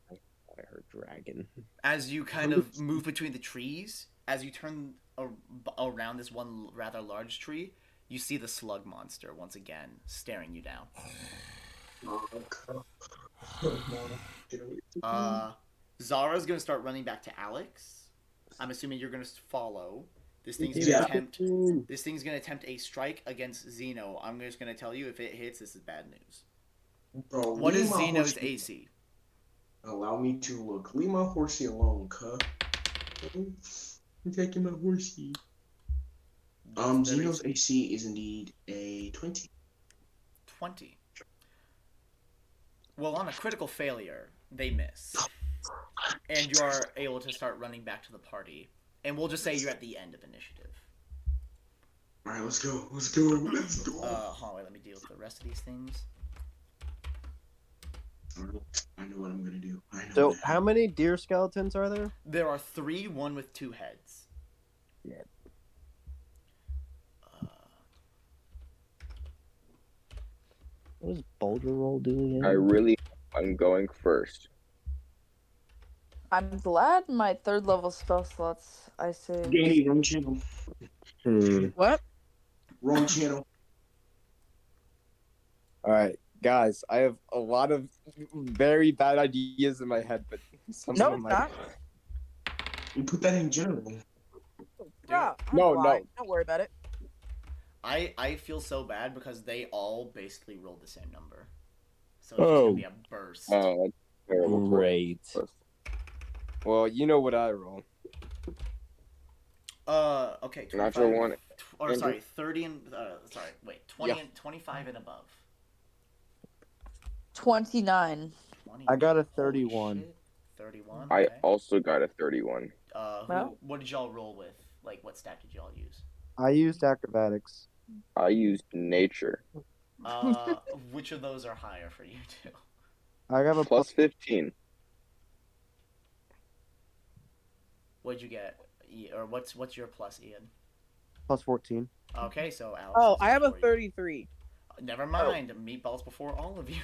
[SPEAKER 7] I heard dragon.
[SPEAKER 1] as you kind of move between the trees, as you turn a- around this one rather large tree, you see the slug monster once again staring you down. Uh, Zara's gonna start running back to Alex. I'm assuming you're gonna s- follow. This thing's gonna
[SPEAKER 2] Yeah.
[SPEAKER 1] attempt. This thing's gonna attempt a strike against Xeno. I'm just gonna tell you if it hits, this is bad news.
[SPEAKER 3] Bro,
[SPEAKER 1] what
[SPEAKER 3] leave
[SPEAKER 1] is
[SPEAKER 3] my
[SPEAKER 1] Xeno's
[SPEAKER 3] horsey-
[SPEAKER 1] AC?
[SPEAKER 3] Allow me to look. Leave my horsey alone, cuh. I'm taking my horsey. Um,
[SPEAKER 1] There
[SPEAKER 3] Xeno's AC is indeed a 20.
[SPEAKER 1] 20. Well, on a critical failure, they miss. And you are able to start running back to the party. And we'll just say you're at the end of initiative.
[SPEAKER 3] Alright, let's go. Let's go. Let's go.
[SPEAKER 1] Uh, hold on, wait, let me deal with the rest of these things.
[SPEAKER 3] I know what I'm gonna do. I know.
[SPEAKER 6] So, how many deer skeletons are there?
[SPEAKER 1] There are three, one with two heads.
[SPEAKER 6] Yeah.
[SPEAKER 1] Uh,
[SPEAKER 14] What does Boulder Roll do again?
[SPEAKER 4] I really, I'm going first.
[SPEAKER 13] I'm glad my third level spell slots I saved.
[SPEAKER 3] Danny, wrong channel. Hmm.
[SPEAKER 13] What?
[SPEAKER 3] Wrong channel.
[SPEAKER 7] All right, guys, I have a lot of very bad ideas in my head, but some
[SPEAKER 9] No,
[SPEAKER 7] of them
[SPEAKER 9] it's
[SPEAKER 7] I-
[SPEAKER 9] not.
[SPEAKER 3] You put that in general.
[SPEAKER 9] Bro, I'm
[SPEAKER 7] No,
[SPEAKER 9] blind.
[SPEAKER 7] no.
[SPEAKER 9] Don't worry about it.
[SPEAKER 1] I, I feel so bad because they all basically rolled the same number. So it's
[SPEAKER 7] Oh.
[SPEAKER 1] just gonna be a burst.
[SPEAKER 4] Oh, that's terrible.
[SPEAKER 7] Great. Well, you know what I roll.
[SPEAKER 1] Uh, okay. 25,
[SPEAKER 7] Natural one.
[SPEAKER 1] Tw- or
[SPEAKER 7] Andrew.
[SPEAKER 1] sorry, thirty and uh, sorry, wait, twenty
[SPEAKER 7] Yeah.
[SPEAKER 1] and twenty-five and above.
[SPEAKER 13] 29.
[SPEAKER 1] Twenty.
[SPEAKER 14] I got a
[SPEAKER 1] Holy
[SPEAKER 14] 31.
[SPEAKER 1] shit, Thirty-one.
[SPEAKER 4] I
[SPEAKER 1] okay.
[SPEAKER 4] also got a 31.
[SPEAKER 1] Uh, who,
[SPEAKER 13] Well.
[SPEAKER 1] what did y'all roll with? Like, what stat did y'all use?
[SPEAKER 14] I used acrobatics.
[SPEAKER 4] I used nature.
[SPEAKER 1] Uh, which of those are higher for you two?
[SPEAKER 14] I have a
[SPEAKER 4] Plus 15.
[SPEAKER 1] What'd you get? E- Or what's what's your plus, Ian?
[SPEAKER 14] plus fourteen.
[SPEAKER 1] Okay, so Alex.
[SPEAKER 9] Oh,
[SPEAKER 1] is
[SPEAKER 9] I have a Oh.
[SPEAKER 1] before you.
[SPEAKER 9] 33.
[SPEAKER 1] Never mind. Meatballs before all of you.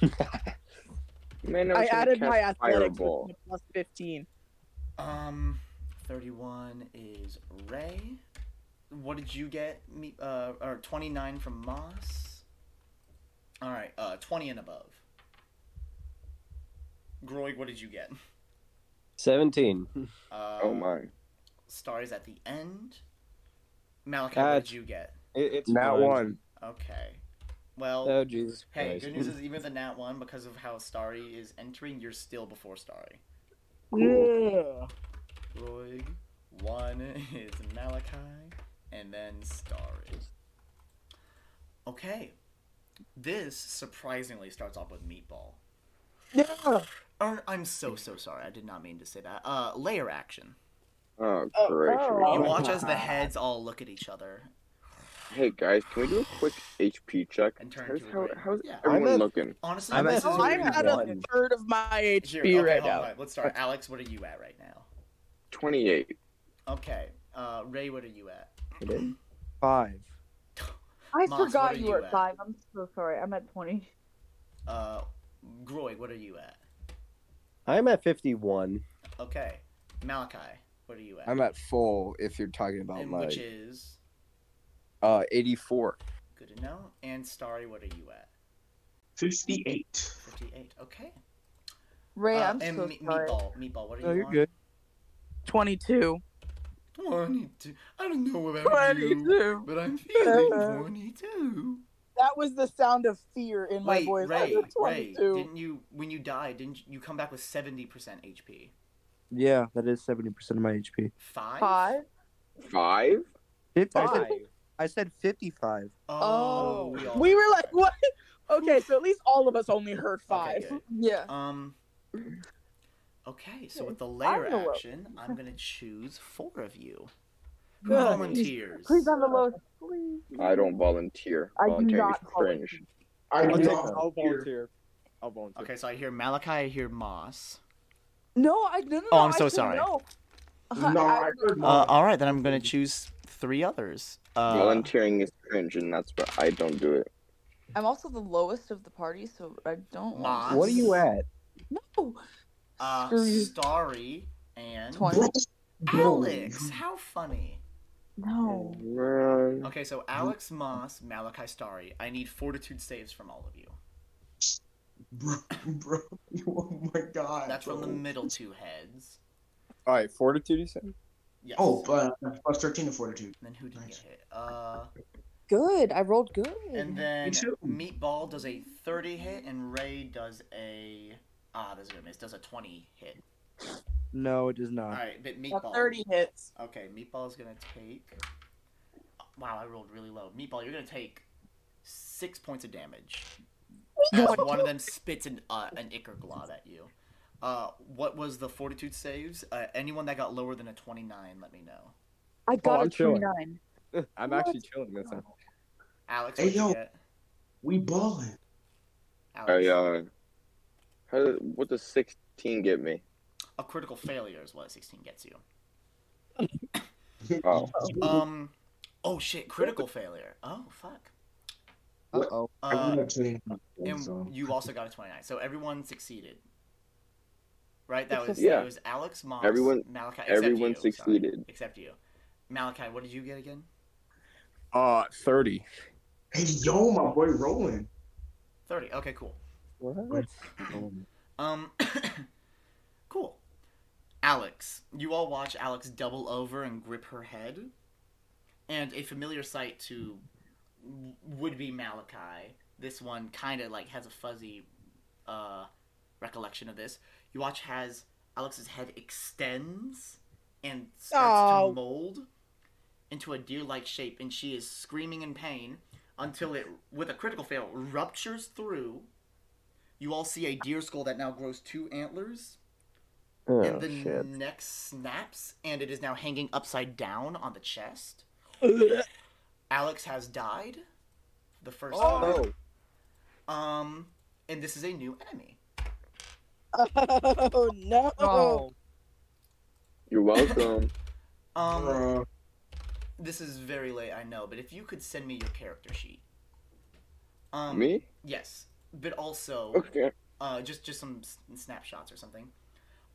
[SPEAKER 4] Man,
[SPEAKER 9] I added my athletics with
[SPEAKER 4] fireball.
[SPEAKER 9] my plus 15.
[SPEAKER 1] Um, thirty-one is Ray. What did you get? Me, uh, or twenty-nine from Moss. All right, uh, twenty and above. Groig, what did you get?
[SPEAKER 6] Seventeen.
[SPEAKER 1] Uh,
[SPEAKER 4] Oh my.
[SPEAKER 1] Stars at the end. Malachi, what
[SPEAKER 6] That's-
[SPEAKER 1] did you get?
[SPEAKER 6] It, it's
[SPEAKER 7] Nat
[SPEAKER 6] fine.
[SPEAKER 7] one.
[SPEAKER 1] Okay. Well,
[SPEAKER 6] Oh Jesus
[SPEAKER 1] hey,
[SPEAKER 6] Christ.
[SPEAKER 1] good news is even the nat one because of how Starry is entering, you're still before Starry.
[SPEAKER 9] Yeah.
[SPEAKER 1] Groig, one is Malachi, and then Starry. Okay. This surprisingly starts off with Meatball.
[SPEAKER 9] Yeah.
[SPEAKER 1] Or, I'm so, so sorry. I did not mean to say that. Uh, layer action.
[SPEAKER 4] Oh,
[SPEAKER 9] Oh,
[SPEAKER 4] great.
[SPEAKER 9] oh.
[SPEAKER 1] You watch as the heads all look at each other.
[SPEAKER 4] Hey, guys, can we do a quick HP check?
[SPEAKER 1] And turn
[SPEAKER 4] How's,
[SPEAKER 1] to a
[SPEAKER 4] how,
[SPEAKER 1] grid.
[SPEAKER 4] how's
[SPEAKER 1] Yeah.
[SPEAKER 4] everyone
[SPEAKER 1] I'm at-
[SPEAKER 4] looking?
[SPEAKER 1] Honestly,
[SPEAKER 9] I'm
[SPEAKER 1] this
[SPEAKER 9] at,
[SPEAKER 1] is what
[SPEAKER 9] I'm
[SPEAKER 1] we
[SPEAKER 9] at
[SPEAKER 1] want.
[SPEAKER 9] oh, a third of my HP
[SPEAKER 1] Here, okay,
[SPEAKER 9] right
[SPEAKER 1] hold on,
[SPEAKER 9] now.
[SPEAKER 1] wait, Let's start. Alex, what are you at right now?
[SPEAKER 4] 28.
[SPEAKER 1] Okay. Uh, Ray, what are you at?
[SPEAKER 14] Five.
[SPEAKER 13] I
[SPEAKER 1] Moss, what are
[SPEAKER 13] forgot you
[SPEAKER 1] you
[SPEAKER 13] were at
[SPEAKER 1] at?
[SPEAKER 13] 5. I'm so sorry. I'm at 20.
[SPEAKER 1] Uh, Groig, what are you at?
[SPEAKER 6] I'm at fifty-one.
[SPEAKER 1] Okay. Malachi, what are you at?
[SPEAKER 7] I'm at full. If you're talking about
[SPEAKER 1] and
[SPEAKER 7] my
[SPEAKER 1] which is
[SPEAKER 7] uh 84.
[SPEAKER 1] good to know. And Starry, what are you at?
[SPEAKER 3] 58.
[SPEAKER 1] Fifty-eight. Okay.
[SPEAKER 13] Ray,
[SPEAKER 1] Uh,
[SPEAKER 13] I'm
[SPEAKER 1] and
[SPEAKER 13] so
[SPEAKER 1] Me-
[SPEAKER 13] sorry.
[SPEAKER 1] Meatball, Meatball, what are
[SPEAKER 13] No,
[SPEAKER 1] you
[SPEAKER 13] you're
[SPEAKER 1] on?
[SPEAKER 13] good.
[SPEAKER 9] 22.
[SPEAKER 1] 22. I don't know about you,
[SPEAKER 9] 22.
[SPEAKER 1] but I'm feeling 22.
[SPEAKER 9] That was the sound of fear in my
[SPEAKER 1] Wait,
[SPEAKER 9] voice. I
[SPEAKER 1] Ray,
[SPEAKER 9] was
[SPEAKER 1] Ray,
[SPEAKER 9] 22.
[SPEAKER 1] didn't you when you died? Didn't you come back with seventy percent HP?
[SPEAKER 14] Yeah, that is seventy percent of my HP.
[SPEAKER 1] Five.
[SPEAKER 13] Five?
[SPEAKER 4] Five?
[SPEAKER 14] Fifty. I said, I said fifty-five.
[SPEAKER 1] Oh, we, all
[SPEAKER 9] We were like, what? Okay, so at least all of us only heard
[SPEAKER 1] Okay,
[SPEAKER 9] five.
[SPEAKER 1] good.
[SPEAKER 13] Yeah.
[SPEAKER 1] Um. Okay, so
[SPEAKER 13] Yeah,
[SPEAKER 1] with the
[SPEAKER 13] I don't
[SPEAKER 1] layer
[SPEAKER 13] know what-
[SPEAKER 1] action, I'm gonna choose four of you. Who volunteers?
[SPEAKER 13] Please on the lowest. Please.
[SPEAKER 4] I don't volunteer.
[SPEAKER 13] I do
[SPEAKER 4] Volunteering is
[SPEAKER 13] not
[SPEAKER 4] cringe.
[SPEAKER 7] I'll,
[SPEAKER 1] do
[SPEAKER 7] take,
[SPEAKER 1] not
[SPEAKER 7] I'll
[SPEAKER 1] volunteer.
[SPEAKER 7] volunteer. I'll volunteer.
[SPEAKER 1] Okay, so I hear Malachi, I hear Moss.
[SPEAKER 13] No, I no no.
[SPEAKER 1] Oh,
[SPEAKER 13] no,
[SPEAKER 1] I'm so
[SPEAKER 13] I said
[SPEAKER 1] sorry.
[SPEAKER 13] No,
[SPEAKER 1] No,
[SPEAKER 13] I,
[SPEAKER 1] Uh, all right, then I'm gonna choose three others. Uh,
[SPEAKER 4] volunteering is cringe, and that's why I don't do it.
[SPEAKER 13] I'm also the lowest of the party, so I don't.
[SPEAKER 1] Moss.
[SPEAKER 13] Want
[SPEAKER 1] What
[SPEAKER 13] to...
[SPEAKER 1] are you
[SPEAKER 6] at?
[SPEAKER 1] uh,
[SPEAKER 13] Screw you.
[SPEAKER 1] Starry and
[SPEAKER 13] Twenty.
[SPEAKER 1] Alex. How funny.
[SPEAKER 9] Oh.
[SPEAKER 13] No.
[SPEAKER 1] Okay, so Alex, Moss, Malachi, Starry. I need fortitude saves from all of you.
[SPEAKER 3] Bro, bro, oh my god.
[SPEAKER 1] That's from the
[SPEAKER 3] bro.
[SPEAKER 1] middle two heads.
[SPEAKER 7] All right, fortitude, you said?
[SPEAKER 1] Yes.
[SPEAKER 3] Oh, but plus 13 to fortitude.
[SPEAKER 1] Then who did get hit? Uh,
[SPEAKER 13] Good. I rolled good.
[SPEAKER 1] and then
[SPEAKER 3] Me too.
[SPEAKER 1] Meatball does a 30 hit, and Ray does a ah, this is gonna miss. Does a 20 hit.
[SPEAKER 8] No, it does not.
[SPEAKER 1] All right, but Meatball.
[SPEAKER 9] 30 hits.
[SPEAKER 1] Okay, Meatball's gonna take. Wow, I rolled really low. Meatball, you're gonna take six points of damage. As one of them spits an uh, an ichor glob at you. Uh, what was the fortitude saves? Uh, anyone that got lower than a 29, let me know.
[SPEAKER 13] I got
[SPEAKER 1] Oh,
[SPEAKER 7] I'm
[SPEAKER 13] a
[SPEAKER 7] chilling.
[SPEAKER 13] 29.
[SPEAKER 7] I'm
[SPEAKER 13] What?
[SPEAKER 7] actually chilling this time.
[SPEAKER 1] Alex,
[SPEAKER 3] Hey,
[SPEAKER 1] what you
[SPEAKER 3] yo.
[SPEAKER 1] get?
[SPEAKER 3] We balling.
[SPEAKER 1] Alex,
[SPEAKER 4] I uh, how did, what does sixteen get me?
[SPEAKER 1] a critical failure is what a 16 gets you.
[SPEAKER 4] Oh,
[SPEAKER 1] Um, oh shit, critical failure. Oh fuck.
[SPEAKER 6] Uh oh.
[SPEAKER 1] Uh,
[SPEAKER 3] I'm actually not doing
[SPEAKER 1] and
[SPEAKER 3] so.
[SPEAKER 1] you also got a 29 so everyone succeeded right that
[SPEAKER 13] Except-
[SPEAKER 1] was
[SPEAKER 4] Yeah.
[SPEAKER 1] it was alex moss
[SPEAKER 4] Everyone-
[SPEAKER 1] malachi except
[SPEAKER 4] everyone
[SPEAKER 1] you, sorry,
[SPEAKER 4] succeeded.
[SPEAKER 1] except you malachi what did you get again
[SPEAKER 7] Uh, 30.
[SPEAKER 3] Hey, yo, my boy Roland.
[SPEAKER 1] 30 okay cool
[SPEAKER 14] What?
[SPEAKER 3] Oh,
[SPEAKER 1] um cool alex you all watch alex double over and grip her head and a familiar sight to w- would be malachi this one kind of like has a fuzzy uh, recollection of this. You watch as Alex's head extends and starts
[SPEAKER 9] Oh.
[SPEAKER 1] to mold into a deer-like shape, and she is screaming in pain until it, with a critical fail, ruptures through. You all see a deer skull that now grows two antlers,
[SPEAKER 14] Oh
[SPEAKER 1] and the
[SPEAKER 14] shit.
[SPEAKER 1] neck snaps, and it is now hanging upside down on the chest. Alex has died. for The first time.
[SPEAKER 7] Oh,
[SPEAKER 1] Um, and this is a new enemy.
[SPEAKER 9] Oh no!
[SPEAKER 8] Oh.
[SPEAKER 4] you're welcome.
[SPEAKER 1] Um,
[SPEAKER 3] Bro.
[SPEAKER 1] this is very late, I know, but if you could send me your character sheet. Um,
[SPEAKER 4] me?
[SPEAKER 1] Yes, but also
[SPEAKER 4] Okay.
[SPEAKER 1] uh, just just some s- snapshots or something.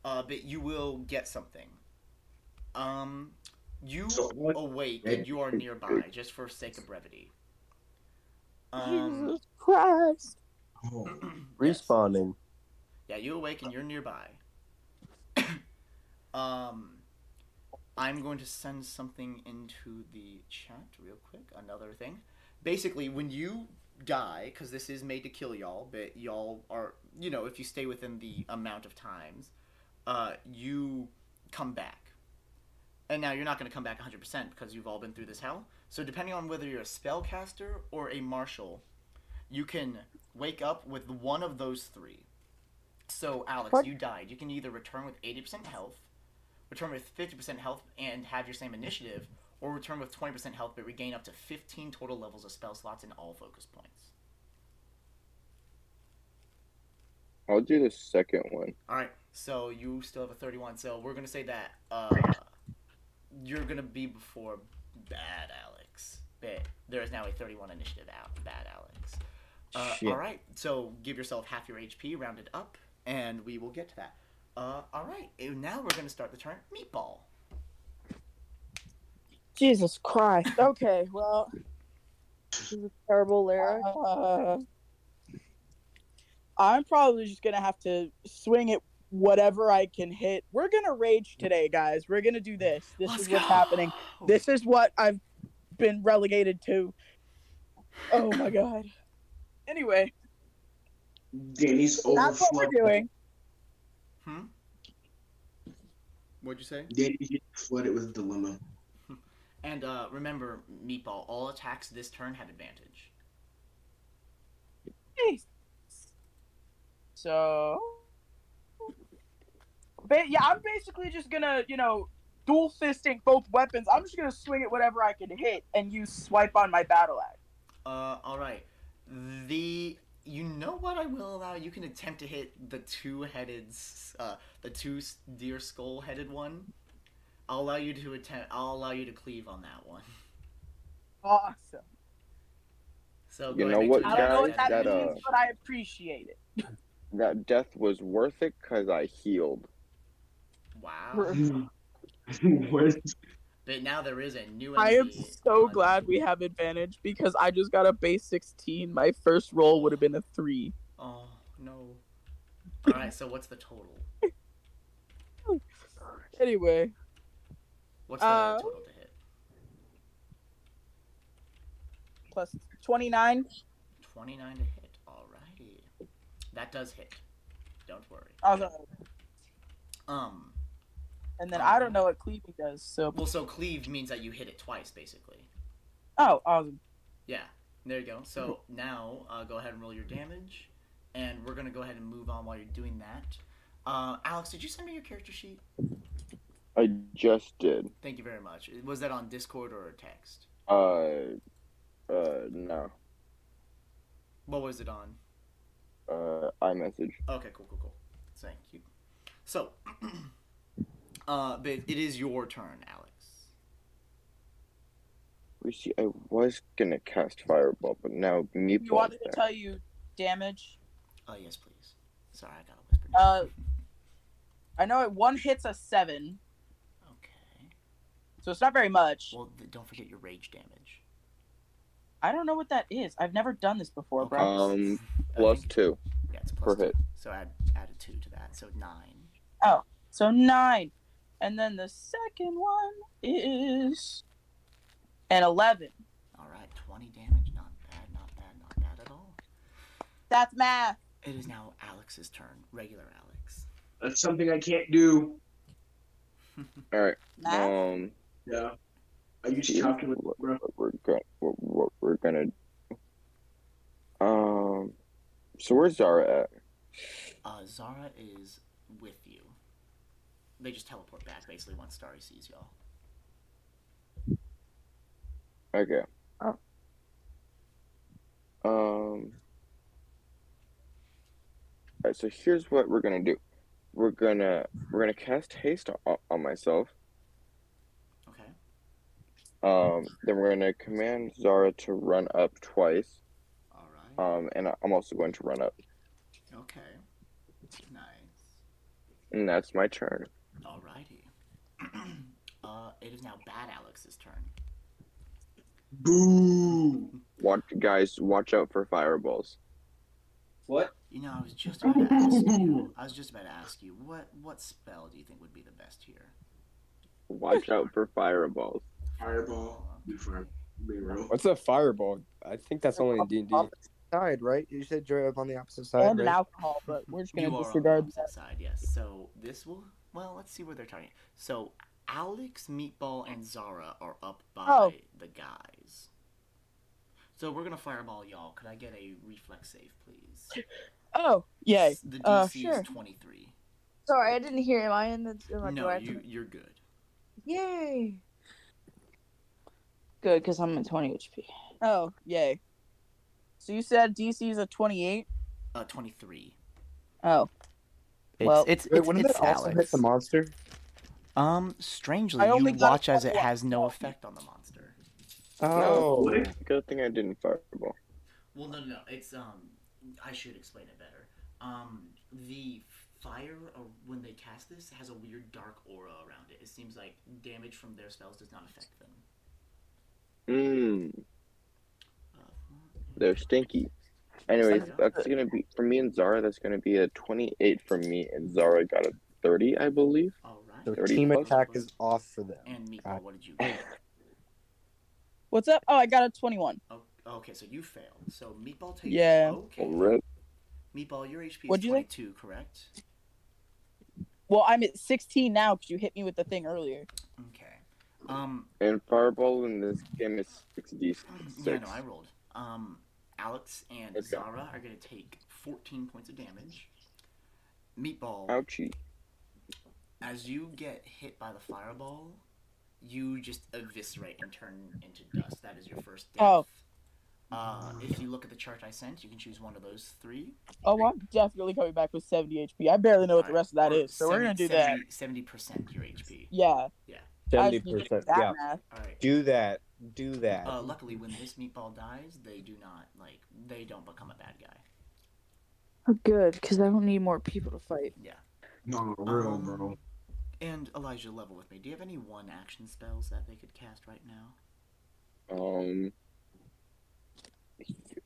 [SPEAKER 1] Uh, but you will get something. Um, you
[SPEAKER 3] So what-
[SPEAKER 1] awake and you are nearby, just for sake of brevity. Um,
[SPEAKER 9] Jesus Christ!
[SPEAKER 3] Oh,
[SPEAKER 6] Respawning.
[SPEAKER 1] yeah, you awake and you're nearby. um, I'm going to send something into the chat real quick. Another thing. Basically, when you die, because this is made to kill y'all, but y'all are, you know, if you stay within the amount of times, uh, you come back. And now you're not going to come back 100% because you've all been through this hell. So, depending on whether you're a spellcaster or a marshal, you can wake up with one of those three. So, Alex,
[SPEAKER 13] What?
[SPEAKER 1] you died. You can either return with 80% health, return with 50% health and have your same initiative, or return with 20% health but regain up to 15 total levels of spell slots and all focus points.
[SPEAKER 4] I'll do the second one.
[SPEAKER 1] All right, so you still have a 31, so we're going to say that uh, you're going to be before Bad Alex. But there is now a 31 initiative out, Bad Alex. Uh,
[SPEAKER 6] Shit.
[SPEAKER 1] all right, so give yourself half your HP, round it up, and we will get to that. Uh, all right, and now we're going to start the turn. Meatball.
[SPEAKER 9] Jesus Christ! Okay, well,
[SPEAKER 13] This is a terrible Lyra.
[SPEAKER 9] uh, I'm probably just gonna have to swing it whatever I can hit. We're gonna rage today, guys. We're gonna do this. This
[SPEAKER 1] Let's
[SPEAKER 9] is
[SPEAKER 1] go.
[SPEAKER 9] what's
[SPEAKER 1] Oh,
[SPEAKER 9] happening. This is what I've been relegated to. Oh my god. Anyway,
[SPEAKER 3] Danny's
[SPEAKER 9] that's what we're
[SPEAKER 3] overflowing.
[SPEAKER 9] doing.
[SPEAKER 1] Hmm? What'd you say?
[SPEAKER 3] Danny gets flooded with dilemma.
[SPEAKER 1] And uh, remember, Meatball, all attacks this turn have advantage.
[SPEAKER 9] So ba- yeah, I'm basically just gonna, you know, dual fisting both weapons. I'm just gonna swing at whatever I can hit and use swipe on my battle axe.
[SPEAKER 1] Uh, all right. The you know what I will allow. You can attempt to hit the two-headed, s- uh, the two s- deer skull-headed one. I'll allow you to attempt. I'll allow you to cleave on that one.
[SPEAKER 9] Awesome.
[SPEAKER 1] So
[SPEAKER 4] You
[SPEAKER 1] go ahead
[SPEAKER 4] know
[SPEAKER 1] and
[SPEAKER 4] what,
[SPEAKER 1] do
[SPEAKER 9] I don't know what
[SPEAKER 4] guys?
[SPEAKER 9] that,
[SPEAKER 4] That, uh,
[SPEAKER 9] means, but I appreciate it.
[SPEAKER 4] That death was worth it because I healed.
[SPEAKER 1] Wow. But now there is a new
[SPEAKER 9] I am
[SPEAKER 1] enemy.
[SPEAKER 9] so glad we have advantage because I just got a base 16. My first roll would have been a three.
[SPEAKER 1] Oh no. All right. So what's the total?
[SPEAKER 9] Anyway,
[SPEAKER 1] What's the
[SPEAKER 9] Uh,
[SPEAKER 1] total to hit?
[SPEAKER 9] plus 29.
[SPEAKER 1] Twenty-nine to hit. Alrighty. That does hit. Don't worry.
[SPEAKER 9] Also,
[SPEAKER 1] Um.
[SPEAKER 9] and then I don't know what cleaving does. So
[SPEAKER 1] Well, so cleave means that you hit it twice, basically.
[SPEAKER 9] oh, awesome.
[SPEAKER 1] Yeah. There you go. So now, uh, go ahead and roll your damage, and we're gonna go ahead and move on while you're doing that. Uh, Alex, did you send me your character sheet?
[SPEAKER 4] I just did.
[SPEAKER 1] Thank you very much. Was that on Discord or text?
[SPEAKER 4] Uh, uh, no.
[SPEAKER 1] What was it on?
[SPEAKER 4] Uh, iMessage.
[SPEAKER 1] Okay, cool, cool, cool. Thank you. So, uh, but it is your turn, Alex.
[SPEAKER 4] We see. I was gonna cast Fireball, but now me.
[SPEAKER 9] You wanted to tell you damage.
[SPEAKER 1] Oh yes, please. Sorry, I got a
[SPEAKER 9] Uh, I know it one hits a seven. Okay. So it's not very much.
[SPEAKER 1] Well, th- don't forget your rage damage.
[SPEAKER 9] I don't know what that is. I've never done this before, bro.
[SPEAKER 4] Um, plus two.
[SPEAKER 1] Yeah, it's
[SPEAKER 4] per hit.
[SPEAKER 1] So add add a two to that, so nine.
[SPEAKER 9] Oh, so nine. And then the second one is an 11.
[SPEAKER 1] All right, twenty damage. Not bad. Not bad. Not bad at all.
[SPEAKER 9] That's math.
[SPEAKER 1] It is now Alex's turn. Regular Alex.
[SPEAKER 3] That's something I can't do.
[SPEAKER 4] All right.
[SPEAKER 3] Math?
[SPEAKER 4] Um.
[SPEAKER 3] Yeah. I used
[SPEAKER 4] see
[SPEAKER 3] to calculate.
[SPEAKER 4] what, what we're gonna what, what we're gonna. Um. So where's Zara at?
[SPEAKER 1] Uh, Zara is with you. They just teleport back basically once Starry sees y'all.
[SPEAKER 4] Okay. Um. Alright, so here's what we're gonna do. We're gonna we're gonna cast haste on, on myself.
[SPEAKER 1] Okay.
[SPEAKER 4] Um. Then we're gonna command Zara to run up twice. All right. Um. And I- I'm also going to run up,
[SPEAKER 1] Okay. Nice.
[SPEAKER 4] and that's my turn.
[SPEAKER 1] Alrighty. uh, it is now Bad Alex's turn.
[SPEAKER 4] Boo! Watch guys, watch out for fireballs.
[SPEAKER 3] What?
[SPEAKER 1] You know, I was just about to ask you. I was just about to ask you what what spell do you think would be the best here?
[SPEAKER 4] Watch out for fireballs.
[SPEAKER 3] Fireball. Before we roll.
[SPEAKER 7] What's a fireball? I think that's only in D and D.
[SPEAKER 8] Side, right? You said you're on the opposite side.
[SPEAKER 9] And an
[SPEAKER 8] right?
[SPEAKER 9] alcohol, but we're just going
[SPEAKER 1] you
[SPEAKER 9] to
[SPEAKER 1] are
[SPEAKER 9] disregard
[SPEAKER 1] on the
[SPEAKER 9] that.
[SPEAKER 1] opposite side, yes. So this will. Well, let's see where they're targeting. So Alex, Meatball, and Zara are up by
[SPEAKER 9] Oh.
[SPEAKER 1] the guys. So we're gonna fireball y'all. Could I get a reflex save, please?
[SPEAKER 9] Oh, yay.
[SPEAKER 1] The DC
[SPEAKER 13] Uh,
[SPEAKER 1] is
[SPEAKER 13] sure.
[SPEAKER 1] twenty three.
[SPEAKER 13] Sorry, I didn't hear. Am I in the? Am I
[SPEAKER 1] No,
[SPEAKER 13] correct?
[SPEAKER 1] you you're good.
[SPEAKER 13] Yay. Good, because I'm at 20 HP.
[SPEAKER 9] Oh, yay. So you said DC is a 28?
[SPEAKER 1] Uh, twenty three.
[SPEAKER 9] Oh.
[SPEAKER 14] It's
[SPEAKER 9] well,
[SPEAKER 14] it's
[SPEAKER 9] Wait,
[SPEAKER 14] it's,
[SPEAKER 9] wouldn't
[SPEAKER 14] it's
[SPEAKER 9] that also hit
[SPEAKER 14] Alex.
[SPEAKER 9] the
[SPEAKER 14] monster.
[SPEAKER 1] Um, strangely,
[SPEAKER 14] I only
[SPEAKER 1] you
[SPEAKER 14] got a
[SPEAKER 1] watch as it
[SPEAKER 14] 21.
[SPEAKER 1] has no effect on the monster.
[SPEAKER 4] No,
[SPEAKER 14] Oh.
[SPEAKER 4] good thing I didn't fireball.
[SPEAKER 1] Well, no, no, no. It's um, I should explain it better. Um, the fire uh, when they cast this has a weird dark aura around it. It seems like damage from their spells does not affect them.
[SPEAKER 4] Mmm. Uh, They're stinky. Anyways, that's gonna be for me and Zara. That's gonna be a twenty-eight for me, and Zara got a thirty, I believe.
[SPEAKER 14] Their
[SPEAKER 4] 30
[SPEAKER 14] team
[SPEAKER 4] plus.
[SPEAKER 14] attack is off for them.
[SPEAKER 1] And Meatball, what did you get?
[SPEAKER 9] What's up? Oh, I got a 21.
[SPEAKER 1] Oh, okay, so you failed. So Meatball takes.
[SPEAKER 9] Yeah.
[SPEAKER 4] Oh,
[SPEAKER 1] Okay. Meatball, your HP is
[SPEAKER 9] What'd you say?
[SPEAKER 1] twenty-two, correct?
[SPEAKER 9] Well, I'm at 16 now because you hit me with the thing earlier.
[SPEAKER 1] Okay. Um.
[SPEAKER 4] And fireball in this game is sixty-six.
[SPEAKER 1] Yeah, no, I rolled. Um, Alex and
[SPEAKER 4] Okay.
[SPEAKER 1] Zara are gonna take fourteen points of damage. Meatball.
[SPEAKER 4] Ouchie.
[SPEAKER 1] as you get hit by the fireball, you just eviscerate and turn into dust. That is your first death.
[SPEAKER 15] Oh.
[SPEAKER 1] Uh, if you look at the chart I sent, you can choose one of those three.
[SPEAKER 15] Oh, I'm definitely coming back with 70 HP. I barely know what the rest of that is, so we're gonna do that.
[SPEAKER 1] Seventy percent your HP.
[SPEAKER 15] Yeah.
[SPEAKER 1] Yeah.
[SPEAKER 6] Seventy percent. Yeah.
[SPEAKER 1] All right.
[SPEAKER 6] Do that. Do that.
[SPEAKER 1] Uh, luckily, when this meatball dies, they do not like they don't become a bad guy.
[SPEAKER 9] Oh, good, because I don't need more people to fight.
[SPEAKER 1] Yeah.
[SPEAKER 3] No, real, bro.
[SPEAKER 1] Um, And Elijah, level with me. Do you have any one action spells that they could cast right now?
[SPEAKER 4] Um,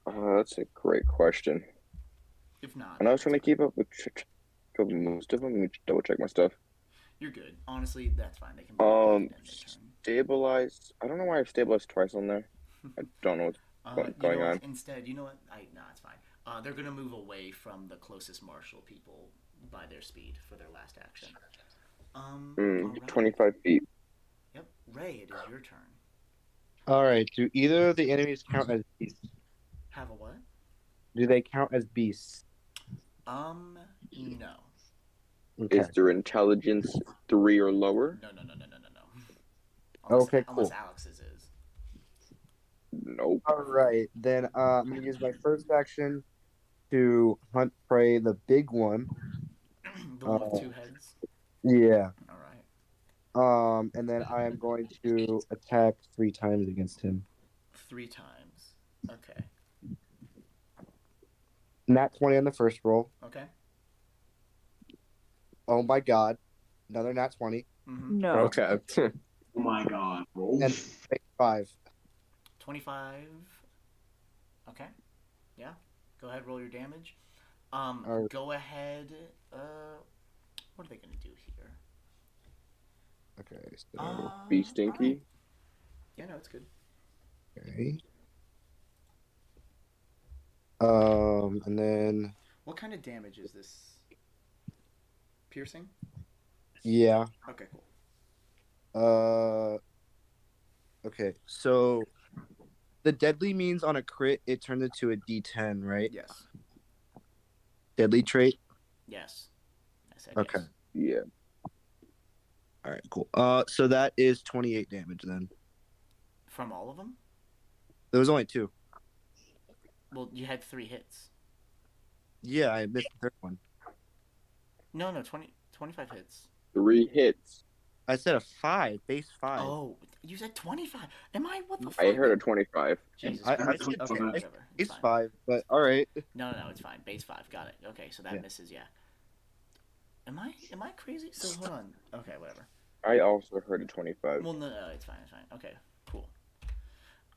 [SPEAKER 4] uh, that's a great question.
[SPEAKER 1] If not,
[SPEAKER 4] And I was trying to keep up with ch- ch- with most of them. Let me double check my stuff.
[SPEAKER 1] you're good. Honestly, that's fine. They can.
[SPEAKER 4] Um, stabilize. I don't know why I stabilized twice on there.
[SPEAKER 1] Hmm.
[SPEAKER 4] I don't know what's
[SPEAKER 1] Uh,
[SPEAKER 4] go-
[SPEAKER 1] you
[SPEAKER 4] going
[SPEAKER 1] know what?
[SPEAKER 4] on.
[SPEAKER 1] Instead, you know what? I nah, it's fine. Uh, they're gonna move away from the closest marshal people by their speed for their last action. Um,
[SPEAKER 4] Mm,
[SPEAKER 1] alright.
[SPEAKER 4] 25 feet.
[SPEAKER 1] Yep, Ray, it is your turn.
[SPEAKER 8] All right. Do either of the enemies count as beasts?
[SPEAKER 1] Have a what?
[SPEAKER 8] Do they count as beasts?
[SPEAKER 1] Um, no,
[SPEAKER 4] Is their intelligence three or lower?
[SPEAKER 1] no, no, no, no, no, no, no.
[SPEAKER 8] Okay,
[SPEAKER 1] Unless
[SPEAKER 8] cool.
[SPEAKER 1] Alex's is.
[SPEAKER 4] Nope.
[SPEAKER 8] All right. Then uh, I'm gonna use my first action to hunt prey, the big one.
[SPEAKER 1] the one with
[SPEAKER 8] Uh,
[SPEAKER 1] two heads.
[SPEAKER 8] Yeah.
[SPEAKER 1] All right.
[SPEAKER 8] Um, and then I am going to attack three times against him.
[SPEAKER 1] Three times. Okay.
[SPEAKER 8] Nat 20 on the first roll.
[SPEAKER 1] Okay.
[SPEAKER 8] Oh my god. Another nat 20.
[SPEAKER 1] Mm-hmm.
[SPEAKER 7] Okay.
[SPEAKER 3] Oh my god, bro.
[SPEAKER 8] And five.
[SPEAKER 1] Twenty-five. Okay. Yeah. Go ahead. Roll your damage. Um.
[SPEAKER 8] Alright.
[SPEAKER 1] Go ahead. Uh. What are they gonna do here?
[SPEAKER 8] Okay. So,
[SPEAKER 1] Uh,
[SPEAKER 4] Be stinky.
[SPEAKER 1] Yeah. No, it's good.
[SPEAKER 8] okay. Um, and then,
[SPEAKER 1] What kind of damage is this? Piercing.
[SPEAKER 8] yeah.
[SPEAKER 1] Okay. Cool.
[SPEAKER 8] Uh, okay. So the deadly means on a crit, it turned into a d10, right?
[SPEAKER 1] Yes.
[SPEAKER 8] Deadly trait.
[SPEAKER 1] Yes. I said
[SPEAKER 8] Okay.
[SPEAKER 1] yes.
[SPEAKER 4] Yeah.
[SPEAKER 8] All right, cool. Uh, so that is 28 damage then.
[SPEAKER 1] From all of them.
[SPEAKER 8] There was only two.
[SPEAKER 1] Well, you had three hits.
[SPEAKER 8] Yeah, I missed the third one.
[SPEAKER 1] No, no, 20, 25 hits.
[SPEAKER 4] Three hits.
[SPEAKER 8] I said a five, base five.
[SPEAKER 1] Oh, you said 25. Am I? What the fuck?
[SPEAKER 4] I heard a 25.
[SPEAKER 1] Jesus
[SPEAKER 8] I- I
[SPEAKER 1] Christ.
[SPEAKER 8] said
[SPEAKER 1] okay,
[SPEAKER 8] 25.
[SPEAKER 1] whatever. It's
[SPEAKER 8] Base
[SPEAKER 1] fine.
[SPEAKER 8] five, but all right.
[SPEAKER 1] No, no, no, it's fine. Base 5. Got it. Okay, so that
[SPEAKER 8] Yeah.
[SPEAKER 1] misses, yeah. Am I am I crazy? So hold on. Okay, whatever.
[SPEAKER 4] I also heard a 25.
[SPEAKER 1] Well, no, no, it's fine. It's fine. Okay, cool.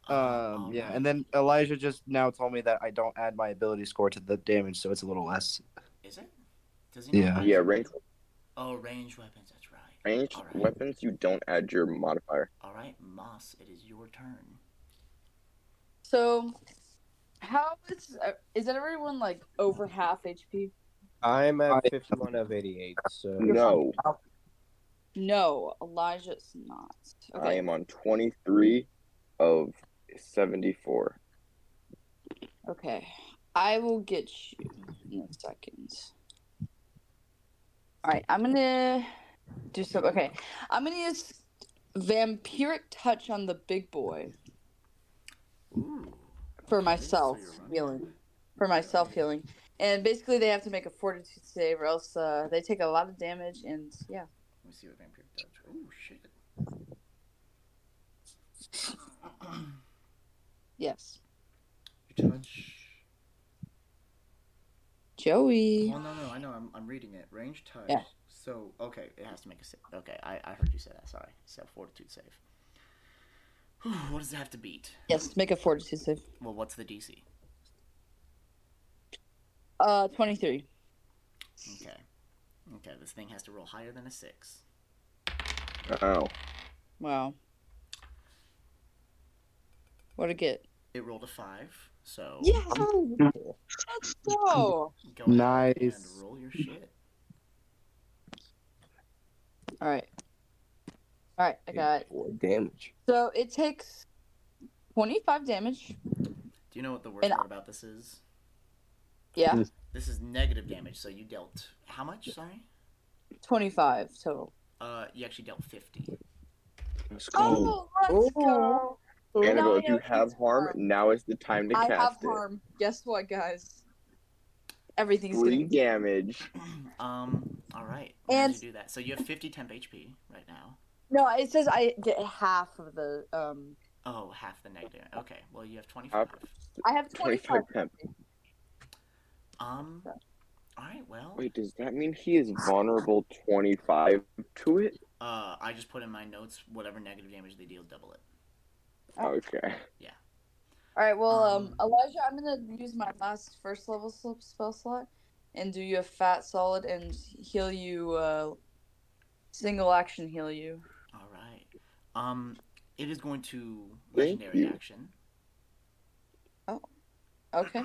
[SPEAKER 1] Oh, Uh,
[SPEAKER 8] Um, yeah, and then Elijah just now told me that I don't add my ability score to the damage, so it's a little less.
[SPEAKER 1] Is it? Does he not
[SPEAKER 8] Yeah.
[SPEAKER 1] have-
[SPEAKER 4] Yeah, range,
[SPEAKER 1] Oh, range weapons. That's right.
[SPEAKER 4] range
[SPEAKER 1] All right.
[SPEAKER 4] weapons, you don't add your modifier.
[SPEAKER 1] All right, Moss, it is your turn.
[SPEAKER 9] So, how is uh, is everyone like over half HP?
[SPEAKER 6] I'm at 51 of 88, so
[SPEAKER 4] No,
[SPEAKER 9] No, Elijah's not. Okay.
[SPEAKER 4] I am on 23 of 74.
[SPEAKER 9] Okay. I will get you in a second. Alright, I'm gonna do some okay. I'm gonna use vampiric touch on the big boy
[SPEAKER 1] Ooh.
[SPEAKER 9] for myself healing. For myself healing. And basically they have to make a fortitude save or else uh, they take a lot of damage and yeah.
[SPEAKER 1] Let me see what Vampire Touch. Oh, shit.
[SPEAKER 9] Yes.
[SPEAKER 1] Your touch.
[SPEAKER 9] Joey.
[SPEAKER 1] Well, no, no, I know. I'm, I'm reading it. Range touch.
[SPEAKER 9] Yeah.
[SPEAKER 1] So, okay, it has to make a save. Okay, I, I heard you say that. Sorry. So, fortitude save. Whew, what does it have to beat?
[SPEAKER 9] Yes, make a fortitude save.
[SPEAKER 1] Well, what's the DC?
[SPEAKER 9] Uh twenty three.
[SPEAKER 1] Okay. Okay, this thing has to roll higher than a 6.
[SPEAKER 4] Oh,
[SPEAKER 9] Wow. What'd I get?
[SPEAKER 1] It rolled a 5, so.
[SPEAKER 9] Yeah. Let's
[SPEAKER 1] Go
[SPEAKER 9] go.
[SPEAKER 1] ahead
[SPEAKER 8] Nice.
[SPEAKER 1] And roll your shit.
[SPEAKER 9] All right. All right, I got it.
[SPEAKER 7] Four damage.
[SPEAKER 9] So it takes 25 damage.
[SPEAKER 1] Do you know what the worst
[SPEAKER 9] And I-
[SPEAKER 1] part about this is?
[SPEAKER 9] Yeah.
[SPEAKER 1] This is negative damage, so you dealt. How much? Sorry?
[SPEAKER 9] Twenty-five total.
[SPEAKER 1] Uh, you actually dealt 50.
[SPEAKER 4] Let's go.
[SPEAKER 9] Oh, go.
[SPEAKER 4] Oh. Annabelle,
[SPEAKER 9] Now
[SPEAKER 4] if you
[SPEAKER 9] I
[SPEAKER 4] have harm, now is the time to
[SPEAKER 9] I
[SPEAKER 4] cast
[SPEAKER 9] have
[SPEAKER 4] it.
[SPEAKER 9] harm. Guess what, guys? Everything's
[SPEAKER 4] Three
[SPEAKER 9] getting
[SPEAKER 4] damage.
[SPEAKER 1] Um, all right. And
[SPEAKER 9] And-
[SPEAKER 1] you do that. So you have 50 temp HP right now.
[SPEAKER 9] no. It says I get half of the um.
[SPEAKER 1] Oh, half the negative. Okay. Well, you have 25.
[SPEAKER 4] Half-
[SPEAKER 9] I have
[SPEAKER 4] 25
[SPEAKER 9] 25.
[SPEAKER 4] temp.
[SPEAKER 1] Um, all right. Well,
[SPEAKER 4] Wait, does that mean he is vulnerable 25 to it?
[SPEAKER 1] uh, I just put in my notes whatever negative damage they deal, double it.
[SPEAKER 4] Okay.
[SPEAKER 1] Yeah.
[SPEAKER 9] All right. Well, um, Elijah, I'm gonna use my last first level sl- spell slot and do you a fat solid and heal you. Uh, single action heal you.
[SPEAKER 1] All right. Um, it is going to legendary action.
[SPEAKER 9] Okay.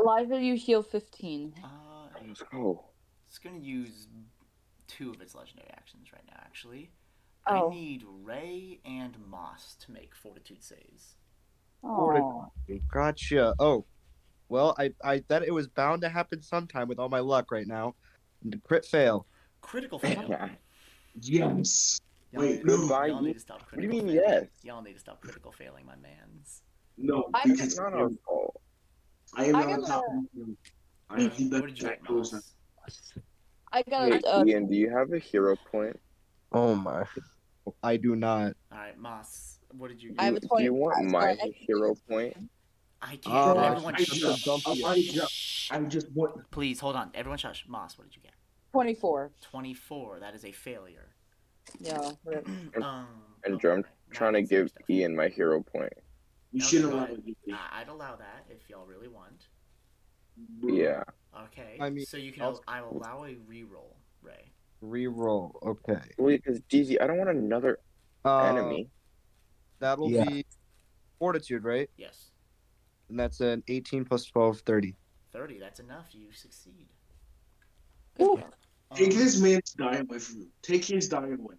[SPEAKER 9] Elijah, you heal 15.
[SPEAKER 1] Uh,
[SPEAKER 4] Let's go.
[SPEAKER 1] It's going to use two of its legendary actions right now, actually.
[SPEAKER 9] Oh.
[SPEAKER 1] I need Ray and Moss to make fortitude saves.
[SPEAKER 8] Gotcha. Oh, well, I I that it was bound to happen sometime with all my luck right now. Crit fail.
[SPEAKER 1] Critical fail.
[SPEAKER 3] Yes.
[SPEAKER 1] Y'all need-
[SPEAKER 4] goodbye.
[SPEAKER 1] Y'all need
[SPEAKER 4] you-
[SPEAKER 1] to stop
[SPEAKER 4] What do you
[SPEAKER 1] critical
[SPEAKER 4] mean,
[SPEAKER 1] failing.
[SPEAKER 4] yes?
[SPEAKER 1] Y'all need to stop critical failing, my mans.
[SPEAKER 3] No,
[SPEAKER 9] I
[SPEAKER 3] because
[SPEAKER 4] Not
[SPEAKER 3] I
[SPEAKER 4] our
[SPEAKER 3] am,
[SPEAKER 4] fault.
[SPEAKER 3] I am
[SPEAKER 9] I
[SPEAKER 3] not a
[SPEAKER 9] gotta-
[SPEAKER 3] top. I have the best.
[SPEAKER 1] What did you get,
[SPEAKER 3] I was
[SPEAKER 1] Moss?
[SPEAKER 9] I got
[SPEAKER 4] Hey,
[SPEAKER 9] a. Uh,
[SPEAKER 4] Ian, do you have a hero point?
[SPEAKER 8] Oh my. I do not.
[SPEAKER 1] All right, Moss. What did you
[SPEAKER 4] Do
[SPEAKER 9] uh,
[SPEAKER 1] get?
[SPEAKER 4] you, do you want my hero point?
[SPEAKER 1] I can't.
[SPEAKER 8] Oh,
[SPEAKER 1] Everyone,
[SPEAKER 8] I
[SPEAKER 1] shh.
[SPEAKER 8] just dumped you.
[SPEAKER 3] I just, I just want.
[SPEAKER 1] Please hold on. Everyone, shush. Moss, what did you get?
[SPEAKER 9] 24.
[SPEAKER 1] Twenty-four. That is a failure.
[SPEAKER 9] Yeah. rip.
[SPEAKER 1] Um,
[SPEAKER 4] And I'm trying to give E- Ian my hero point.
[SPEAKER 3] You
[SPEAKER 1] okay,
[SPEAKER 3] should
[SPEAKER 1] go
[SPEAKER 3] allow
[SPEAKER 1] ahead.
[SPEAKER 3] me.
[SPEAKER 1] I- Uh, I'd allow that if y'all really want.
[SPEAKER 3] Hmm.
[SPEAKER 4] Yeah.
[SPEAKER 1] Okay.
[SPEAKER 8] I mean,
[SPEAKER 1] so you can.
[SPEAKER 8] I'll-
[SPEAKER 1] I'll, I'll allow a reroll, Ray.
[SPEAKER 8] Reroll. Okay.
[SPEAKER 4] Wait, because DZ, I don't want another
[SPEAKER 8] Uh,
[SPEAKER 4] enemy.
[SPEAKER 8] That'll
[SPEAKER 4] Yeah.
[SPEAKER 8] be fortitude, right?
[SPEAKER 1] Yes.
[SPEAKER 8] And that's an 18 plus 12, 30.
[SPEAKER 1] Thirty. That's enough. You succeed. Um,
[SPEAKER 3] Take this man's die away from him. Take his die away.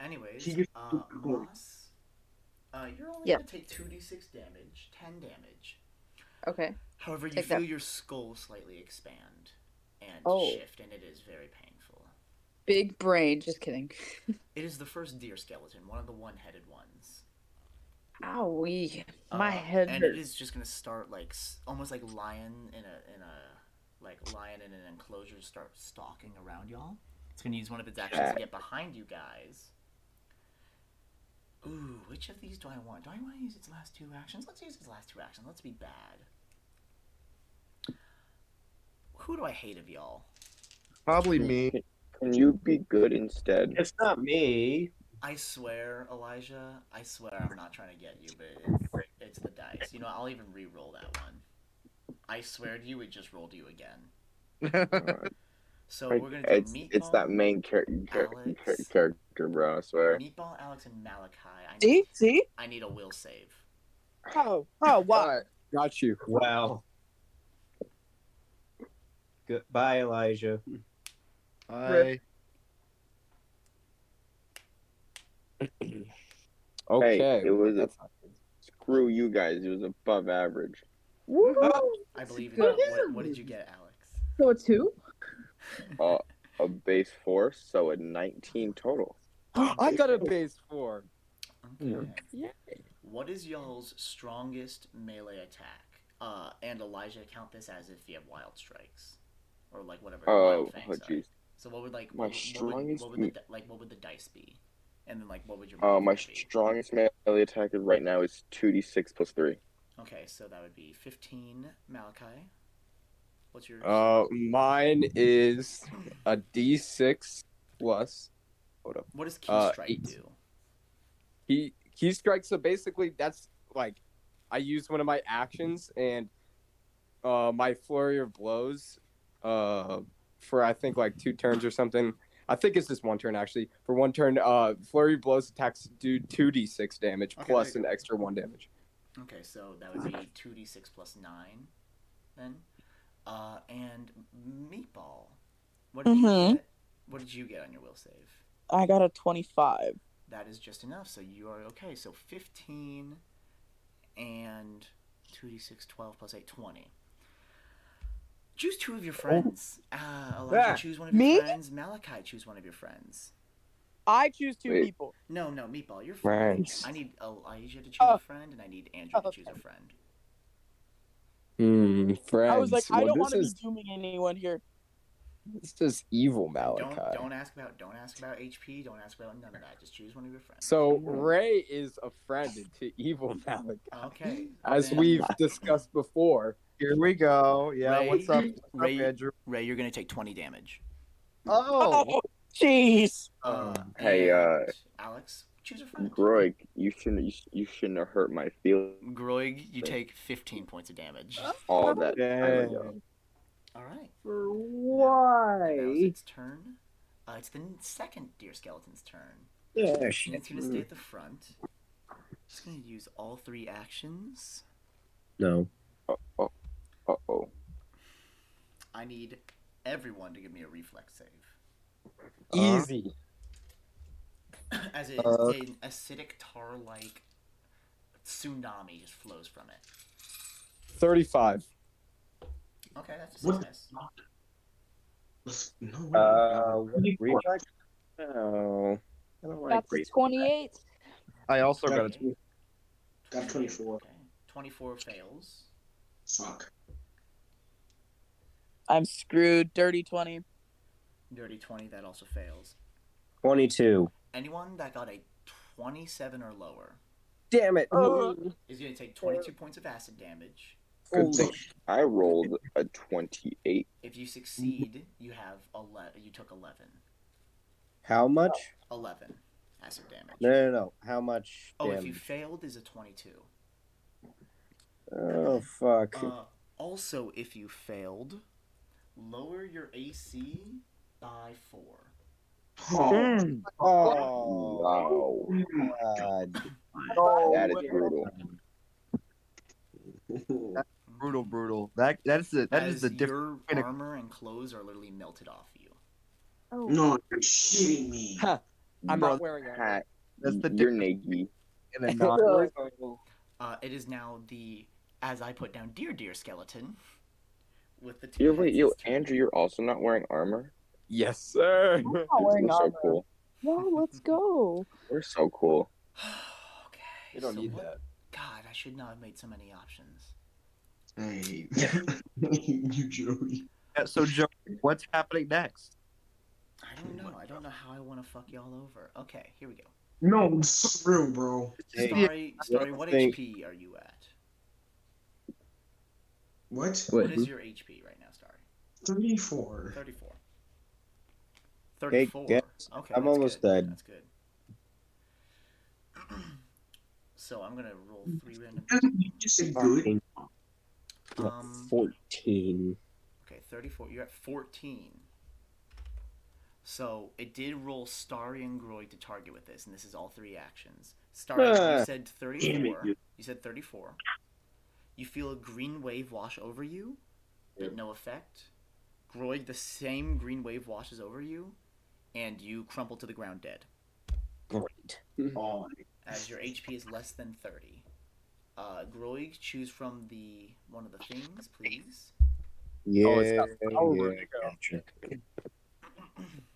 [SPEAKER 1] Anyways,
[SPEAKER 3] He gets
[SPEAKER 1] uh,
[SPEAKER 3] the glory.
[SPEAKER 1] Moss, uh, you're only
[SPEAKER 9] Yeah.
[SPEAKER 1] gonna take two d six damage, ten damage.
[SPEAKER 9] Okay.
[SPEAKER 1] However, you
[SPEAKER 9] Take
[SPEAKER 1] feel
[SPEAKER 9] that.
[SPEAKER 1] your skull slightly expand and
[SPEAKER 9] Oh.
[SPEAKER 1] shift, and it is very painful.
[SPEAKER 9] Big brain. Just kidding.
[SPEAKER 1] It is the first deer skeleton, one of the one-headed ones.
[SPEAKER 9] Owie. My
[SPEAKER 1] Uh,
[SPEAKER 9] head
[SPEAKER 1] and it
[SPEAKER 9] hurts.
[SPEAKER 1] is just gonna start like s- almost like lion in a in a like lion in an enclosure start stalking around y'all. It's gonna use one of its actions to get behind you guys. Ooh, which of these do I want? Do I want to use its last two actions? Let's use its last two actions. Let's be bad. Who do I hate of y'all?
[SPEAKER 8] Probably me.
[SPEAKER 4] Can you be good instead?
[SPEAKER 16] It's not me.
[SPEAKER 1] I swear, Elijah. I swear, I'm not trying to get you, but it's, it's the dice. You know, I'll even re-roll that one. I swear to you, it just rolled you again. So
[SPEAKER 4] Like,
[SPEAKER 1] we're gonna do
[SPEAKER 4] it's,
[SPEAKER 1] meatball,
[SPEAKER 4] it's that main char- char- char- character, bro. I swear.
[SPEAKER 1] meatball, Alex, and Malachi. I
[SPEAKER 17] See?
[SPEAKER 1] need,
[SPEAKER 17] See?
[SPEAKER 1] I need a will save.
[SPEAKER 17] Oh, oh, wow.
[SPEAKER 7] Got you.
[SPEAKER 16] Wow. Goodbye, Elijah.
[SPEAKER 8] I...
[SPEAKER 7] Okay.
[SPEAKER 4] Hey, it was a,
[SPEAKER 7] That's not good.
[SPEAKER 4] screw you guys. It was above average.
[SPEAKER 1] I believe in
[SPEAKER 9] Good.
[SPEAKER 1] that. What, what did you get, Alex?
[SPEAKER 9] So a two?
[SPEAKER 4] Uh, a base four, so a 19 total.
[SPEAKER 7] I got a base four.
[SPEAKER 1] Okay.
[SPEAKER 17] Yeah.
[SPEAKER 1] What is y'all's strongest melee attack? Uh, and Elijah, count this as if you have wild strikes, or like whatever.
[SPEAKER 4] Oh,
[SPEAKER 1] wild fangs
[SPEAKER 4] oh
[SPEAKER 1] are.
[SPEAKER 4] jeez.
[SPEAKER 1] So what would like
[SPEAKER 4] My
[SPEAKER 1] what, would- what would,
[SPEAKER 4] strongest
[SPEAKER 1] what would the,
[SPEAKER 4] me-
[SPEAKER 1] di- like what would the dice be, and then like what would your
[SPEAKER 4] Uh, my
[SPEAKER 1] modifier be?
[SPEAKER 4] strongest melee attack right now is 2d6 plus 3.
[SPEAKER 1] Okay, so that would be fifteen Malachi. What's your
[SPEAKER 7] Uh, mine is a D6 plus. Hold up.
[SPEAKER 1] what does key
[SPEAKER 7] uh,
[SPEAKER 1] strike
[SPEAKER 7] eight.
[SPEAKER 1] do?
[SPEAKER 7] He he strikes. So basically, that's like, I used one of my actions and, uh, my flurry of blows, uh, for I think like two turns or something. I think it's just one turn actually. For one turn, uh, flurry of blows attacks do two d6 damage
[SPEAKER 1] Okay,
[SPEAKER 7] plus
[SPEAKER 1] there
[SPEAKER 7] an extra one damage.
[SPEAKER 1] Okay, so that would be two d six plus nine, then. Uh, and meatball. What did
[SPEAKER 17] Mhm.
[SPEAKER 1] you get? What did you get on your will save?
[SPEAKER 17] I got a 25.
[SPEAKER 1] That is just enough. So you are okay. So fifteen, and two d six, twelve plus eight, twenty. Choose two of your friends. Uh, Elijah,
[SPEAKER 9] Oh. Yeah.
[SPEAKER 1] choose one of your
[SPEAKER 9] Me?
[SPEAKER 1] friends. Malachi, choose one of your friends.
[SPEAKER 9] I choose two
[SPEAKER 1] Wait.
[SPEAKER 9] people.
[SPEAKER 1] No, no, meatball. You're fine.
[SPEAKER 9] Friends.
[SPEAKER 1] I need Elijah to choose
[SPEAKER 9] Oh.
[SPEAKER 1] a friend, and I need Andrew to choose a friend.
[SPEAKER 7] Hmm, friends.
[SPEAKER 9] I was like, I
[SPEAKER 7] Well,
[SPEAKER 9] don't
[SPEAKER 7] this
[SPEAKER 9] want to
[SPEAKER 7] is-
[SPEAKER 9] be dooming anyone here.
[SPEAKER 7] This is evil,
[SPEAKER 9] Oh
[SPEAKER 7] Malachi.
[SPEAKER 1] Don't don't ask about don't ask about HP. Don't ask about none of that. Just choose one of your friends.
[SPEAKER 7] So Ray is a friend to evil Malachi,
[SPEAKER 1] Okay.
[SPEAKER 7] as
[SPEAKER 1] then-
[SPEAKER 7] we've discussed before.
[SPEAKER 14] Here we go. Yeah,
[SPEAKER 1] Ray,
[SPEAKER 14] what's up?
[SPEAKER 1] Ray, Ray, you're gonna take twenty damage.
[SPEAKER 14] Oh,
[SPEAKER 9] jeez.
[SPEAKER 1] Uh,
[SPEAKER 4] Hey, uh,
[SPEAKER 1] Alex, choose a friend.
[SPEAKER 4] Groig, you shouldn't you, sh- you shouldn't have hurt my feelings.
[SPEAKER 1] Groig, you take fifteen points of damage.
[SPEAKER 4] All that time
[SPEAKER 1] Dang.
[SPEAKER 4] ago.
[SPEAKER 1] All right. Now
[SPEAKER 6] Why?
[SPEAKER 1] its turn. Uh, it's the n- second deer skeleton's turn.
[SPEAKER 6] Yeah,
[SPEAKER 1] And
[SPEAKER 6] shit.
[SPEAKER 1] It's gonna stay at the front. Just gonna use all three actions.
[SPEAKER 6] No.
[SPEAKER 4] Uh oh.
[SPEAKER 1] I need everyone to give me a reflex save,
[SPEAKER 7] Easy.
[SPEAKER 1] as it,
[SPEAKER 7] Uh.
[SPEAKER 1] an acidic tar-like tsunami just flows from it.
[SPEAKER 7] 35.
[SPEAKER 1] Okay, that's a
[SPEAKER 7] What the
[SPEAKER 1] success.
[SPEAKER 3] No,
[SPEAKER 14] Uh, what, reflex? No. Oh, I don't like
[SPEAKER 13] That's a
[SPEAKER 14] reflex.
[SPEAKER 13] 28.
[SPEAKER 14] I also got a 20.
[SPEAKER 3] Got 24.
[SPEAKER 1] Twenty-four fails.
[SPEAKER 3] Fuck.
[SPEAKER 9] I'm screwed. Dirty 20.
[SPEAKER 1] Dirty twenty. That also fails.
[SPEAKER 6] 22.
[SPEAKER 1] Anyone that got a twenty-seven or lower
[SPEAKER 6] Damn it.
[SPEAKER 8] Oh.
[SPEAKER 1] is gonna take twenty-two points of acid damage.
[SPEAKER 4] Good thing I rolled a twenty-eight.
[SPEAKER 1] If you succeed, you have eleven. You took eleven.
[SPEAKER 6] How much?
[SPEAKER 1] Eleven acid damage.
[SPEAKER 6] No, no, no. How much?
[SPEAKER 1] Oh, if you
[SPEAKER 6] damage?
[SPEAKER 1] failed, is a twenty-two.
[SPEAKER 6] Oh, fuck.
[SPEAKER 1] Uh, also, if you failed, lower your AC by four.
[SPEAKER 6] Oh.
[SPEAKER 4] Wow.
[SPEAKER 6] God.
[SPEAKER 4] That is brutal.
[SPEAKER 3] Oh.
[SPEAKER 14] That's brutal, brutal. That that's the that is
[SPEAKER 1] As
[SPEAKER 14] the difference.
[SPEAKER 1] your
[SPEAKER 14] between a-
[SPEAKER 1] armor and clothes are literally melted off you.
[SPEAKER 3] No, you're shitting me.
[SPEAKER 7] I'm
[SPEAKER 14] Bro,
[SPEAKER 7] not wearing it.
[SPEAKER 4] Hat.
[SPEAKER 14] That's the
[SPEAKER 4] You're
[SPEAKER 14] difference
[SPEAKER 4] naked.
[SPEAKER 14] in a non.
[SPEAKER 1] Uh, it is now the as I put down deer deer skeleton with the two.
[SPEAKER 4] You're wait, yo,
[SPEAKER 1] heads.
[SPEAKER 4] Andrew, you're also not wearing armor.
[SPEAKER 7] Yes, sir.
[SPEAKER 9] not wearing
[SPEAKER 4] We're so
[SPEAKER 9] armor.
[SPEAKER 4] cool.
[SPEAKER 9] No, let's go.
[SPEAKER 4] We're so cool.
[SPEAKER 7] You don't
[SPEAKER 1] So
[SPEAKER 7] need
[SPEAKER 1] what-
[SPEAKER 7] that.
[SPEAKER 1] God, I should not have made so many options.
[SPEAKER 3] Hey. you Joey.
[SPEAKER 14] Yeah, so, Joe, what's happening next?
[SPEAKER 1] I don't know. I don't know how I want to fuck y'all over. Okay, here we go.
[SPEAKER 3] No, it's real, bro.
[SPEAKER 14] Hey.
[SPEAKER 1] Starry, Starry, what
[SPEAKER 6] Thank-
[SPEAKER 1] HP are you at?
[SPEAKER 3] What?
[SPEAKER 1] What is your HP right now, Starry?
[SPEAKER 3] 34.
[SPEAKER 1] 34.
[SPEAKER 6] Hey,
[SPEAKER 1] 34.
[SPEAKER 6] guess.
[SPEAKER 1] Okay,
[SPEAKER 6] I'm
[SPEAKER 1] that's
[SPEAKER 6] almost
[SPEAKER 1] good.
[SPEAKER 6] dead.
[SPEAKER 1] That's good. so I'm gonna roll three random.
[SPEAKER 3] Just a good.
[SPEAKER 1] Um,
[SPEAKER 6] 14.
[SPEAKER 1] okay, 34. You're at 14. So it did roll Starry and Groy to target with this, and this is all three actions. Starry,
[SPEAKER 6] Ah.
[SPEAKER 1] you said
[SPEAKER 3] Damn it,
[SPEAKER 1] 34.
[SPEAKER 3] dude.
[SPEAKER 1] You said 34. You feel a green wave wash over you, but no effect. Groig, the same green wave washes over you, and you crumple to the ground dead.
[SPEAKER 6] Great.
[SPEAKER 3] Oh,
[SPEAKER 1] as your HP is less than 30. Uh, Groig, choose from the one of the things, please.
[SPEAKER 6] Yeah.
[SPEAKER 7] Oh, it's got power
[SPEAKER 6] yeah,
[SPEAKER 7] to go.
[SPEAKER 6] gotcha.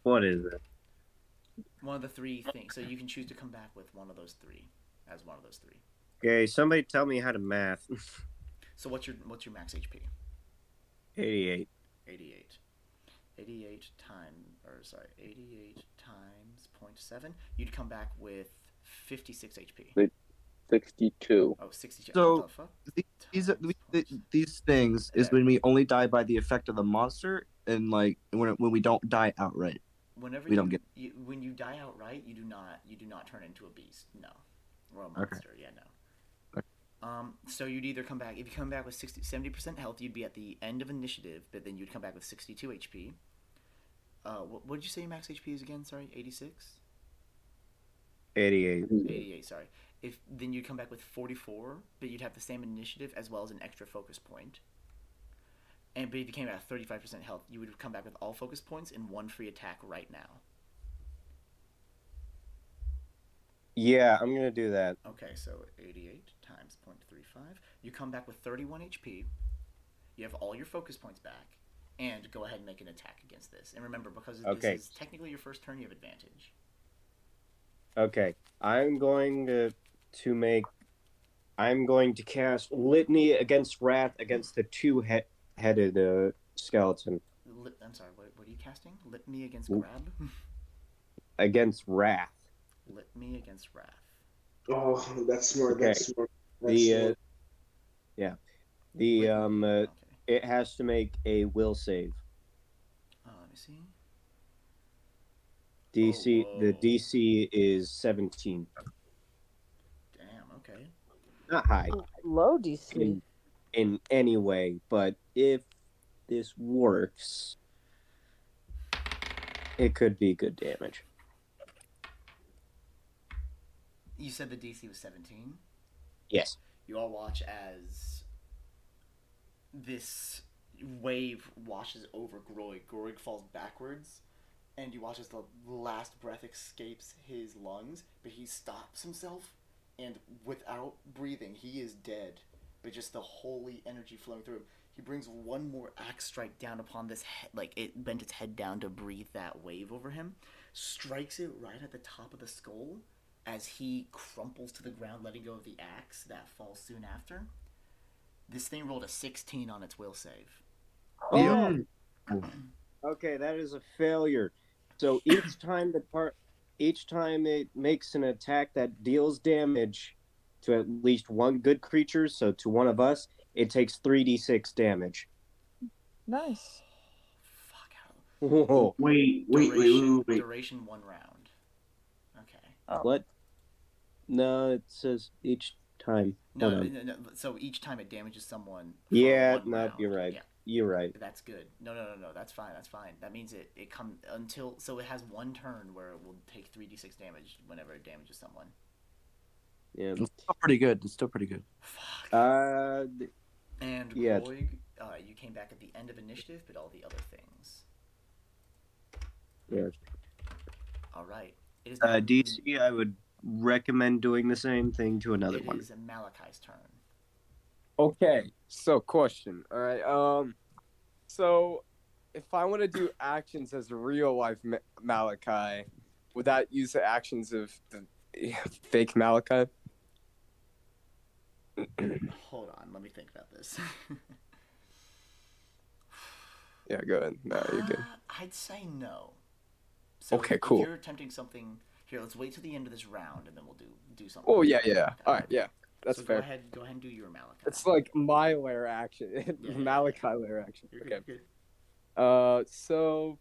[SPEAKER 6] What is it?
[SPEAKER 1] One of the three things. So you can choose to come back with one of those three, as one of those three.
[SPEAKER 6] Okay, somebody tell me how to math.
[SPEAKER 1] So what's your what's your max HP?
[SPEAKER 6] 88.
[SPEAKER 1] 88. 88 times, or sorry, 88 times 0.7. You'd come back with 56 HP.
[SPEAKER 4] Wait, Sixty-two.
[SPEAKER 1] Oh, 62.
[SPEAKER 14] So-
[SPEAKER 1] what the fuck?
[SPEAKER 14] Th- These are- th- th- these things is when we only die by the effect of the monster, and like when when we don't die outright.
[SPEAKER 1] Whenever
[SPEAKER 14] We
[SPEAKER 1] you,
[SPEAKER 14] don't get-
[SPEAKER 1] you, when you die outright, you do not you do not turn into a beast. No, or a
[SPEAKER 14] Okay.
[SPEAKER 1] monster. Yeah, no. Um, so you'd either come back if you come back with 60, 70 percent health, you'd be at the end of initiative, but then you'd come back with sixty two HP. Uh, what, what did you say your max HP is again? Sorry, 86?
[SPEAKER 6] 88.
[SPEAKER 1] 88, sorry. If then you'd come back with 44, but you'd have the same initiative as well as an extra focus point. And but if you came out at 35% health, you would come back with all focus points and one free attack right now.
[SPEAKER 6] Yeah, I'm gonna do that.
[SPEAKER 1] Okay, so 88 times 0.35. You come back with 31 HP. You have all your focus points back. and go ahead and make an attack against this. And remember, because
[SPEAKER 6] Okay.
[SPEAKER 1] this is technically your first turn, you have advantage.
[SPEAKER 6] Okay, I'm going to to make. I'm going to cast Litany against Wrath against the two-headed uh, skeleton
[SPEAKER 1] Lit- I'm sorry, what, what are you casting? Lit me against
[SPEAKER 6] Oop.
[SPEAKER 1] grab?
[SPEAKER 6] against Wrath.
[SPEAKER 1] Lit me against wrath.
[SPEAKER 3] Oh, that's smart. That's
[SPEAKER 6] Okay.
[SPEAKER 3] smart. That's
[SPEAKER 6] The uh,
[SPEAKER 3] smart.
[SPEAKER 6] yeah, the um, uh, it has to make a will save.
[SPEAKER 1] Uh, let me see.
[SPEAKER 6] DC
[SPEAKER 3] Oh,
[SPEAKER 6] the DC is 17.
[SPEAKER 1] Damn, okay.
[SPEAKER 6] Not high
[SPEAKER 18] Low DC.
[SPEAKER 6] in, in any way, but if this works, it could be good damage.
[SPEAKER 1] You said the DC was 17?
[SPEAKER 6] Yes.
[SPEAKER 1] you all watch as this wave washes over Groig. Groig falls backwards, and you watch as the last breath escapes his lungs, but he stops himself, and without breathing, he is dead. But just the holy energy flowing through him, he brings one more axe strike down upon this head, like it bent its head down to breathe that wave over him, strikes it right at the top of the skull, as he crumples to the ground, letting go of the axe that falls soon after. This thing rolled a 16 on its will save.
[SPEAKER 6] Oh. Okay, that is a failure. So each time the part, each time it makes an attack that deals damage to at least one good creature, so to one of us, it takes 3d6 damage.
[SPEAKER 9] Nice.
[SPEAKER 6] Whoa.
[SPEAKER 3] Wait, wait, wait,
[SPEAKER 1] duration,
[SPEAKER 3] wait, wait.
[SPEAKER 1] duration one round. Okay.
[SPEAKER 9] Oh,
[SPEAKER 6] What? No, it says each time.
[SPEAKER 1] No,
[SPEAKER 6] Hold
[SPEAKER 1] no,
[SPEAKER 6] on.
[SPEAKER 1] no, no, so each time it damages someone,
[SPEAKER 6] yeah,
[SPEAKER 1] one
[SPEAKER 6] no,
[SPEAKER 1] round.
[SPEAKER 6] you're right.
[SPEAKER 1] Yeah.
[SPEAKER 6] You're right.
[SPEAKER 1] that's good. No, no, no, no, that's fine. That's fine. That means it it come until so it has one turn where it will take 3d6 damage whenever it damages someone.
[SPEAKER 6] Yeah.
[SPEAKER 8] It's still pretty good. It's still pretty good.
[SPEAKER 6] Uh, th-
[SPEAKER 1] And
[SPEAKER 8] Yeah.
[SPEAKER 1] Groig, uh, you came back at the end of initiative, but all the other things.
[SPEAKER 6] yeah.
[SPEAKER 1] All right. It is
[SPEAKER 6] Uh, DC, I would recommend doing the same thing to another
[SPEAKER 1] It
[SPEAKER 6] one.
[SPEAKER 1] is Malachi's turn.
[SPEAKER 7] Okay, so question. All right. Um, so if I want to do actions as real life Ma- Malachi, would that use the actions of the fake Malachi?
[SPEAKER 1] Hold on, let me think about this.
[SPEAKER 7] Yeah, go ahead. No, you're good.
[SPEAKER 1] Uh, I'd say no.
[SPEAKER 7] Okay,
[SPEAKER 1] if-
[SPEAKER 7] cool.
[SPEAKER 1] If you're attempting something here, let's wait till the end of this round, and then we'll do do something.
[SPEAKER 7] Oh yeah, yeah. All right, yeah. That's
[SPEAKER 1] so
[SPEAKER 7] fair.
[SPEAKER 1] Go ahead, go ahead and do your Malachi.
[SPEAKER 7] It's like my layer action,
[SPEAKER 1] Yeah, yeah,
[SPEAKER 7] Malachi layer action.
[SPEAKER 1] You're good,
[SPEAKER 7] Okay.
[SPEAKER 1] you're good.
[SPEAKER 7] Uh, so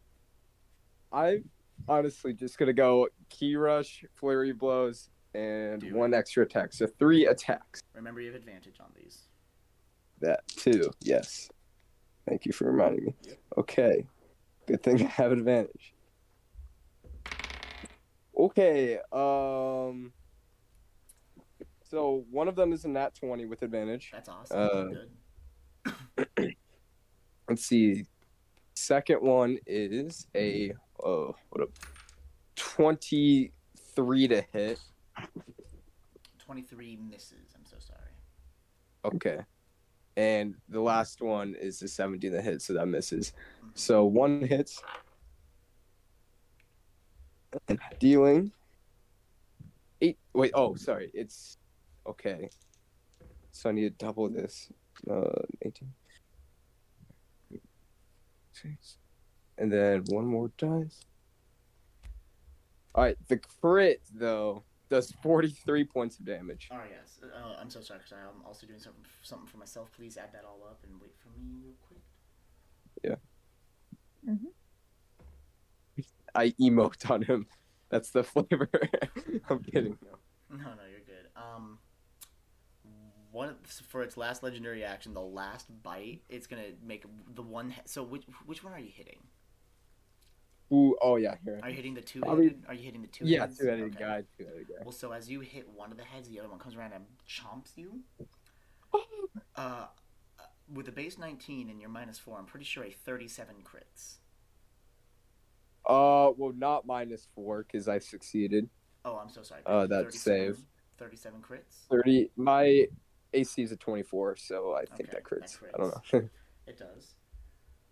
[SPEAKER 7] I'm honestly just gonna go key rush, flurry blows, and one extra attack. So three attacks.
[SPEAKER 1] Remember, you have advantage on these.
[SPEAKER 7] That too. Yes. Thank you for reminding me. Okay. Good thing I have advantage. Okay. Um. So one of them is a nat twenty with advantage.
[SPEAKER 1] That's awesome.
[SPEAKER 7] Uh,
[SPEAKER 1] Good.
[SPEAKER 7] let's see. Second one is a oh what a twenty three to hit.
[SPEAKER 1] Twenty-three misses. I'm so sorry.
[SPEAKER 7] Okay. And the last one is the 70 that hits, so that misses. So one hits. Dealing. Eight. Wait, oh, sorry. It's. Okay. So I need to double this. Uh, 18. Six. And then one more dice. Alright, the crit, though, does 43 points of damage.
[SPEAKER 1] Oh yes. Uh, I'm so sorry because I'm also doing something something for myself. Please add that all up and wait for me real quick.
[SPEAKER 7] Yeah.
[SPEAKER 1] Mhm.
[SPEAKER 7] I emote on him. That's the flavor. I'm kidding.
[SPEAKER 1] No, no, you're good. Um, one for its last legendary action, the last bite, it's gonna make the one. he- So which which one are you hitting?
[SPEAKER 7] Ooh, oh yeah, here.
[SPEAKER 1] Are you hitting the two
[SPEAKER 7] Probably-
[SPEAKER 1] headed? Are you hitting the two?
[SPEAKER 7] Yeah,
[SPEAKER 1] heads?
[SPEAKER 7] two headed
[SPEAKER 1] Okay.
[SPEAKER 7] guy, two headed guy.
[SPEAKER 1] Well, so as you hit one of the heads, the other one comes around and chomps you. Uh, with a base 19 and your minus four, I'm pretty sure a 37 crits.
[SPEAKER 7] Uh, well, not minus four because I succeeded.
[SPEAKER 1] Oh, I'm so sorry.
[SPEAKER 7] Uh, that's
[SPEAKER 1] 37
[SPEAKER 7] save.
[SPEAKER 1] 37 crits.
[SPEAKER 7] Thirty. My AC is a twenty-four, so I think that crits. I don't know.
[SPEAKER 1] It does.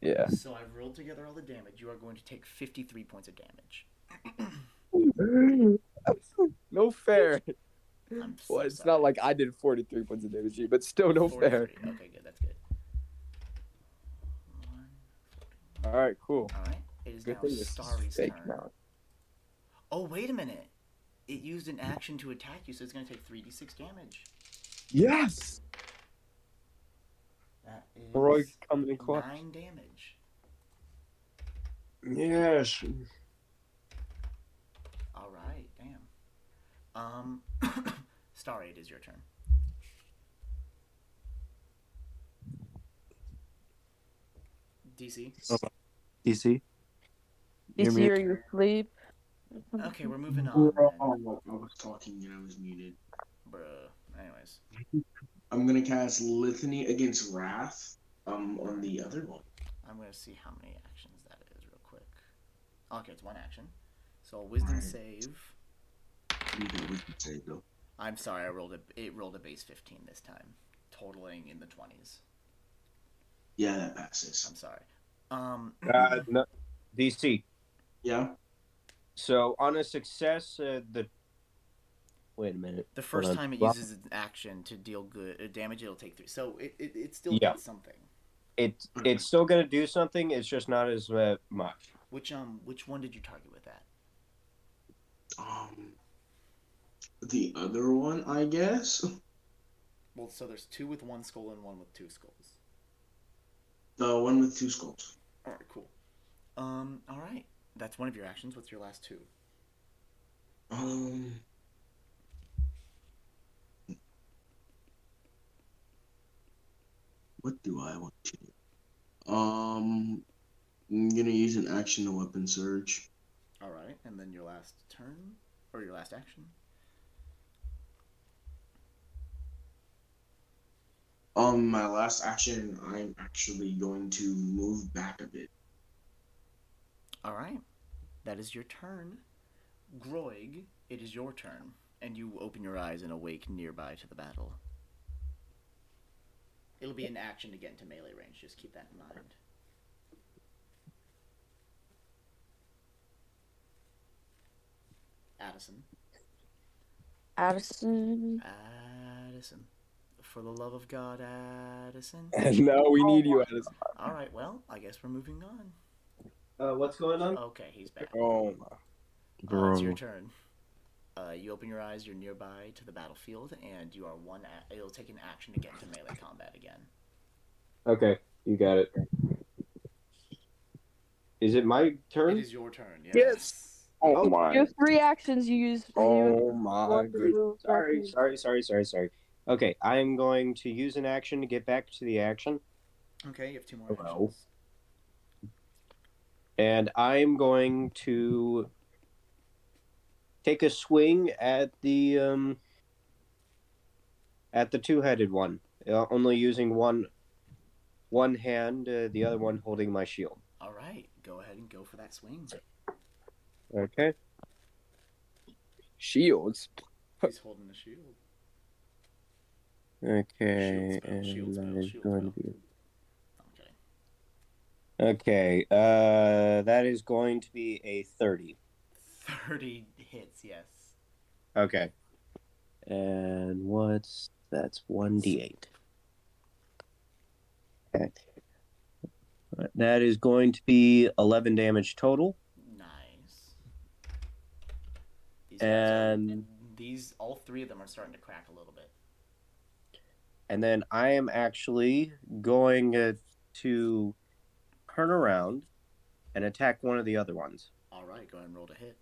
[SPEAKER 7] Yeah.
[SPEAKER 1] So I've rolled together all the damage. You are going to take 53 points of damage.
[SPEAKER 7] no fair. well, it's not like I did 43 points of damage, to you, but still no fair.
[SPEAKER 1] 43. Okay, good. That's good.
[SPEAKER 7] All right, cool.
[SPEAKER 1] All right. It is
[SPEAKER 7] Good
[SPEAKER 1] now
[SPEAKER 7] thing this
[SPEAKER 1] Starry's
[SPEAKER 7] is fake
[SPEAKER 1] turn.
[SPEAKER 7] now.
[SPEAKER 1] Oh, wait a minute. It used an action to attack you, so it's going to take 3d6 damage.
[SPEAKER 7] Yes.
[SPEAKER 1] That is
[SPEAKER 7] Roy coming in clutch.
[SPEAKER 1] 9 damage.
[SPEAKER 7] Yes.
[SPEAKER 1] All right, damn. Um, Starry, it is your turn. DC.
[SPEAKER 14] DC.
[SPEAKER 13] You
[SPEAKER 14] You're
[SPEAKER 13] see
[SPEAKER 14] muted.
[SPEAKER 13] her, you sleep.
[SPEAKER 1] Okay, we're moving on.
[SPEAKER 3] Bro, I was talking and I was muted.
[SPEAKER 1] Bruh. Anyways.
[SPEAKER 3] I'm gonna cast Litany against Wrath. Um, on the other one.
[SPEAKER 1] I'm gonna see how many actions that is real quick. Okay, it's one action. So a wisdom
[SPEAKER 3] Alright.
[SPEAKER 1] save.
[SPEAKER 3] You can- we can say though.
[SPEAKER 1] I'm sorry, I rolled a it rolled a base fifteen this time, totaling in the twenties.
[SPEAKER 3] Yeah, that passes.
[SPEAKER 1] I'm sorry. Um,
[SPEAKER 6] Uh, no, DC.
[SPEAKER 3] Yeah.
[SPEAKER 6] So on a success, uh, the wait a minute.
[SPEAKER 1] the
[SPEAKER 6] Hold
[SPEAKER 1] first
[SPEAKER 6] on.
[SPEAKER 1] time it uses an action to deal good uh, damage, it'll take three. So it it, it still
[SPEAKER 6] Yeah.
[SPEAKER 1] does something.
[SPEAKER 6] it, it's still gonna do something. It's just not as uh, much.
[SPEAKER 1] Which um which one did you target with that?
[SPEAKER 3] Um, the other one, I guess.
[SPEAKER 1] Well, so there's two with one skull and one with two skulls.
[SPEAKER 3] The one with two skulls.
[SPEAKER 1] All right, cool. Um, all right, that's one of your actions. What's your last two?
[SPEAKER 3] Um. What do I want to do? Um, I'm gonna use an action to weapon surge.
[SPEAKER 1] All right, and then your last turn or your last action.
[SPEAKER 3] Um, my last action, I'm actually going to move back a bit.
[SPEAKER 1] All right, that is your turn. Groig, it is your turn, and you open your eyes and awake nearby to the battle. It'll be an action to get into melee range. Just keep that in mind. Addison,
[SPEAKER 13] Addison.
[SPEAKER 1] Addison, for the love of God, Addison.
[SPEAKER 7] now
[SPEAKER 1] Oh
[SPEAKER 7] we need you, Addison.
[SPEAKER 1] All right, well, I guess we're moving on.
[SPEAKER 6] Uh, what's going on?
[SPEAKER 1] Okay, he's back.
[SPEAKER 7] Oh my.
[SPEAKER 1] Uh, it's your
[SPEAKER 6] Bro.
[SPEAKER 1] turn. Uh, you open your eyes. You're nearby to the battlefield, and you are one. A- it'll take an action to get into melee combat again.
[SPEAKER 6] Okay, you got it. Is it my turn?
[SPEAKER 1] It is your turn. Yeah.
[SPEAKER 6] Yes.
[SPEAKER 4] Oh,
[SPEAKER 13] You
[SPEAKER 6] my.
[SPEAKER 13] have three actions. You use.
[SPEAKER 6] Oh
[SPEAKER 13] you-
[SPEAKER 6] my
[SPEAKER 13] walk
[SPEAKER 6] goodness.
[SPEAKER 13] through-
[SPEAKER 6] Sorry,
[SPEAKER 13] walk
[SPEAKER 6] sorry, sorry, sorry, sorry. Okay, I'm going to use an action to get back to the action,
[SPEAKER 1] Okay, you have two more
[SPEAKER 6] Hello.
[SPEAKER 1] actions.
[SPEAKER 6] and I'm going to take a swing at the um at the two-headed one. Uh, only using one one hand, uh, the other one holding my shield.
[SPEAKER 1] All right, go ahead and go for that swing.
[SPEAKER 6] Okay.
[SPEAKER 7] Shields.
[SPEAKER 1] He's holding the shield.
[SPEAKER 6] Okay.
[SPEAKER 1] Shield spell, shield
[SPEAKER 6] and
[SPEAKER 1] spell,
[SPEAKER 6] that is
[SPEAKER 1] shield
[SPEAKER 6] going to
[SPEAKER 1] spell.
[SPEAKER 6] be- Okay, uh, that is going to be a 30.
[SPEAKER 1] Thirty hits. Yes.
[SPEAKER 6] Okay. And what's that's 1d8. Okay. That is going to be 11 damage total.
[SPEAKER 1] Nice. These guys are-
[SPEAKER 6] And
[SPEAKER 1] these all three of them are starting to crack a little bit.
[SPEAKER 6] and then I am actually going uh, to turn around and attack one of the other ones.
[SPEAKER 1] All right, go ahead and roll to hit.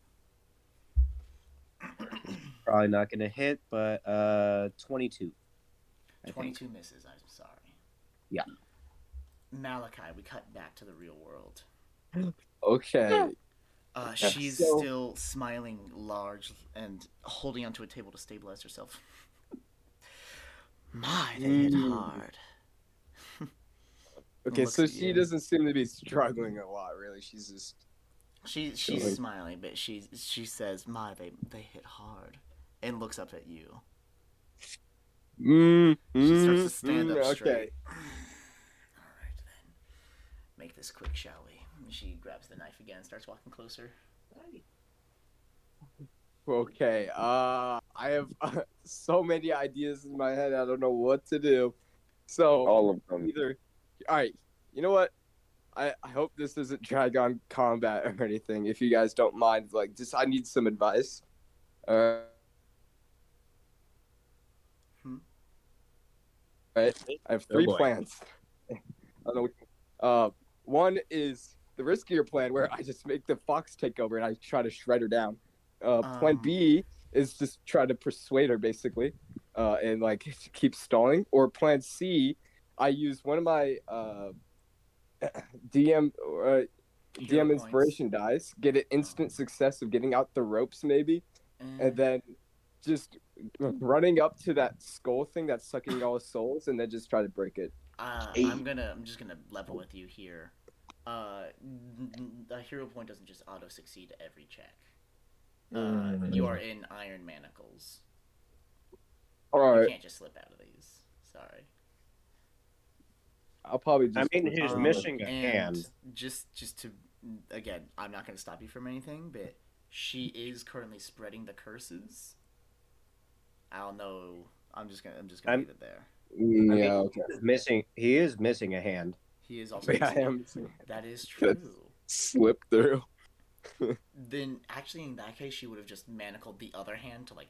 [SPEAKER 6] Probably not going to hit, but uh 22. I think.
[SPEAKER 1] Twenty-two misses. I'm sorry.
[SPEAKER 6] Yeah.
[SPEAKER 1] Malachi, we cut back to the real world.
[SPEAKER 7] Okay.
[SPEAKER 1] Uh,
[SPEAKER 7] Yeah.
[SPEAKER 1] she's
[SPEAKER 7] So-
[SPEAKER 1] still smiling large and holding onto a table to stabilize herself. My, they hit
[SPEAKER 7] Mm.
[SPEAKER 1] hard.
[SPEAKER 7] Okay,
[SPEAKER 1] Looks
[SPEAKER 7] so
[SPEAKER 1] at
[SPEAKER 7] she
[SPEAKER 1] you.
[SPEAKER 7] doesn't seem to be struggling a lot, really. She's just
[SPEAKER 1] She she's
[SPEAKER 7] Sure.
[SPEAKER 1] smiling, but she she says, "My, they they hit hard," and looks up at you.
[SPEAKER 6] Mm,
[SPEAKER 1] She starts
[SPEAKER 6] mm,
[SPEAKER 1] to stand
[SPEAKER 6] mm,
[SPEAKER 1] up
[SPEAKER 7] Mm-hmm.
[SPEAKER 6] okay.
[SPEAKER 1] straight. All right then, Make this quick, shall we? And she grabs the knife again, starts walking closer.
[SPEAKER 7] Okay. Uh, I have so many ideas in my head. I don't know what to do. So
[SPEAKER 4] all of
[SPEAKER 1] Um,
[SPEAKER 4] them.
[SPEAKER 7] Either. All right. You know what? I, I hope this isn't Dragon Combat or anything. If you guys don't mind, like, just I need some advice. Uh,
[SPEAKER 1] Hmm.
[SPEAKER 7] Right. I have
[SPEAKER 1] Oh,
[SPEAKER 7] three
[SPEAKER 1] boy.
[SPEAKER 7] plans. I don't know. Which, uh, one is the riskier plan where I just make the fox take over and I try to shred her down. Uh, plan
[SPEAKER 1] Um.
[SPEAKER 7] B is just try to persuade her basically, uh, and like keep stalling. Or plan C, I use one of my uh, DM uh, DM
[SPEAKER 1] points. Oh.
[SPEAKER 7] inspiration dice, get an instant success of getting out the ropes maybe,
[SPEAKER 1] Mm.
[SPEAKER 7] and then just running up to that skull thing that's sucking y'all's souls and then just try to break it.
[SPEAKER 1] Uh, I'm gonna. I'm just gonna level with you here. Uh, n- n- a hero point doesn't just auto succeed every check. Uh, you are in iron manacles.
[SPEAKER 7] All
[SPEAKER 1] You
[SPEAKER 7] right,
[SPEAKER 1] can't just slip out of these. Sorry.
[SPEAKER 7] I'll probably. Just
[SPEAKER 6] I mean, his
[SPEAKER 7] Um,
[SPEAKER 6] mission
[SPEAKER 1] And
[SPEAKER 6] can.
[SPEAKER 1] just just to again, I'm not going to stop you from anything, but she is currently spreading the curses. I don't know. I'm just gonna I'm just gonna
[SPEAKER 6] I'm-
[SPEAKER 1] leave it there.
[SPEAKER 6] I mean,
[SPEAKER 7] Yeah, okay.
[SPEAKER 6] he's missing. He is missing a hand.
[SPEAKER 1] He is also
[SPEAKER 7] Yeah, I am.
[SPEAKER 1] that is true.
[SPEAKER 7] Slip through.
[SPEAKER 1] Then actually, in that case, she would have just manacled the other hand to like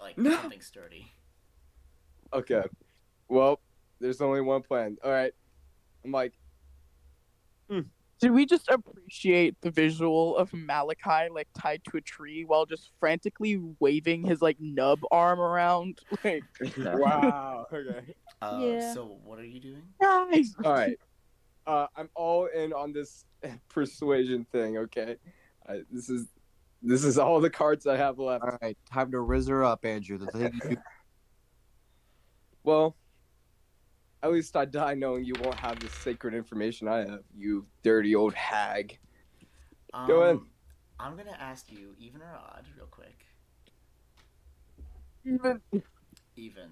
[SPEAKER 1] like
[SPEAKER 7] No.
[SPEAKER 1] something sturdy.
[SPEAKER 7] Okay. Well, there's only one plan. All right. I'm like,
[SPEAKER 9] Did we just appreciate the visual of Malachi like tied to a tree while just frantically waving his like nub arm around? Like,
[SPEAKER 7] wow. Okay.
[SPEAKER 1] Uh,
[SPEAKER 9] Yeah.
[SPEAKER 1] So what are you doing?
[SPEAKER 9] guys.
[SPEAKER 7] All right. Uh, I'm all in on this persuasion thing. Okay. I, this is this is all the cards I have left.
[SPEAKER 14] All right, time to riz her up, Andrew. The thing you
[SPEAKER 7] Well, at least I die knowing you won't have the sacred information I have. You dirty old hag.
[SPEAKER 1] Um,
[SPEAKER 7] Go ahead.
[SPEAKER 1] I'm gonna ask you, even or odd, real quick.
[SPEAKER 9] Even.
[SPEAKER 1] Even.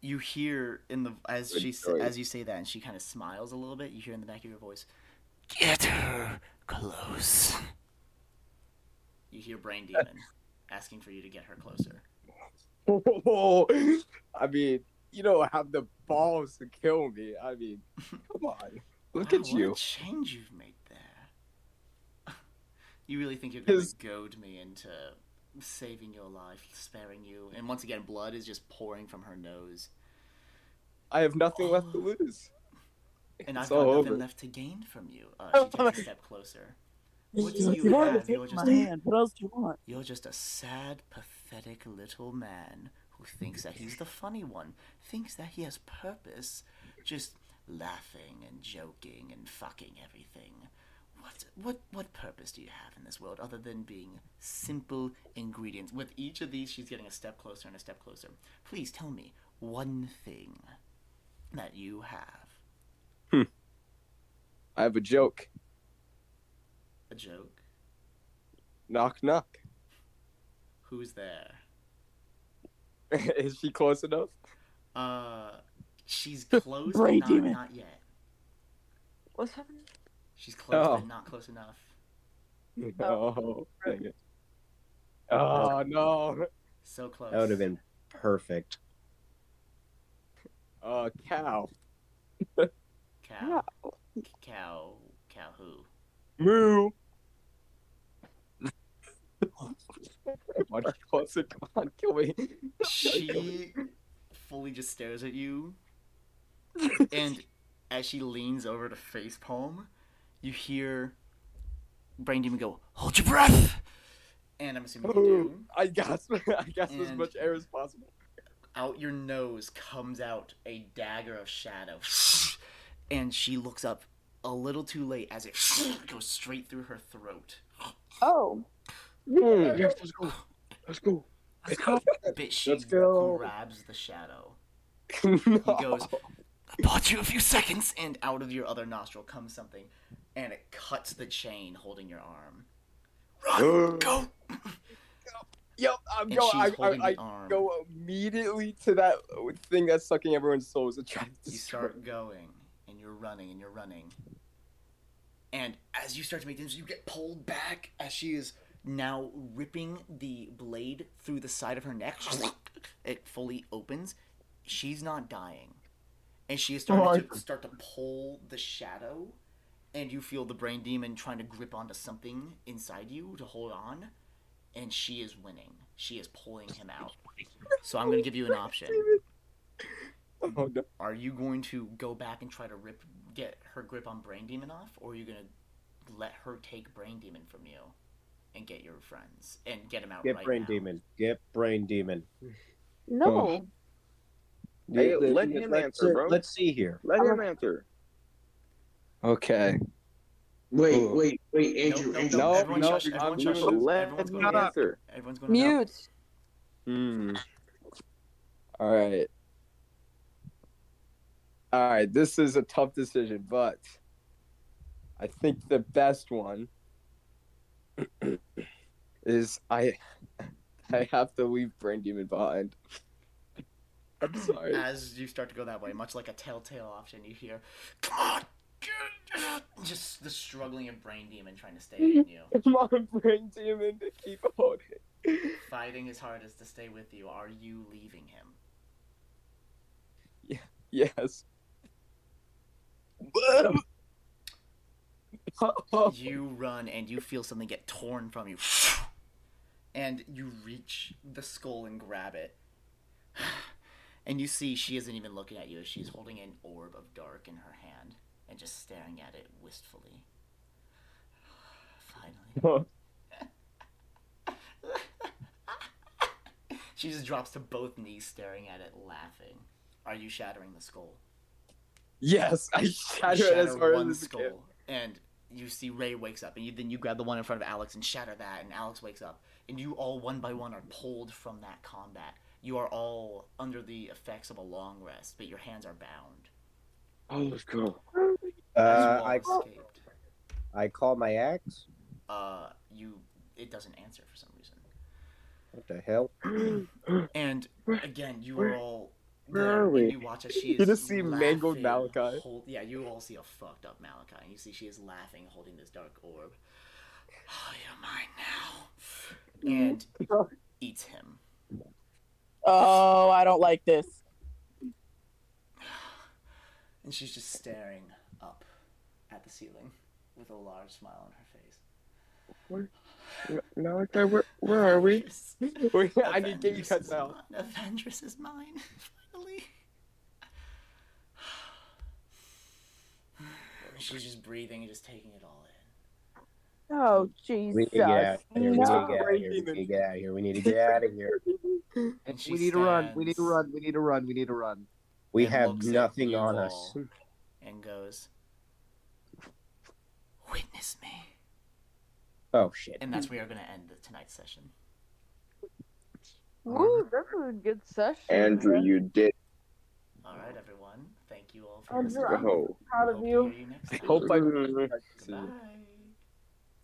[SPEAKER 1] You hear in the as she s- as you say that, and she kind of smiles a little bit. You hear in the back of your voice, "Get her close." You hear Brain Demon asking for you to get her closer.
[SPEAKER 7] I mean, you don't have the balls to kill me. I mean, come on. Look
[SPEAKER 1] Wow,
[SPEAKER 7] at
[SPEAKER 1] what
[SPEAKER 7] you.
[SPEAKER 1] A change you've made there. you really think you're gonna
[SPEAKER 7] His-
[SPEAKER 1] goad me into saving your life, sparing you, and once again, blood is just pouring from her nose.
[SPEAKER 7] I have nothing left to
[SPEAKER 1] Oh.
[SPEAKER 7] lose.
[SPEAKER 1] And I've
[SPEAKER 7] It's
[SPEAKER 1] got
[SPEAKER 7] all
[SPEAKER 1] nothing
[SPEAKER 7] over.
[SPEAKER 1] left to gain from you. Uh, she takes a step closer. What do
[SPEAKER 9] You're
[SPEAKER 1] you
[SPEAKER 9] welcome.
[SPEAKER 1] have?
[SPEAKER 9] Take
[SPEAKER 1] You're
[SPEAKER 9] my
[SPEAKER 1] just,
[SPEAKER 9] hand. What else do you want?
[SPEAKER 1] you're just a sad, pathetic little man who thinks that he's the funny one, thinks that he has purpose, just laughing and joking and fucking everything. What, what, what purpose do you have in this world other than being simple ingredients? With each of these, she's getting a step closer and a step closer. Please tell me one thing that you have.
[SPEAKER 7] I have a joke.
[SPEAKER 1] A joke?
[SPEAKER 7] Knock knock.
[SPEAKER 1] Who's there?
[SPEAKER 7] Is she close enough?
[SPEAKER 1] Uh, she's close, but
[SPEAKER 9] Brain
[SPEAKER 1] not,
[SPEAKER 9] demon.
[SPEAKER 1] not yet.
[SPEAKER 13] What's happening?
[SPEAKER 1] She's close,
[SPEAKER 7] Oh.
[SPEAKER 1] but not close enough.
[SPEAKER 7] No. Dang it. Oh no.
[SPEAKER 1] So close.
[SPEAKER 6] That would have been perfect.
[SPEAKER 7] Uh cow.
[SPEAKER 1] cow. Cow. Cow who?
[SPEAKER 7] Moo. Why do you close it? Come on, kill me.
[SPEAKER 1] She fully just stares at you, and as she leans over to face palm, you hear Brain Demon go, "Hold your breath," and I'm assuming you do.
[SPEAKER 7] Ooh, I guess I guess as
[SPEAKER 1] And-
[SPEAKER 7] much air as possible.
[SPEAKER 1] out your nose comes out a dagger of shadow. And she looks up a little too late as it goes straight through her throat.
[SPEAKER 13] Oh.
[SPEAKER 7] Let's go. Let's go.
[SPEAKER 1] Bitch, she
[SPEAKER 7] Let's go.
[SPEAKER 1] grabs the shadow.
[SPEAKER 7] No.
[SPEAKER 1] He goes, I bought you a few seconds, and out of your other nostril comes something, and it cuts the chain holding your arm. Run, go!
[SPEAKER 7] Yep, I'm
[SPEAKER 1] And
[SPEAKER 7] going.
[SPEAKER 1] she's
[SPEAKER 7] I,
[SPEAKER 1] holding the
[SPEAKER 7] I, I
[SPEAKER 1] arm.
[SPEAKER 7] go immediately to that thing that's sucking everyone's souls and try to
[SPEAKER 1] You
[SPEAKER 7] destroy.
[SPEAKER 1] start going, and you're running and you're running. And as you start to make damage, you get pulled back as she is now ripping the blade through the side of her neck. It fully opens. She's not dying. And she is starting to start to pull the shadow, and you feel the brain demon trying to grip onto something inside you to hold on, and she is winning. She is pulling him out. So I'm gonna give you an option.
[SPEAKER 4] Oh
[SPEAKER 1] Are you going to go back and try to rip get her grip on Brain Demon off, or are you gonna let her take Brain Demon from you and get your friends and get him out
[SPEAKER 6] Get
[SPEAKER 1] right
[SPEAKER 6] brain
[SPEAKER 1] now?
[SPEAKER 6] demon. Get brain demon.
[SPEAKER 1] No.
[SPEAKER 4] Oh. Hey,
[SPEAKER 6] Yeah,
[SPEAKER 4] let
[SPEAKER 6] yeah,
[SPEAKER 4] him
[SPEAKER 6] let's,
[SPEAKER 4] answer,
[SPEAKER 6] uh,
[SPEAKER 4] bro.
[SPEAKER 6] Let's see here.
[SPEAKER 4] Let him answer.
[SPEAKER 7] Okay.
[SPEAKER 3] Wait,
[SPEAKER 7] Ooh.
[SPEAKER 3] wait, wait,
[SPEAKER 1] Nope,
[SPEAKER 3] Andrew,
[SPEAKER 1] nope, nope.
[SPEAKER 3] Andrew.
[SPEAKER 7] No,
[SPEAKER 1] everyone
[SPEAKER 7] no,
[SPEAKER 1] shush,
[SPEAKER 7] I'm
[SPEAKER 1] everyone
[SPEAKER 7] muted.
[SPEAKER 1] shush.
[SPEAKER 7] Let
[SPEAKER 1] Everyone's
[SPEAKER 7] him
[SPEAKER 1] going to
[SPEAKER 7] answer.
[SPEAKER 1] Everyone's going to
[SPEAKER 13] Mute.
[SPEAKER 7] Hmm. All right. All right. This is a tough decision, but I think the best one is I. I have to leave Brain Demon behind. I'm sorry.
[SPEAKER 1] As you start to go that way, much like a telltale option, you hear, "Come on!" Just the struggling of brain demon trying to stay in you,
[SPEAKER 7] Come on, Brain Demon, keep holding.
[SPEAKER 1] fighting his hardest to stay with you. Are you leaving him?
[SPEAKER 7] Yes. Oh.
[SPEAKER 1] you run and you feel something get torn from you. And you reach the skull and grab it. And you see she isn't even looking at you. She's holding an orb of dark in her hand and just staring at it wistfully. Finally. she just drops to both knees staring at it, laughing. Are you shattering the skull?
[SPEAKER 7] Yes, I shatter it as hard
[SPEAKER 1] one
[SPEAKER 7] as I can.
[SPEAKER 1] skull, and you see Ray wakes up, and you, then you grab the one in front of Alex and shatter that, and Alex wakes up, and you all one by one are pulled from that combat. You are all under the effects of a long rest, but your hands are bound.
[SPEAKER 4] Oh, let's go.
[SPEAKER 6] Uh, I,
[SPEAKER 1] As you all escaped.
[SPEAKER 6] I call my axe.
[SPEAKER 1] Uh, you it doesn't answer for some reason,
[SPEAKER 6] What the hell?
[SPEAKER 1] and again you
[SPEAKER 6] Where-
[SPEAKER 1] are all.
[SPEAKER 6] where
[SPEAKER 1] there,
[SPEAKER 6] are
[SPEAKER 1] and
[SPEAKER 6] we?
[SPEAKER 1] You watch as she
[SPEAKER 6] You
[SPEAKER 1] is
[SPEAKER 6] just see mangled
[SPEAKER 1] laughing,
[SPEAKER 6] Malachi.
[SPEAKER 1] hold- yeah, you all see a fucked up Malachi, and you see she is laughing, holding this dark orb. Oh, you're mine now. and
[SPEAKER 6] Mm-hmm.
[SPEAKER 1] eats him.
[SPEAKER 9] Oh, I don't like this.
[SPEAKER 1] And she's just staring up at the ceiling with a large smile on her face.
[SPEAKER 4] Now, where, where are we?
[SPEAKER 7] Wait, I need game
[SPEAKER 1] Avengers
[SPEAKER 7] cuts
[SPEAKER 1] is
[SPEAKER 7] out.
[SPEAKER 1] mine. Avengers is mine, finally. She's just breathing and just taking it all in.
[SPEAKER 9] Oh,
[SPEAKER 6] We
[SPEAKER 9] Jesus.
[SPEAKER 6] need to get out of here. We need to
[SPEAKER 9] No.
[SPEAKER 6] get out of here. We need to get out of here. We need to get out of here.
[SPEAKER 1] And she
[SPEAKER 14] we need to run. We need to
[SPEAKER 1] stands
[SPEAKER 14] run. We need to run. We need to run.
[SPEAKER 6] We
[SPEAKER 1] And
[SPEAKER 6] have
[SPEAKER 1] looks at
[SPEAKER 6] nothing
[SPEAKER 1] you
[SPEAKER 6] on us.
[SPEAKER 1] all. and goes, Witness me.
[SPEAKER 6] Oh shit.
[SPEAKER 1] And that's where we are going to end the, tonight's session.
[SPEAKER 13] Woo, that was a good session.
[SPEAKER 4] Andrew, you did.
[SPEAKER 1] All right, everyone. Thank you all for
[SPEAKER 13] Andrew,
[SPEAKER 1] listening.
[SPEAKER 13] I'm
[SPEAKER 4] Go.
[SPEAKER 13] proud of
[SPEAKER 1] Hope to
[SPEAKER 13] you.
[SPEAKER 1] hear you
[SPEAKER 7] I
[SPEAKER 1] next time.
[SPEAKER 7] hope I.
[SPEAKER 1] Goodbye.